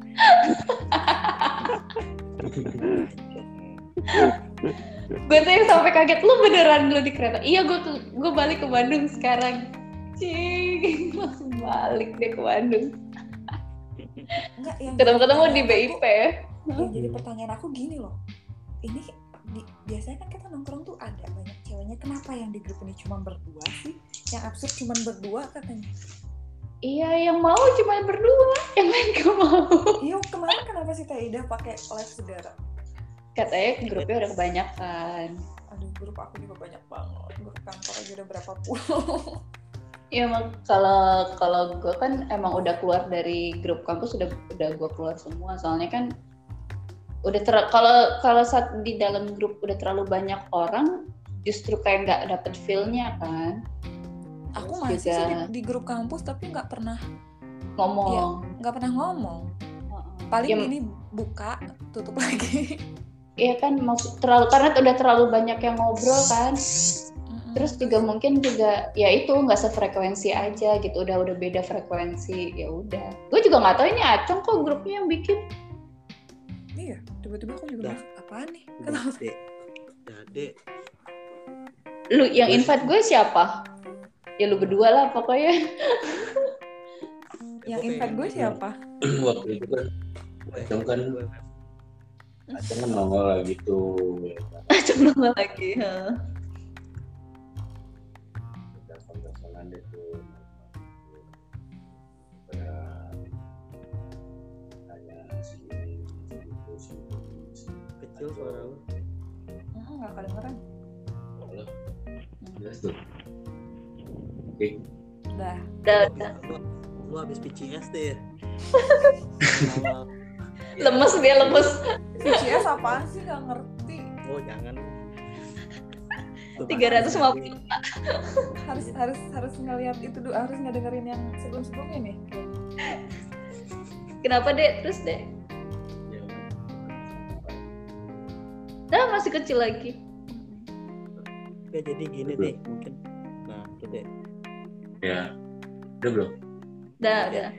[SPEAKER 2] Gue tuh yang sampai kaget, lu beneran lu di kereta? Iya, gue gue balik ke Bandung sekarang. Cing, langsung balik deh ke Bandung.
[SPEAKER 8] Enggak, yang
[SPEAKER 2] ketemu-ketemu di BIP ya.
[SPEAKER 8] Yang jadi pertanyaan aku gini loh. Ini di- biasanya kan kita nongkrong tuh ada banyak ceweknya. Kenapa yang di grup ini cuma berdua sih? Yang absurd cuma berdua katanya.
[SPEAKER 2] Iya, yang mau cuma berdua, yang lain gak mau.
[SPEAKER 8] Iya kemarin kenapa sih Teh Ida pakai live saudara?
[SPEAKER 2] Katanya grupnya udah kebanyakan.
[SPEAKER 8] Aduh grup aku juga banyak banget. Grup kantor aja udah berapa puluh.
[SPEAKER 2] Iya, emang kalau kalau gue kan emang udah keluar dari grup kampus udah udah gue keluar semua. Soalnya kan udah ter kalau kalau saat di dalam grup udah terlalu banyak orang justru kayak nggak dapet feel-nya kan
[SPEAKER 8] aku
[SPEAKER 2] Terus
[SPEAKER 8] masih
[SPEAKER 2] juga-
[SPEAKER 8] sih di, di grup kampus tapi nggak pernah
[SPEAKER 2] ngomong.
[SPEAKER 8] nggak pernah ngomong.
[SPEAKER 2] Heeh.
[SPEAKER 8] Iya. Paling
[SPEAKER 2] Ya,
[SPEAKER 8] ini buka tutup lagi.
[SPEAKER 2] Iya kan maksud terlalu karena udah terlalu banyak yang ngobrol kan.
[SPEAKER 8] Mm-mm.
[SPEAKER 2] Terus juga mungkin juga ya itu nggak sefrekuensi aja gitu. Udah udah beda frekuensi ya udah. Gue juga nggak tahu ini Acong kok grupnya yang bikin.
[SPEAKER 8] iya tiba-tiba aku juga
[SPEAKER 4] Dah.
[SPEAKER 8] masuk apaan nih? Kenapa?
[SPEAKER 4] Dade. Dade.
[SPEAKER 2] Lu yang invite gue siapa? Ya lu berdua lah pokoknya.
[SPEAKER 8] Yang invite gue siapa?
[SPEAKER 11] waktu itu kan Acung kan Acung kan nongol gitu ya kan.
[SPEAKER 2] Acong nongol lagi. heeh.
[SPEAKER 11] telepon-teleponan deh tuh Kayak tanya Ya, si ini si itu si itu si itu.
[SPEAKER 4] Kecil suara lu.
[SPEAKER 8] Mm, Nggak kedengeran. Hmm.
[SPEAKER 11] Halo. jelas tuh oke
[SPEAKER 8] Dah.
[SPEAKER 2] Udah, udah.
[SPEAKER 4] Lu, lu habis PCS deh.
[SPEAKER 2] Lemes dia lemes.
[SPEAKER 8] VCS apaan sih? Nggak ngerti.
[SPEAKER 4] Oh jangan.
[SPEAKER 2] 350.
[SPEAKER 8] Harus harus harus ngelihat itu dulu. Harus ngedengerin yang sebelum-sebelumnya nih.
[SPEAKER 2] Kenapa deh? Terus deh.
[SPEAKER 11] Ya,
[SPEAKER 2] Dah masih kecil lagi.
[SPEAKER 4] Ya jadi gini deh mungkin. Nah itu deh.
[SPEAKER 11] ya udah belum
[SPEAKER 2] Dah, dah.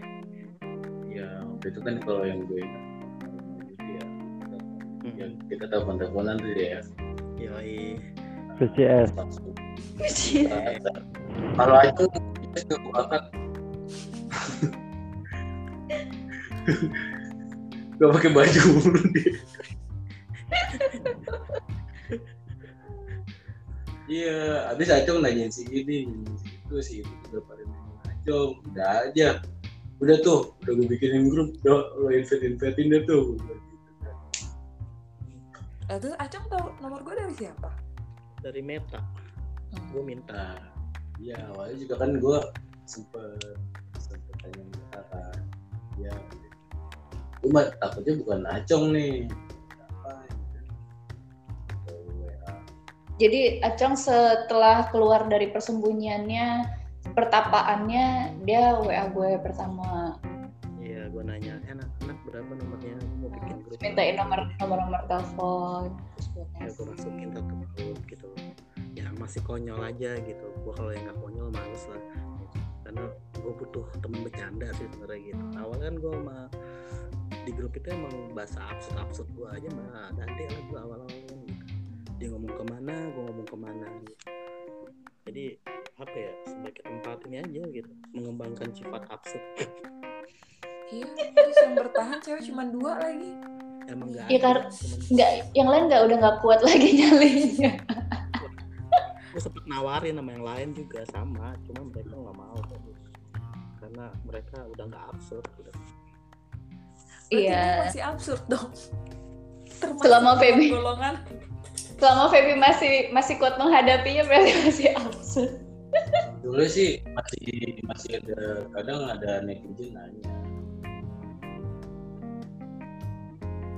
[SPEAKER 11] ya waktu itu kan kalau yang gue ingat itu ya yang kita telepon-teleponan tuh ya
[SPEAKER 4] Yoi.
[SPEAKER 3] PCS.
[SPEAKER 11] langsung
[SPEAKER 2] Kecil.
[SPEAKER 11] kalau itu itu gue angkat gak pakai baju mulu dia iya abis Acong nanyain si ini nanyain si itu si itu udah pada nanyain Acong udah aja udah tuh udah gue bikinin grup udah lo invite invitein deh tuh
[SPEAKER 8] Lah, terus Acong tahu nomor gue dari siapa?
[SPEAKER 4] Dari Meta.
[SPEAKER 8] Hmm.
[SPEAKER 4] Gue minta.
[SPEAKER 11] nah iya awalnya juga kan gue sempet sempet tanya mereka kan ya gue mah takutnya bukan acong nih apa gitu Atau WA.
[SPEAKER 2] Jadi Acong setelah keluar dari persembunyiannya, pertapaannya, dia WA gue pertama
[SPEAKER 4] Iya gue nanya. Enak-enak berapa nomornya? Gue mau bikin grup.
[SPEAKER 2] mintain nomor nomor nomor telepon. Terus gue
[SPEAKER 4] ya gue
[SPEAKER 2] kasih.
[SPEAKER 4] masukin ke grup gitu ya masih konyol aja gitu gue kalau yang nggak konyol males lah karena gue butuh temen bercanda sih sebenarnya gitu awal kan gue sama di grup itu emang bahasa absurd absurd gue aja mah nanti lah gue awal awal kan gitu. dia ngomong kemana gue ngomong kemana gitu. jadi apa ya sebagai tempat ini aja gitu mengembangkan sifat absurd
[SPEAKER 8] Iya, terus yang bertahan cewek cuma dua lagi.
[SPEAKER 4] emang gak
[SPEAKER 2] Iya karena nggak yang lain nggak udah nggak kuat lagi nyalinya.
[SPEAKER 4] gue sempet nawarin sama yang lain juga sama cuma mereka nggak mau karena mereka udah nggak absurd udah
[SPEAKER 8] Berarti
[SPEAKER 2] Iya.
[SPEAKER 8] itu Masih absurd dong. Termasuk
[SPEAKER 2] Selama
[SPEAKER 8] dalam
[SPEAKER 2] Feby-
[SPEAKER 8] golongan
[SPEAKER 2] Selama Feby masih masih kuat menghadapinya berarti masih absurd.
[SPEAKER 11] dulu sih masih masih ada kadang ada netizen nanya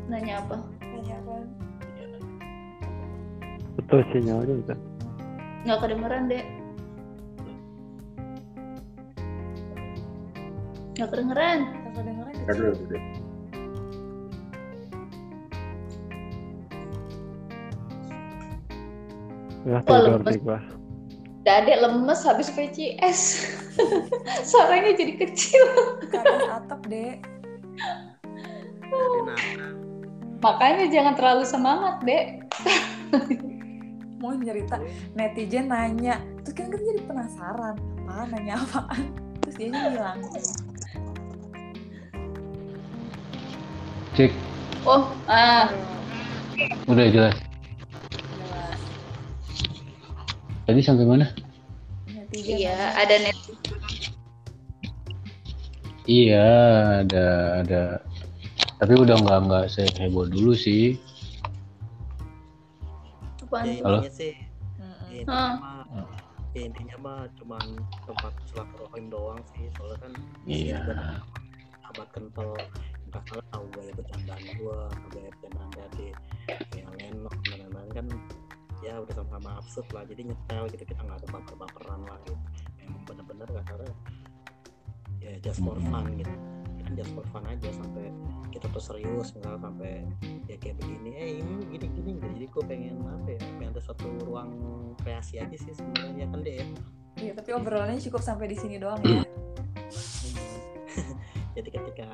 [SPEAKER 2] Nanya apa?
[SPEAKER 8] Nanya apa?
[SPEAKER 3] Betul sinyalnya gitu.
[SPEAKER 2] Nggak kedengeran dek. Nggak kedengeran.
[SPEAKER 8] Nggak kedengeran
[SPEAKER 11] Aduh, aduh.
[SPEAKER 2] Wah,
[SPEAKER 3] Ya, tidur
[SPEAKER 2] lemes.
[SPEAKER 3] nih gua.
[SPEAKER 2] Dadek lemes habis VCS. Suaranya jadi kecil.
[SPEAKER 8] karena atap, Dek.
[SPEAKER 4] Jadi nakal
[SPEAKER 2] Makanya jangan terlalu semangat dek.
[SPEAKER 8] Mau nyerita
[SPEAKER 2] Iya.
[SPEAKER 8] netizen nanya. Terus kan kan jadi penasaran. Apaan nanya apaan? Terus dia bilang,
[SPEAKER 5] Cek,
[SPEAKER 2] Oh ah
[SPEAKER 5] udah jelas.
[SPEAKER 8] jelas.
[SPEAKER 5] Tadi sampai mana?
[SPEAKER 8] Netizen
[SPEAKER 2] iya ada net.
[SPEAKER 5] Iya, ada ada. Tapi udah nggak nggak seheboh dulu sih.
[SPEAKER 4] ya
[SPEAKER 2] Apaan?
[SPEAKER 4] intinya sih ya
[SPEAKER 8] Mm-mm.
[SPEAKER 4] intinya mah ya intinya mah cuman tempat silaturahim doang sih soalnya kan
[SPEAKER 5] Iya.
[SPEAKER 4] juga abad kental nggak salah tahu gaya bercandaan gua gaya bercandaan dari yang lenok dan lain-lain kan ya udah sama-sama absurd lah jadi nyetel gitu kita nggak ada baper-baperan lah gitu memang bener-bener nggak salah ya just for fun gitu kan just for fun aja sampai kita tuh serius misalnya sampai ya kayak begini eh ini gini gini gitu. jadi gue pengen apa ya pengen ada suatu ruang kreasi aja sih sebenarnya kan deh ya
[SPEAKER 8] Iya, tapi obrolannya cukup sampai di sini doang
[SPEAKER 2] Mm.
[SPEAKER 8] ya.
[SPEAKER 4] jadi ketika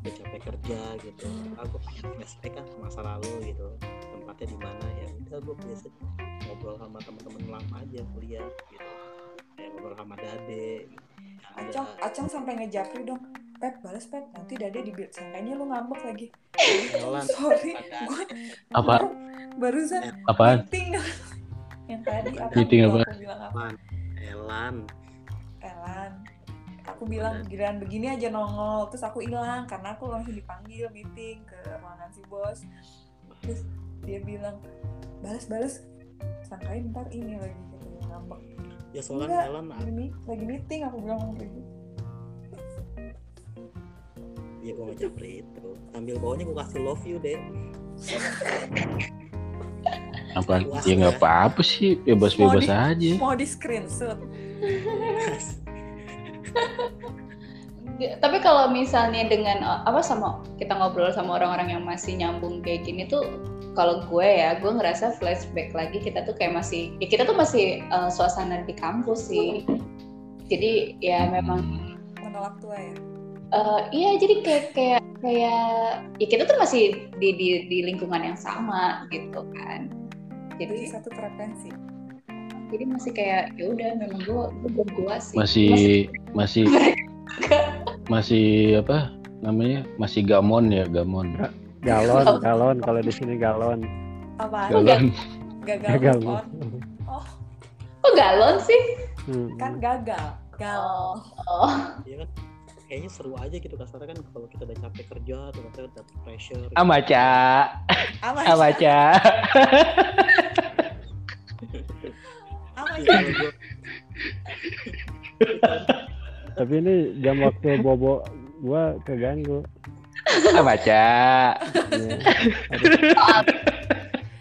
[SPEAKER 4] udah capek kerja gitu aku pengen flashback kan ke masa lalu gitu tempatnya di mana ya udah gue biasa ngobrol sama teman-teman lama aja kuliah gitu kayak ngobrol sama dade gitu.
[SPEAKER 8] Acong,
[SPEAKER 4] ada
[SPEAKER 8] Acong sampai ngejapri dong. Pep, balas Pep. Nanti dade dibil sangkanya lu ngambek lagi.
[SPEAKER 4] jalan
[SPEAKER 8] Sorry,
[SPEAKER 4] ada
[SPEAKER 8] gue
[SPEAKER 5] Apa?
[SPEAKER 8] barusan
[SPEAKER 5] Apaan?
[SPEAKER 8] meeting yang tadi apa
[SPEAKER 5] Meeting
[SPEAKER 8] aku
[SPEAKER 5] apa?
[SPEAKER 8] bilang apa
[SPEAKER 4] Elan Elan
[SPEAKER 8] Elan aku bilang giliran begini aja nongol terus aku hilang karena aku langsung dipanggil meeting ke ruangan si bos terus dia bilang balas balas sangkain ntar ini lagi gitu ngambek
[SPEAKER 4] ya soalnya
[SPEAKER 8] Enggak.
[SPEAKER 4] Elan
[SPEAKER 8] lagi, mi- lagi meeting aku bilang gitu
[SPEAKER 4] ya gue ngejapri itu sambil bawanya gue kasih love you deh
[SPEAKER 5] Apaan? Ya nggak apa-apa sih, bebas-bebas aja.
[SPEAKER 8] mau di screenshot
[SPEAKER 2] Tapi kalau misalnya dengan uh, apa sama kita ngobrol sama orang-orang yang masih nyambung kayak gini tuh kalau gue ya gue ngerasa flashback lagi kita tuh kayak masih ya kita tuh masih uh, suasana di kampus sih. Jadi ya memang
[SPEAKER 5] Hmm,
[SPEAKER 8] menolak tua ya
[SPEAKER 2] uh, iya jadi kayak kayak kayak ya kita tuh masih di di di lingkungan yang sama gitu kan.
[SPEAKER 8] jadi
[SPEAKER 2] Jadi
[SPEAKER 8] satu frekuensi
[SPEAKER 2] jadi masih kayak ya udah memang gue gue berdua sih.
[SPEAKER 5] Masih masih masih apa namanya? Masih gamon ya, gamon.
[SPEAKER 3] Galon, galon. Kalau di sini galon.
[SPEAKER 8] apaan
[SPEAKER 5] Galon.
[SPEAKER 8] gagal,
[SPEAKER 3] Gagal.
[SPEAKER 8] move on
[SPEAKER 2] kok galon sih?
[SPEAKER 3] Hmm.
[SPEAKER 8] kan gagal gal
[SPEAKER 2] Oh, oh.
[SPEAKER 4] ya kan kayaknya seru aja gitu kasarnya kan kalau kita udah capek kerja tuh kita udah dapet pressure
[SPEAKER 5] Ah,
[SPEAKER 4] gitu.
[SPEAKER 5] Amaca,
[SPEAKER 8] apa
[SPEAKER 5] amaca.
[SPEAKER 4] Iya,
[SPEAKER 8] apa ya
[SPEAKER 4] kalau gua-
[SPEAKER 3] Tapi ini jam waktu bobo gua keganggu.
[SPEAKER 5] Amaca.
[SPEAKER 3] Iya. Harus,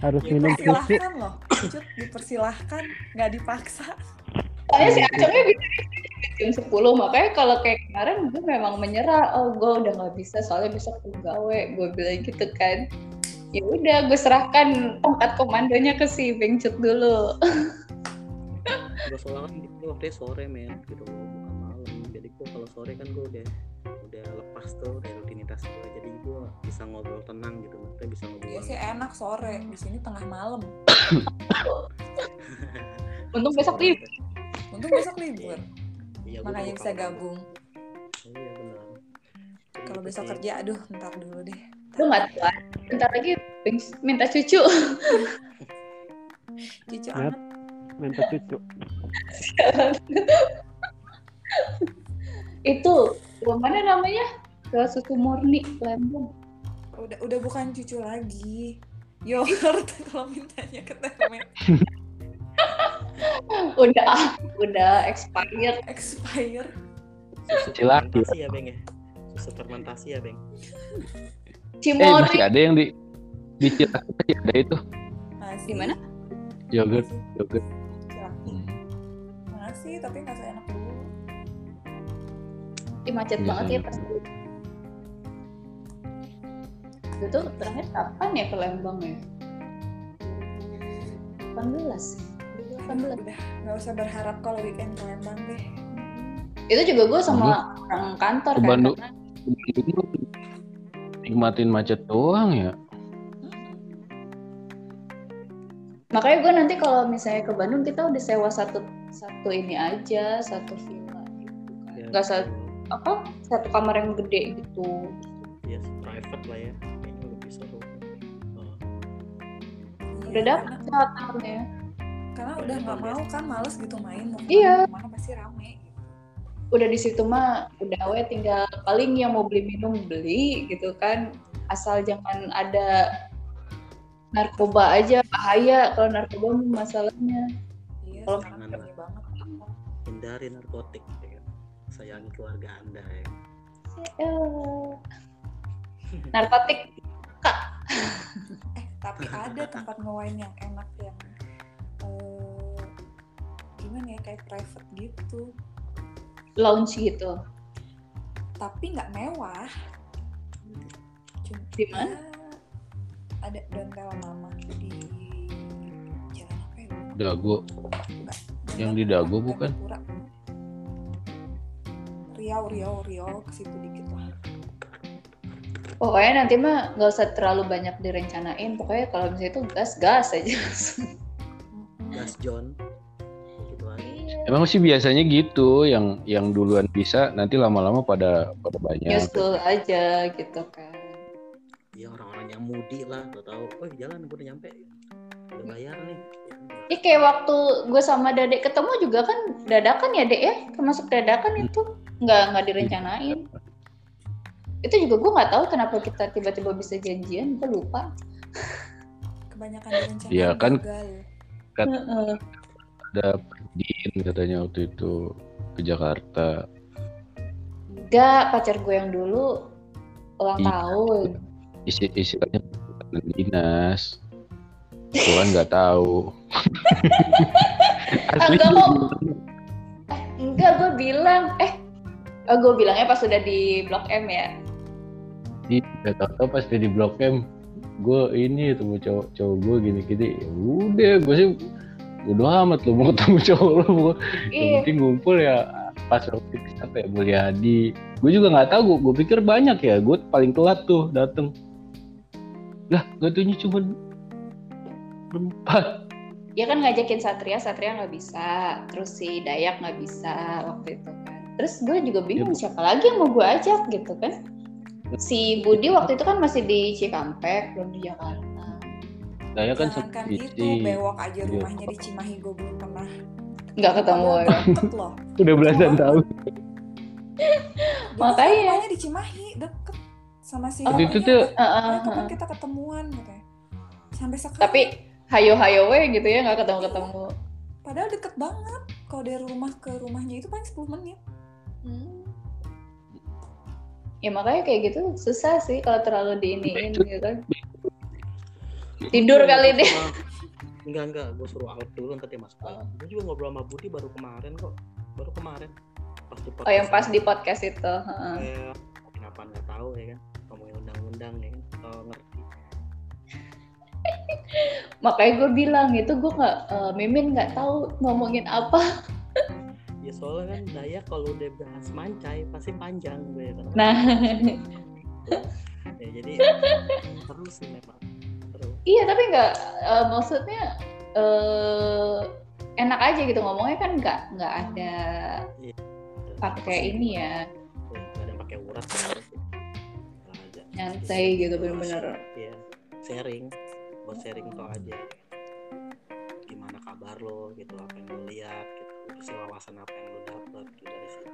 [SPEAKER 3] harus
[SPEAKER 8] Ya,
[SPEAKER 3] minum susu.
[SPEAKER 8] dipersilahkan loh Cut, dipersilahkan nggak dipaksa
[SPEAKER 2] Soalnya si Acungnya bisa jam 10, makanya kalau kayak kemarin gue memang menyerah, oh gue udah nggak bisa soalnya besok gue gawe, gue bilang gitu kan. Ya udah, gue serahkan tongkat komandonya ke si Bengcut dulu.
[SPEAKER 4] gue soalnya kan itu waktunya sore men gitu bukan malam gue kalau sore kan gue udah udah lepas tuh dari rutinitas gue jadi gue bisa ngobrol tenang gitu maksudnya bisa ngobrol
[SPEAKER 8] Iya sih enak sore,
[SPEAKER 4] Hmm.
[SPEAKER 8] di sini tengah malam.
[SPEAKER 2] Untung besok libur.
[SPEAKER 8] Untung besok libur.
[SPEAKER 4] Iya, gua
[SPEAKER 8] Makanya
[SPEAKER 4] baru
[SPEAKER 8] bisa
[SPEAKER 4] tahu.
[SPEAKER 8] gabung.
[SPEAKER 4] iya benar
[SPEAKER 8] Kalau
[SPEAKER 4] Gitu
[SPEAKER 8] besok
[SPEAKER 4] sih.
[SPEAKER 8] kerja, aduh, ntar dulu deh.
[SPEAKER 2] Lu nggak tahu. Bentar lagi minta cucu.
[SPEAKER 8] Cucu
[SPEAKER 3] Nat,
[SPEAKER 8] anak.
[SPEAKER 3] minta cucu.
[SPEAKER 2] itu mana namanya ke susu murni Lembong
[SPEAKER 8] Udah udah bukan cucu lagi. Yogurt kalau mintanya ke Termen
[SPEAKER 2] udah ah, udah
[SPEAKER 8] Eh,
[SPEAKER 2] expired
[SPEAKER 8] expire.
[SPEAKER 4] susu
[SPEAKER 5] Kecil lagi.
[SPEAKER 4] fermentasi ya beng ya susu fermentasi ya beng
[SPEAKER 5] Eh
[SPEAKER 2] cimori
[SPEAKER 5] masih ada yang di di Cilaki masih ada itu
[SPEAKER 8] Masih.
[SPEAKER 2] gimana
[SPEAKER 5] yogurt yogurt.
[SPEAKER 8] Cilaki. Masih, tapi nggak seenak dulu.
[SPEAKER 2] Ih, macet
[SPEAKER 5] Iya,
[SPEAKER 2] banget ya
[SPEAKER 5] sama.
[SPEAKER 2] pas dulu. itu tuh terakhir kapan ya ke Lembang ya 18
[SPEAKER 8] Aduh, Udah nggak usah berharap kalau weekend ke Lembang deh.
[SPEAKER 2] itu juga gue sama orang kantor
[SPEAKER 5] Ke
[SPEAKER 2] kan
[SPEAKER 5] Bandung.
[SPEAKER 2] karena
[SPEAKER 5] Dulu nikmatin macet doang ya.
[SPEAKER 2] makanya gue nanti kalau misalnya ke Bandung kita udah sewa satu satu ini aja satu villa gitu kan
[SPEAKER 5] Iya.
[SPEAKER 4] Ya,
[SPEAKER 2] nggak satu apa satu kamar yang gede gitu
[SPEAKER 4] ya private lah ya kayaknya lebih seru Oh,
[SPEAKER 8] Iya,
[SPEAKER 2] udah
[SPEAKER 8] karena-
[SPEAKER 2] dapet catatannya
[SPEAKER 8] Karena udah
[SPEAKER 4] Iya.
[SPEAKER 8] nggak mau kan, males gitu main. Mau kemana-
[SPEAKER 2] Iya.
[SPEAKER 8] Kemana pasti rame.
[SPEAKER 2] udah di situ mah udah we tinggal paling yang mau beli minum beli gitu kan asal jangan ada narkoba aja bahaya kalau narkoba mah masalahnya
[SPEAKER 8] Iya,
[SPEAKER 2] Kalau
[SPEAKER 8] sekarang
[SPEAKER 4] kangen.
[SPEAKER 8] rame banget.
[SPEAKER 4] hindari narkotik ya. sayangi keluarga anda ya
[SPEAKER 8] Hmm.
[SPEAKER 2] Eh, narkotik
[SPEAKER 8] Eh, tapi ada tempat nge-wine yang enak yang eh, gimana ya kayak private gitu.
[SPEAKER 2] lounge gitu
[SPEAKER 8] Tapi nggak mewah. Cuma Ya,
[SPEAKER 2] Di mana?
[SPEAKER 8] Ada Donggala Mama di jalan apa ya?
[SPEAKER 5] Dago. Yang di Dago
[SPEAKER 8] Dago
[SPEAKER 5] bukan?
[SPEAKER 8] Riau, Riau, Riau ke situ dikit lah.
[SPEAKER 2] pokoknya nanti mah nggak usah terlalu banyak direncanain pokoknya kalau misalnya itu gas gas aja
[SPEAKER 4] gas John gitu aja
[SPEAKER 5] Emang sih biasanya gitu yang yang duluan bisa nanti lama-lama pada pada banyak.
[SPEAKER 2] nyusul aja gitu kan
[SPEAKER 4] ya orang-orang yang mudi lah gak tahu oh jalan gue udah nyampe udah bayar nih
[SPEAKER 2] Ini kayak waktu gue sama Dadek ketemu juga kan dadakan ya Dek ya, termasuk dadakan itu nggak nggak direncanain. Itu juga gue nggak tahu kenapa kita tiba-tiba bisa janjian, gue lupa.
[SPEAKER 8] Kebanyakan direncanain
[SPEAKER 5] Iya, kan?
[SPEAKER 8] gagal.
[SPEAKER 2] Heeh.
[SPEAKER 5] Ada Perdin katanya waktu itu ke Jakarta.
[SPEAKER 2] Enggak, pacar gue yang dulu ulang
[SPEAKER 5] Iya.
[SPEAKER 2] tahun.
[SPEAKER 5] Isi istilahnya perjalanan dinas. Tuhan nggak tahu. Asli.
[SPEAKER 2] Enggak kok. Eh, enggak, gue bilang, eh oh, gue bilangnya pas sudah di Blok M ya.
[SPEAKER 5] Iya, gak tau pas di Blok M gue ini ketemu cowok cowok gue gini gini ya udah gue sih udah amat lu mau ketemu cowok lu mau yang
[SPEAKER 2] Ih,
[SPEAKER 5] penting Gitu. ngumpul ya pas waktu itu siapa ya Mulyadi gue juga nggak tahu gue, gue pikir banyak ya gue paling telat tuh dateng lah gatunya cuma empat
[SPEAKER 2] dia kan ngajakin Satria, Satria nggak bisa. Terus si Dayak nggak bisa waktu itu kan. Terus gue juga bingung siapa lagi yang mau gue ajak gitu kan. Si Budi waktu itu kan masih di Cikampek, belum di Jakarta.
[SPEAKER 5] saya kan
[SPEAKER 8] Jangankan itu,
[SPEAKER 5] sendiri
[SPEAKER 8] bewok aja
[SPEAKER 5] Iya.
[SPEAKER 8] rumahnya di Cimahi gue belum pernah.
[SPEAKER 2] Nggak ketemu ya.
[SPEAKER 8] Deket loh.
[SPEAKER 5] udah belasan
[SPEAKER 8] Cuma-
[SPEAKER 5] tahun
[SPEAKER 8] Deket
[SPEAKER 2] Makanya.
[SPEAKER 8] Rumahnya di Cimahi, deket sama si.
[SPEAKER 5] Waktu itu tuh- uh,
[SPEAKER 8] Namanya apa?
[SPEAKER 2] Heeh,
[SPEAKER 8] Ayo, kapan
[SPEAKER 2] heeh.
[SPEAKER 8] kita ketemuan katanya. Sampai sekarang.
[SPEAKER 2] Tapi hayo-hayo we gitu ya nggak ketemu-ketemu.
[SPEAKER 8] Padahal deket banget. Kalau dari rumah ke rumahnya itu paling 10 menit.
[SPEAKER 2] Ya makanya kayak gitu susah sih kalau terlalu diiniin gitu kan.
[SPEAKER 4] Iya.
[SPEAKER 2] Tidur kali deh.
[SPEAKER 4] enggak enggak gue suruh out dulu ntar dia masuk lagi gue juga ngobrol sama Budi baru kemarin kok baru kemarin pas di
[SPEAKER 2] Oh yang pas di podcast itu. heeh.
[SPEAKER 4] Eh, kenapa nggak tahu ya kan ngomongin undang-undang ya kan kalau ngerti
[SPEAKER 2] Makanya gue bilang itu gue nggak eh, Mimin nggak tahu ngomongin apa.
[SPEAKER 4] ya soalnya kan Dayak kalau udah bahas mancai pasti panjang gue ya.
[SPEAKER 7] Nah.
[SPEAKER 4] ya, jadi seru sih memang seru
[SPEAKER 7] Iya tapi nggak eh, maksudnya eh, enak aja gitu ngomongnya kan nggak nggak ada
[SPEAKER 4] Iya.
[SPEAKER 7] pakai ini ya
[SPEAKER 4] Iya, nggak ada pakai urat nggak ada sih. Tenang aja.
[SPEAKER 7] nyantai gitu bener-bener.
[SPEAKER 4] Iya, sharing buat sharing tuh aja gimana kabar lo gitu apa yang lo lihat gitu terus wawasan apa yang lo dapat gitu, dari situ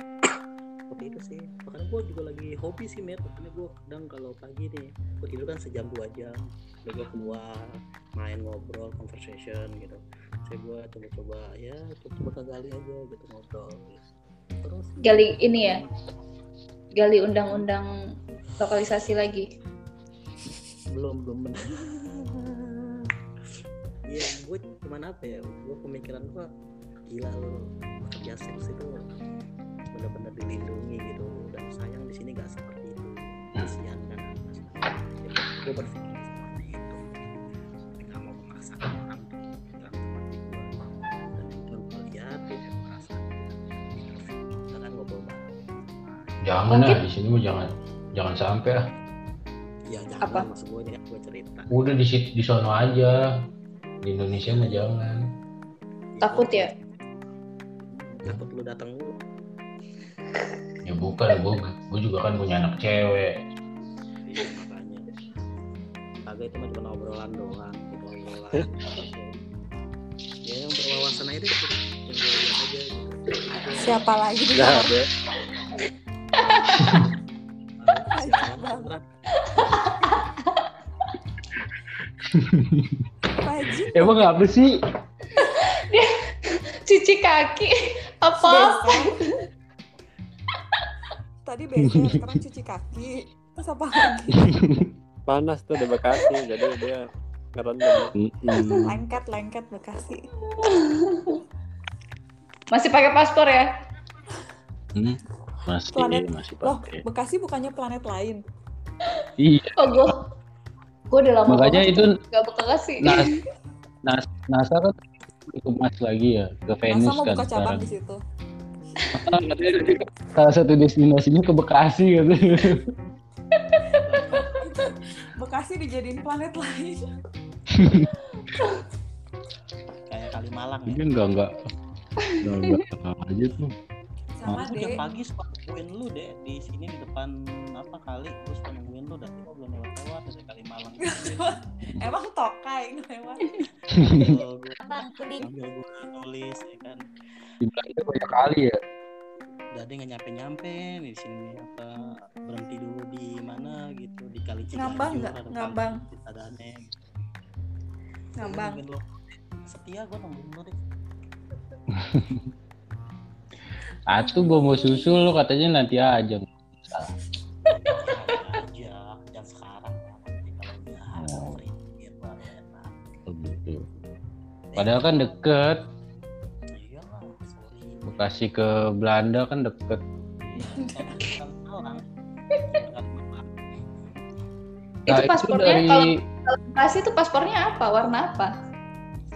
[SPEAKER 4] seperti itu sih makanya gue juga lagi hobi sih met makanya gue kadang kalau pagi nih gue tidur kan sejam dua jam udah gue keluar main ngobrol conversation gitu saya gue coba-coba ya coba gali aja gitu ngobrol gitu. terus
[SPEAKER 7] Gali ini ya. Gali undang-undang lokalisasi lagi.
[SPEAKER 4] belum belum benar iya gue cuman apa ya gue pemikiran gue gila lo kerja seks itu bener-bener dilindungi gitu dan sayang di sini gak seperti itu kasihan kan gue berpikir seperti itu tapi gak mau memaksakan orang untuk pikiran seperti gue dan itu gue lihat dia merasa kita kan ngobrol bareng
[SPEAKER 5] Jangan lah, di sini mah jangan jangan sampai lah.
[SPEAKER 4] ya jangan
[SPEAKER 7] Apa?
[SPEAKER 4] maksud gue ini kan gue cerita
[SPEAKER 5] Udah di situ di sono aja. Di Indonesia mah jangan.
[SPEAKER 7] Takut ya?
[SPEAKER 4] takut lu datang mulu
[SPEAKER 5] Ya bukan, gue gue juga kan punya anak cewek.
[SPEAKER 4] Iya makanya. Kagak itu mah cuma obrolan doang, obrolan. ya yang berwawasan aja deh, gitu. yang berwawasan aja. Gitu.
[SPEAKER 8] Siapa lagi di
[SPEAKER 3] Nggak ada.
[SPEAKER 4] Siapa?
[SPEAKER 8] Pajit?
[SPEAKER 5] Emang apa sih?
[SPEAKER 7] Cuci kaki apa?
[SPEAKER 8] Beser. Tadi beser, sekarang cuci kaki. Terus apa lagi?
[SPEAKER 3] panas tuh di Bekasi jadi dia ngerendam
[SPEAKER 8] Lengket, lengket Bekasi.
[SPEAKER 7] Masih pakai paspor ya?
[SPEAKER 5] Masih
[SPEAKER 8] Planet.
[SPEAKER 5] masih
[SPEAKER 8] Loh,
[SPEAKER 5] pakai.
[SPEAKER 8] Bekasi bukannya planet lain.
[SPEAKER 5] Iya,
[SPEAKER 7] Oh gue gue udah lama
[SPEAKER 5] makanya
[SPEAKER 8] Oh,
[SPEAKER 5] itu Nah,
[SPEAKER 7] gak bekasi.
[SPEAKER 5] Nas, Nas, NASA kan itu mas lagi ya ke Venus
[SPEAKER 8] Masa mau
[SPEAKER 5] kan
[SPEAKER 8] buka
[SPEAKER 5] sekarang.
[SPEAKER 8] cabang
[SPEAKER 5] Ah,
[SPEAKER 8] di situ?
[SPEAKER 5] Salah satu destinasinya ke Bekasi gitu.
[SPEAKER 8] Bekasi dijadiin planet lain.
[SPEAKER 4] Kayak kali Malang ya.
[SPEAKER 5] Mungkin enggak enggak. Enggak enggak aja tuh.
[SPEAKER 8] Sama
[SPEAKER 4] Udah
[SPEAKER 8] deh.
[SPEAKER 4] pagi suka nungguin lu deh di sini di depan apa kali terus suka nungguin lu dari kok belum lewat lewat dari kali Malang.
[SPEAKER 8] Emang tokai lewat.
[SPEAKER 4] Sambil gua-
[SPEAKER 6] Kuning.
[SPEAKER 4] sambil gue nulis ya kan.
[SPEAKER 5] Dibilang itu banyak kali ya.
[SPEAKER 4] Dade nggak nyampe nyampe di sini apa berhenti dulu di mana gitu di kali Cikayu
[SPEAKER 8] Ngambang nggak?
[SPEAKER 4] ada kali
[SPEAKER 8] Ngambang.
[SPEAKER 4] Citadane gitu.
[SPEAKER 8] Ngambang.
[SPEAKER 4] Nungguin lu. Setia gue nungguin lu deh.
[SPEAKER 5] Atuh gua mau susul lo katanya nanti aja.
[SPEAKER 4] aja jam sekarang ya. Nanti kalau udah
[SPEAKER 5] Oh.
[SPEAKER 4] free, ya gua enak. Eh,
[SPEAKER 5] Gitu. Padahal kan deket
[SPEAKER 4] Iya lah, sorry.
[SPEAKER 5] Bekasi ke Belanda kan deket.
[SPEAKER 4] Kan orang.
[SPEAKER 7] Itu paspornya kalau
[SPEAKER 5] nah, dari
[SPEAKER 7] bekasi itu paspornya apa? Warna apa?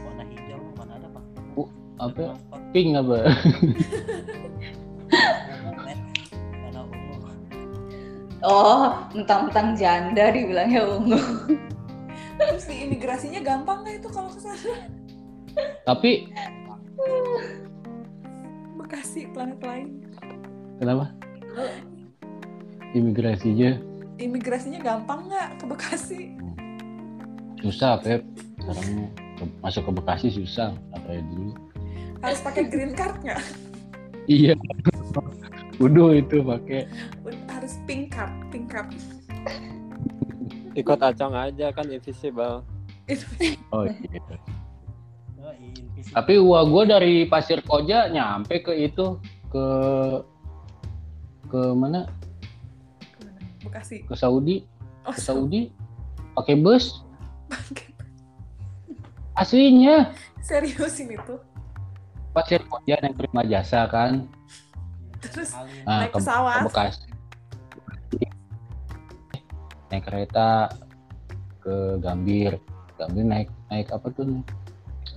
[SPEAKER 4] Warna hijau mana ada pak?
[SPEAKER 5] apa? Pink apa?
[SPEAKER 4] Warna ungu.
[SPEAKER 7] Oh, mentang-mentang janda dibilangnya ungu.
[SPEAKER 8] Terus di imigrasinya gampang nggak itu kalau kesana?
[SPEAKER 5] Tapi
[SPEAKER 8] Bekasi planet lain.
[SPEAKER 5] kenapa? Imigrasinya
[SPEAKER 8] Imigrasinya gampang nggak ke Bekasi?
[SPEAKER 5] susah, Pep. Sekarang ke- masuk ke Bekasi susah, nggak kayak dulu.
[SPEAKER 8] Harus pakai green card nggak?
[SPEAKER 5] Iya. Udah itu pakai
[SPEAKER 8] Ud- Harus pink card, pink card.
[SPEAKER 3] ikut acong aja kan invisible
[SPEAKER 5] Oh iya.
[SPEAKER 4] Oh, invisible.
[SPEAKER 5] Tapi uang gue dari Pasir Koja nyampe ke itu ke ke mana?
[SPEAKER 8] Bekasi.
[SPEAKER 5] Ke Saudi,
[SPEAKER 8] Oh,
[SPEAKER 5] ke Saudi pakai bus. Aslinya
[SPEAKER 8] serius ini tuh.
[SPEAKER 5] Pasir Koja yang terima jasa kan.
[SPEAKER 8] Terus
[SPEAKER 4] Kali
[SPEAKER 5] Nah,
[SPEAKER 8] Naik
[SPEAKER 5] ke, ke
[SPEAKER 8] pesawat.
[SPEAKER 5] Bekasi. Naik kereta ke Gambir. Gambir naik naik apa tuh?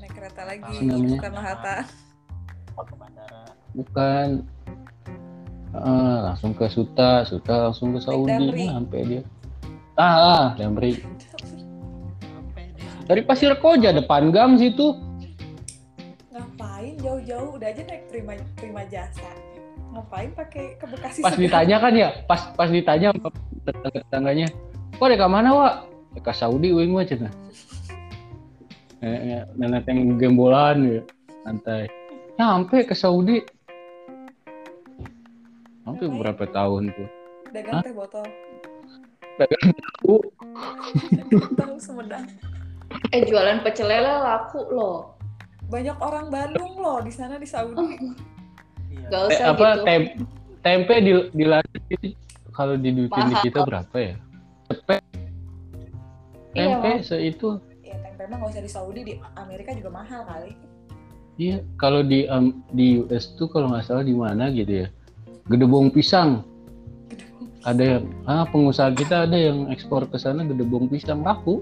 [SPEAKER 8] naik kereta lagi,
[SPEAKER 5] Apa namanya?
[SPEAKER 8] bukan Hatta.
[SPEAKER 4] ke bandara
[SPEAKER 5] bukan Eh, langsung ke Suta, Suta langsung ke Saudi,
[SPEAKER 8] Damri.
[SPEAKER 5] Nah, sampai dia. Ah, ah Damri. Dari Pasir Koja depan Gam situ.
[SPEAKER 8] Ngapain jauh-jauh? Udah aja naik terima terima jasa. Ngapain pakai ke Bekasi?
[SPEAKER 5] Pas
[SPEAKER 8] segala?
[SPEAKER 5] ditanya kan ya, pas pas ditanya sama tetangga-tetangganya, "Kok dari mana, Wak?" "Ya, "Ke Saudi wing mah cenah." Eh, eh, Nenek yang gembolan ya, santai. Sampai ke Saudi. Sampai
[SPEAKER 8] Ngapain?
[SPEAKER 5] berapa tahun tuh?
[SPEAKER 8] Dagang teh botol.
[SPEAKER 5] Dagang tahu.
[SPEAKER 8] Tahu Sumedang.
[SPEAKER 2] Eh jualan pecel lele laku loh.
[SPEAKER 8] Banyak orang Bandung loh di sana di Saudi.
[SPEAKER 4] Iya.
[SPEAKER 2] Gak
[SPEAKER 5] Te-
[SPEAKER 2] usah
[SPEAKER 5] Eh, apa
[SPEAKER 2] gitu.
[SPEAKER 5] tem- tempe di di Latin itu kalau diduitin di
[SPEAKER 2] Mahal.
[SPEAKER 5] kita berapa ya? Tempe
[SPEAKER 8] Iya,
[SPEAKER 5] tempe
[SPEAKER 8] Mas.
[SPEAKER 5] seitu.
[SPEAKER 8] Ya tempe mah nggak usah di Saudi di Amerika juga mahal kali.
[SPEAKER 5] Iya, kalau di em, di US tuh kalau nggak salah di mana gitu ya. Gedebong pisang. Ada yang ah pengusaha kita ada yang ekspor ke sana gedebong pisang laku.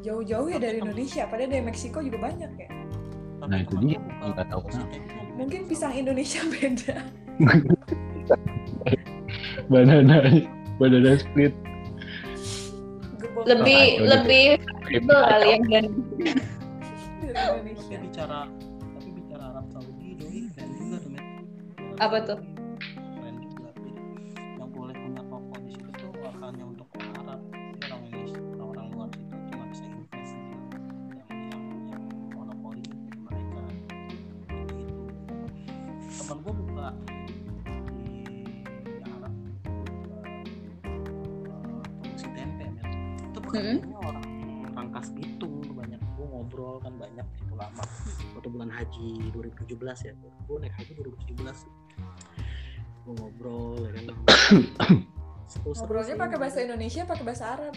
[SPEAKER 8] Jauh-jauh ya dari Indonesia. Padahal dari Meksiko juga banyak ya.
[SPEAKER 5] Nah, itu dia nggak tahu kenapa.
[SPEAKER 8] Mungkin pisang Indonesia beda.
[SPEAKER 5] Banana banana split.
[SPEAKER 8] Gebok
[SPEAKER 2] Lebih
[SPEAKER 5] Nah, itu
[SPEAKER 2] lebih fleksibel kali yang dan
[SPEAKER 8] dari Indonesia.
[SPEAKER 4] Tapi bicara tapi bicara Arab Saudi doi keren juga tuh men.
[SPEAKER 2] apa tuh?
[SPEAKER 4] Keren juga. Jadi, Yang boleh punya toko di situ tuh akalnya untuk orang Arab. Jadi orang Indonesia, orang-orang luar situ cuma bisa invest di yang yang yang monopoli di mereka. Jadi itu. Temen gue buka di Arab buka, eh, produksi tempe men. Itu pekerjaannya orang rangkas gitu banyak gue ngobrol kan banyak itu lama waktu bulan haji 2017 ya gue naik haji 2017 gue ngobrol ya kan Seru-seru
[SPEAKER 8] Ngobrolnya
[SPEAKER 4] sih.
[SPEAKER 8] pakai bahasa Indonesia, pakai bahasa Arab.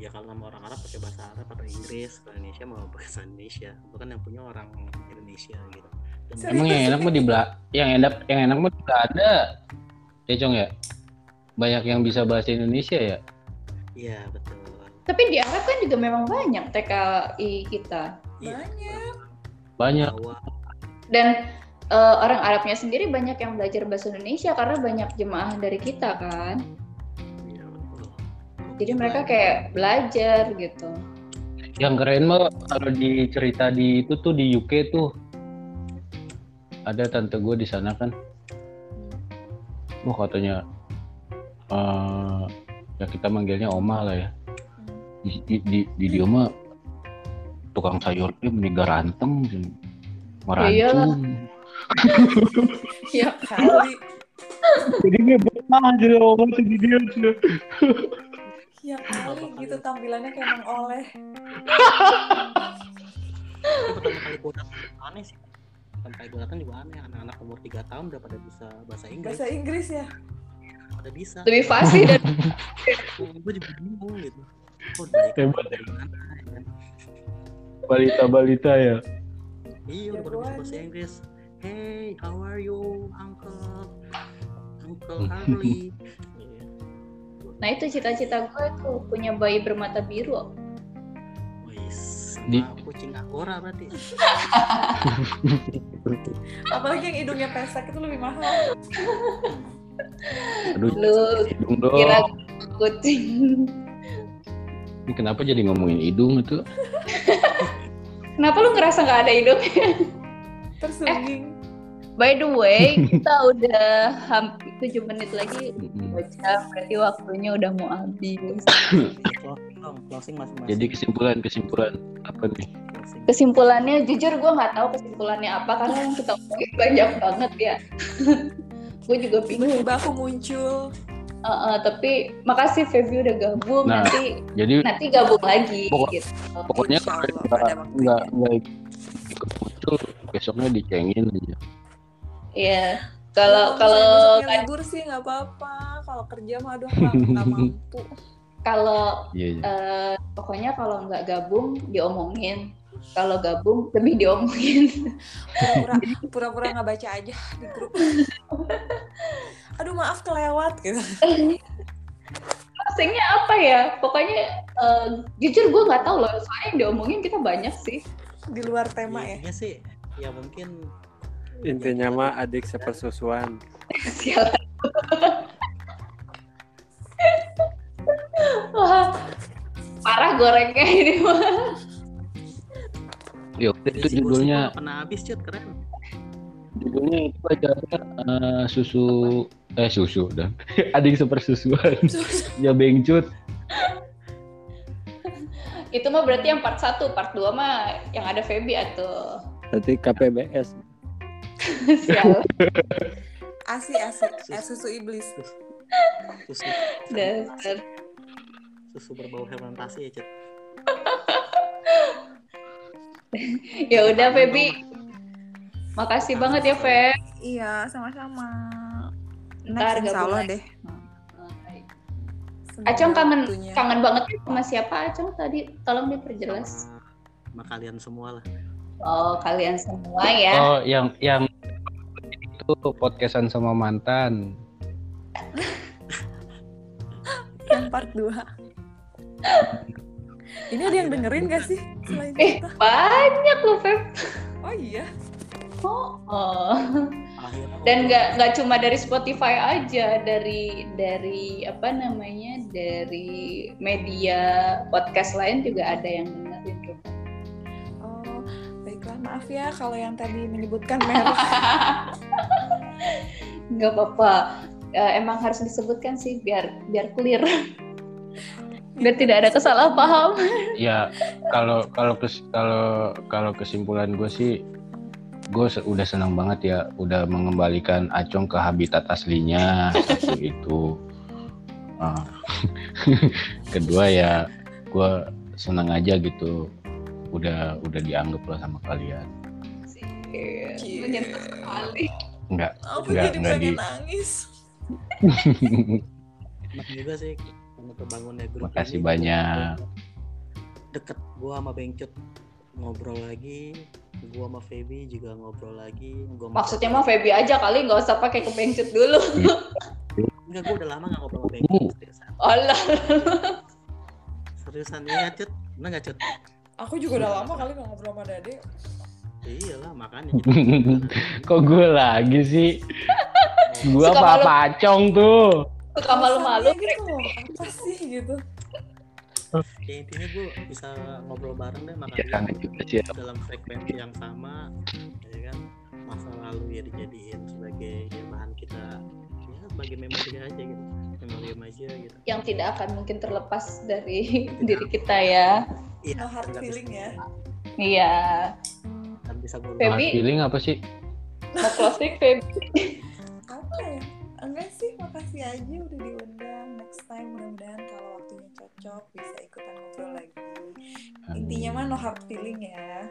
[SPEAKER 4] ya kalau sama orang Arab pakai bahasa Arab atau Inggris kalau Indonesia mau pakai bahasa Indonesia bukan yang punya orang Indonesia gitu Dan
[SPEAKER 8] Serius?
[SPEAKER 5] Emang yang enak mah di Bela- yang enak yang enak mah di Belanda. Ya Cong ya. Banyak yang bisa bahasa Indonesia ya.
[SPEAKER 4] iya betul
[SPEAKER 2] Tapi di Arab kan juga memang banyak TKI kita
[SPEAKER 4] Iya,
[SPEAKER 8] Banyak.
[SPEAKER 5] Banyak.
[SPEAKER 4] Jawa
[SPEAKER 2] dan eh, orang Arabnya sendiri banyak yang belajar bahasa Indonesia karena banyak jemaah dari kita kan.
[SPEAKER 4] iya betul
[SPEAKER 2] Jadi mereka kayak belajar gitu.
[SPEAKER 5] Yang keren mah kalau di cerita di itu tuh di UK tuh ada tante gue di sana kan. Wah katanya eh ya kita manggilnya Oma lah ya. Di di di, di dia mah tukang sayurnya meniga ranteng
[SPEAKER 2] Ya iyalah.
[SPEAKER 5] merancun.
[SPEAKER 8] Ya kali.
[SPEAKER 3] Jadi ngebet aja omong jadi dia tuh.
[SPEAKER 4] Iya,
[SPEAKER 8] Ya kali gitu tampilannya kayak Mang Oleh.
[SPEAKER 4] Tapi pertama kali gue datang aneh sih pertama kali gue datang juga aneh anak-anak umur 3 tahun udah pada bisa bahasa Inggris
[SPEAKER 8] Bahasa Inggris ya.
[SPEAKER 4] pada bisa
[SPEAKER 2] Lebih fasih dan
[SPEAKER 4] gue juga bingung gitu Oh, dari
[SPEAKER 3] Hebat,
[SPEAKER 4] dari mana ya kan?
[SPEAKER 3] Balita-balita ya.
[SPEAKER 4] Iya, udah pada bisa bahasa Inggris. Hey, how are you, Uncle?
[SPEAKER 5] Hmm.
[SPEAKER 4] Uncle Harley. Iya.
[SPEAKER 2] Nah itu cita-cita gue tuh punya bayi bermata biru.
[SPEAKER 4] Wis,
[SPEAKER 5] Di-
[SPEAKER 4] sama kucing Agora berarti.
[SPEAKER 8] Apalagi yang hidungnya pesek itu lebih mahal.
[SPEAKER 5] Aduh,
[SPEAKER 2] Lu
[SPEAKER 5] hidung dong.
[SPEAKER 2] kira kucing.
[SPEAKER 5] Ini kenapa jadi ngomongin hidung itu?
[SPEAKER 2] Kenapa lu ngerasa nggak ada hidup?
[SPEAKER 8] Tersungging.
[SPEAKER 2] By the way, kita udah hampir 7 menit lagi
[SPEAKER 5] Mm-mm.
[SPEAKER 2] baca berarti waktunya udah mau habis.
[SPEAKER 4] Closing dong, closing masing-masing.
[SPEAKER 5] Jadi kesimpulan kesimpulan apa nih?
[SPEAKER 4] Closing.
[SPEAKER 2] Kesimpulannya jujur gue nggak tahu kesimpulannya apa karena yang kita omongin banyak banget ya. gue juga bingung.
[SPEAKER 8] Tiba-tiba aku muncul.
[SPEAKER 2] Eh, eh, tapi makasih Feby udah gabung
[SPEAKER 5] Nah.
[SPEAKER 2] nanti
[SPEAKER 5] Jadi
[SPEAKER 2] nanti gabung lagi
[SPEAKER 5] Pokok-
[SPEAKER 2] gitu.
[SPEAKER 5] pokoknya
[SPEAKER 8] Insya
[SPEAKER 5] kalau
[SPEAKER 8] Allah
[SPEAKER 5] nggak
[SPEAKER 8] pada waktunya.
[SPEAKER 5] nggak nggak ikut muncul besoknya dicengin aja.
[SPEAKER 2] Iya. Kalau
[SPEAKER 8] Ya,
[SPEAKER 2] kalau
[SPEAKER 8] besoknya libur sih nggak apa-apa. Kalau kerja mah aduh nggak nggak mampu.
[SPEAKER 2] kalau
[SPEAKER 5] Iya. iya.
[SPEAKER 2] eh, pokoknya kalau nggak gabung diomongin. Kalau gabung lebih diomongin.
[SPEAKER 8] Pura-pura pura-pura nggak baca aja di grup. Aduh maaf kelewat gitu.
[SPEAKER 2] Closingnya apa ya? Pokoknya eh, jujur gue nggak tahu loh. Soalnya yang diomongin kita banyak sih.
[SPEAKER 8] Di luar tema
[SPEAKER 4] Ya,
[SPEAKER 8] ya.
[SPEAKER 4] intinya sih, ya mungkin
[SPEAKER 3] Intinya mah adik sepersusuan.
[SPEAKER 2] Sialan. Wah, parah gorengnya ini mah.
[SPEAKER 5] Yuk, Iya, itu judulnya
[SPEAKER 4] pernah habis cut keren
[SPEAKER 5] judulnya itu aja eh, susu eh susu dan adik sepersusuan ya bengcut
[SPEAKER 2] Itu mah berarti yang part 1, part 2 mah yang ada Feby atau
[SPEAKER 3] Berarti KPBS.
[SPEAKER 2] sial.
[SPEAKER 8] Asi, asi. Eh, susu iblis.
[SPEAKER 4] susu
[SPEAKER 2] Dasar.
[SPEAKER 4] susu berbau fermentasi ya cut
[SPEAKER 2] Ya udah Feby. Makasih banget ya, Feb.
[SPEAKER 8] Iya, sama-sama.
[SPEAKER 2] Ntar
[SPEAKER 8] Next, insya
[SPEAKER 2] gabung
[SPEAKER 8] Allah
[SPEAKER 2] lagi.
[SPEAKER 8] deh. Semoga
[SPEAKER 2] Acong kangen
[SPEAKER 8] waktunya.
[SPEAKER 2] kangen banget ya sama siapa Acong tadi? Tolong diperjelas.
[SPEAKER 4] sama, sama kalian semua lah
[SPEAKER 2] Oh, kalian semua ya.
[SPEAKER 5] oh yang yang itu podcastan sama mantan
[SPEAKER 8] Yang part 2. Ini ada yang dengerin gak sih selain
[SPEAKER 2] Eh,
[SPEAKER 8] kita?
[SPEAKER 2] banyak loh, Feb.
[SPEAKER 8] Oh iya.
[SPEAKER 2] Oh.
[SPEAKER 4] akhirnya
[SPEAKER 2] Dan nggak nggak cuma dari Spotify aja, dari dari apa namanya? Dari media podcast lain juga ada yang dengerin. Rup.
[SPEAKER 8] Oh, baiklah maaf ya kalau yang tadi menyebutkan merek.
[SPEAKER 2] Nggak apa-apa. Eh, emang harus disebutkan sih biar biar clear. biar tidak
[SPEAKER 8] Iya.
[SPEAKER 2] ada kesalahpahaman.
[SPEAKER 5] ya kalau kalau kes- kalau kalau kesimpulan gue sih gue se- udah senang banget ya udah mengembalikan Acong ke habitat aslinya satu itu Ah. kedua ya gue senang aja gitu udah udah dianggap lah sama kalian
[SPEAKER 2] Iya, Menyentuh sekali.
[SPEAKER 5] nggak
[SPEAKER 8] Aku
[SPEAKER 5] Nggak,
[SPEAKER 8] jadi
[SPEAKER 5] Ya, nggak di-
[SPEAKER 8] pengen nangis.
[SPEAKER 4] enak juga sih karena terbangunnya grup
[SPEAKER 5] Makasih
[SPEAKER 4] ini.
[SPEAKER 5] banyak.
[SPEAKER 4] deket gua sama Bengcut ngobrol lagi gua sama Feby juga ngobrol lagi gua sama-
[SPEAKER 2] Maksudnya mah Feby aja kali, nggak usah pakai kepencut dulu.
[SPEAKER 4] enggak gua udah lama gak ngobrol sama Bengcut seriusan
[SPEAKER 2] Allah.
[SPEAKER 4] seriusan iya cut bener gak cut
[SPEAKER 8] Aku juga udah lama kali gak ngobrol sama Dade.
[SPEAKER 4] iyalah Iya makanya
[SPEAKER 5] kok gue lagi sih
[SPEAKER 4] Iya.
[SPEAKER 5] gue
[SPEAKER 2] Suka
[SPEAKER 5] apa Acong tuh
[SPEAKER 2] Suka malu-malu.
[SPEAKER 8] Alasannya gitu loh, Apa sih gitu?
[SPEAKER 4] ya intinya gua bisa ngobrol bareng deh
[SPEAKER 5] ya
[SPEAKER 4] makanya
[SPEAKER 5] kangen juga sih
[SPEAKER 4] dalam frekuensi yang sama ya kan masa lalu ya dijadiin sebagai ya, bahan kita ya sebagai memori aja gitu memori aja gitu
[SPEAKER 2] yang tidak akan mungkin terlepas dari diri kita ya.
[SPEAKER 4] Iya,
[SPEAKER 8] No hard
[SPEAKER 4] nggak bisa-
[SPEAKER 8] feeling ya.
[SPEAKER 2] Iya.
[SPEAKER 4] nggak bisa gua
[SPEAKER 2] Feby.
[SPEAKER 5] Hard feeling apa sih
[SPEAKER 2] Mau closing Feb.
[SPEAKER 8] Apa ya? Enggak sih, makasih aja udah diundang. Next time mudah-mudahan kalau waktunya cocok bisa ikutan ngobrol lagi. Intinya
[SPEAKER 5] Hmm.
[SPEAKER 8] mah no hard feeling ya.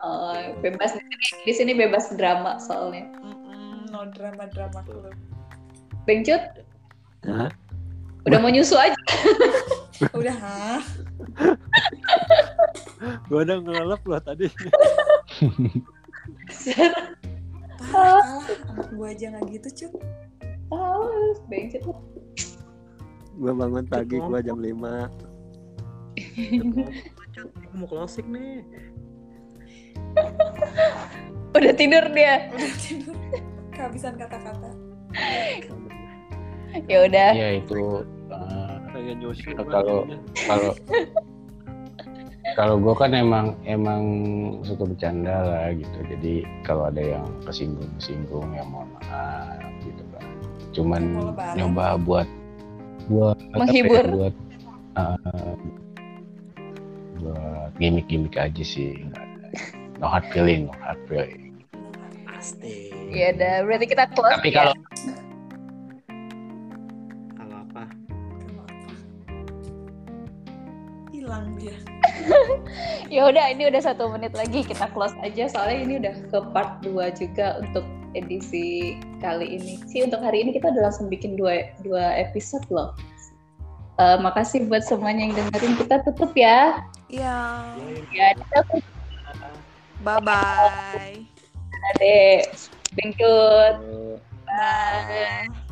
[SPEAKER 2] Oh, bebas di sini, di sini bebas drama soalnya.
[SPEAKER 8] Mm-mm, Hmm, No drama-drama club.
[SPEAKER 2] Bengcut,
[SPEAKER 3] Hah?
[SPEAKER 2] udah mau nyusu aja.
[SPEAKER 8] Udah ha?
[SPEAKER 3] Gua udah ngelelep loh tadi.
[SPEAKER 8] Parah kalah. Anak gua aja nggak gitu, Cut.
[SPEAKER 2] Tahu, Bengcut.
[SPEAKER 3] Gua bangun pagi gua jam 5.
[SPEAKER 4] Gua mau closing nih
[SPEAKER 2] Udah tidur dia.
[SPEAKER 8] Udah tidur. Kehabisan kata-kata.
[SPEAKER 2] Ya udah.
[SPEAKER 5] ya itu eh,
[SPEAKER 3] Pengen nyusul.
[SPEAKER 5] Nah, kalau- kalau kalau gue kan emang emang suka bercanda lah gitu jadi kalau ada yang kesinggung kesinggung ya mohon maaf gitu kan cuman
[SPEAKER 8] Ya, mau lebaran.
[SPEAKER 5] nyoba buat buat apa ya,
[SPEAKER 2] Menghibur.
[SPEAKER 5] buat uh, buat gimmick-gimmick aja sih nggak ada. no hard feeling no hard feeling
[SPEAKER 4] pasti
[SPEAKER 2] Ya udah, berarti kita close.
[SPEAKER 5] tapi
[SPEAKER 2] ya.
[SPEAKER 5] kalau
[SPEAKER 4] kalau apa
[SPEAKER 8] Hilang dia.
[SPEAKER 2] Ya udah, ini udah satu menit lagi kita close aja soalnya ini udah ke part 2 juga untuk edisi kali ini. Sih untuk hari ini kita udah langsung bikin dua dua episode loh. Eh, makasih buat semuanya yang dengerin. Kita tutup ya.
[SPEAKER 8] Iya.
[SPEAKER 2] Ya, kita tutup
[SPEAKER 8] Bye-bye.
[SPEAKER 2] deh. Thank you.
[SPEAKER 8] Bye.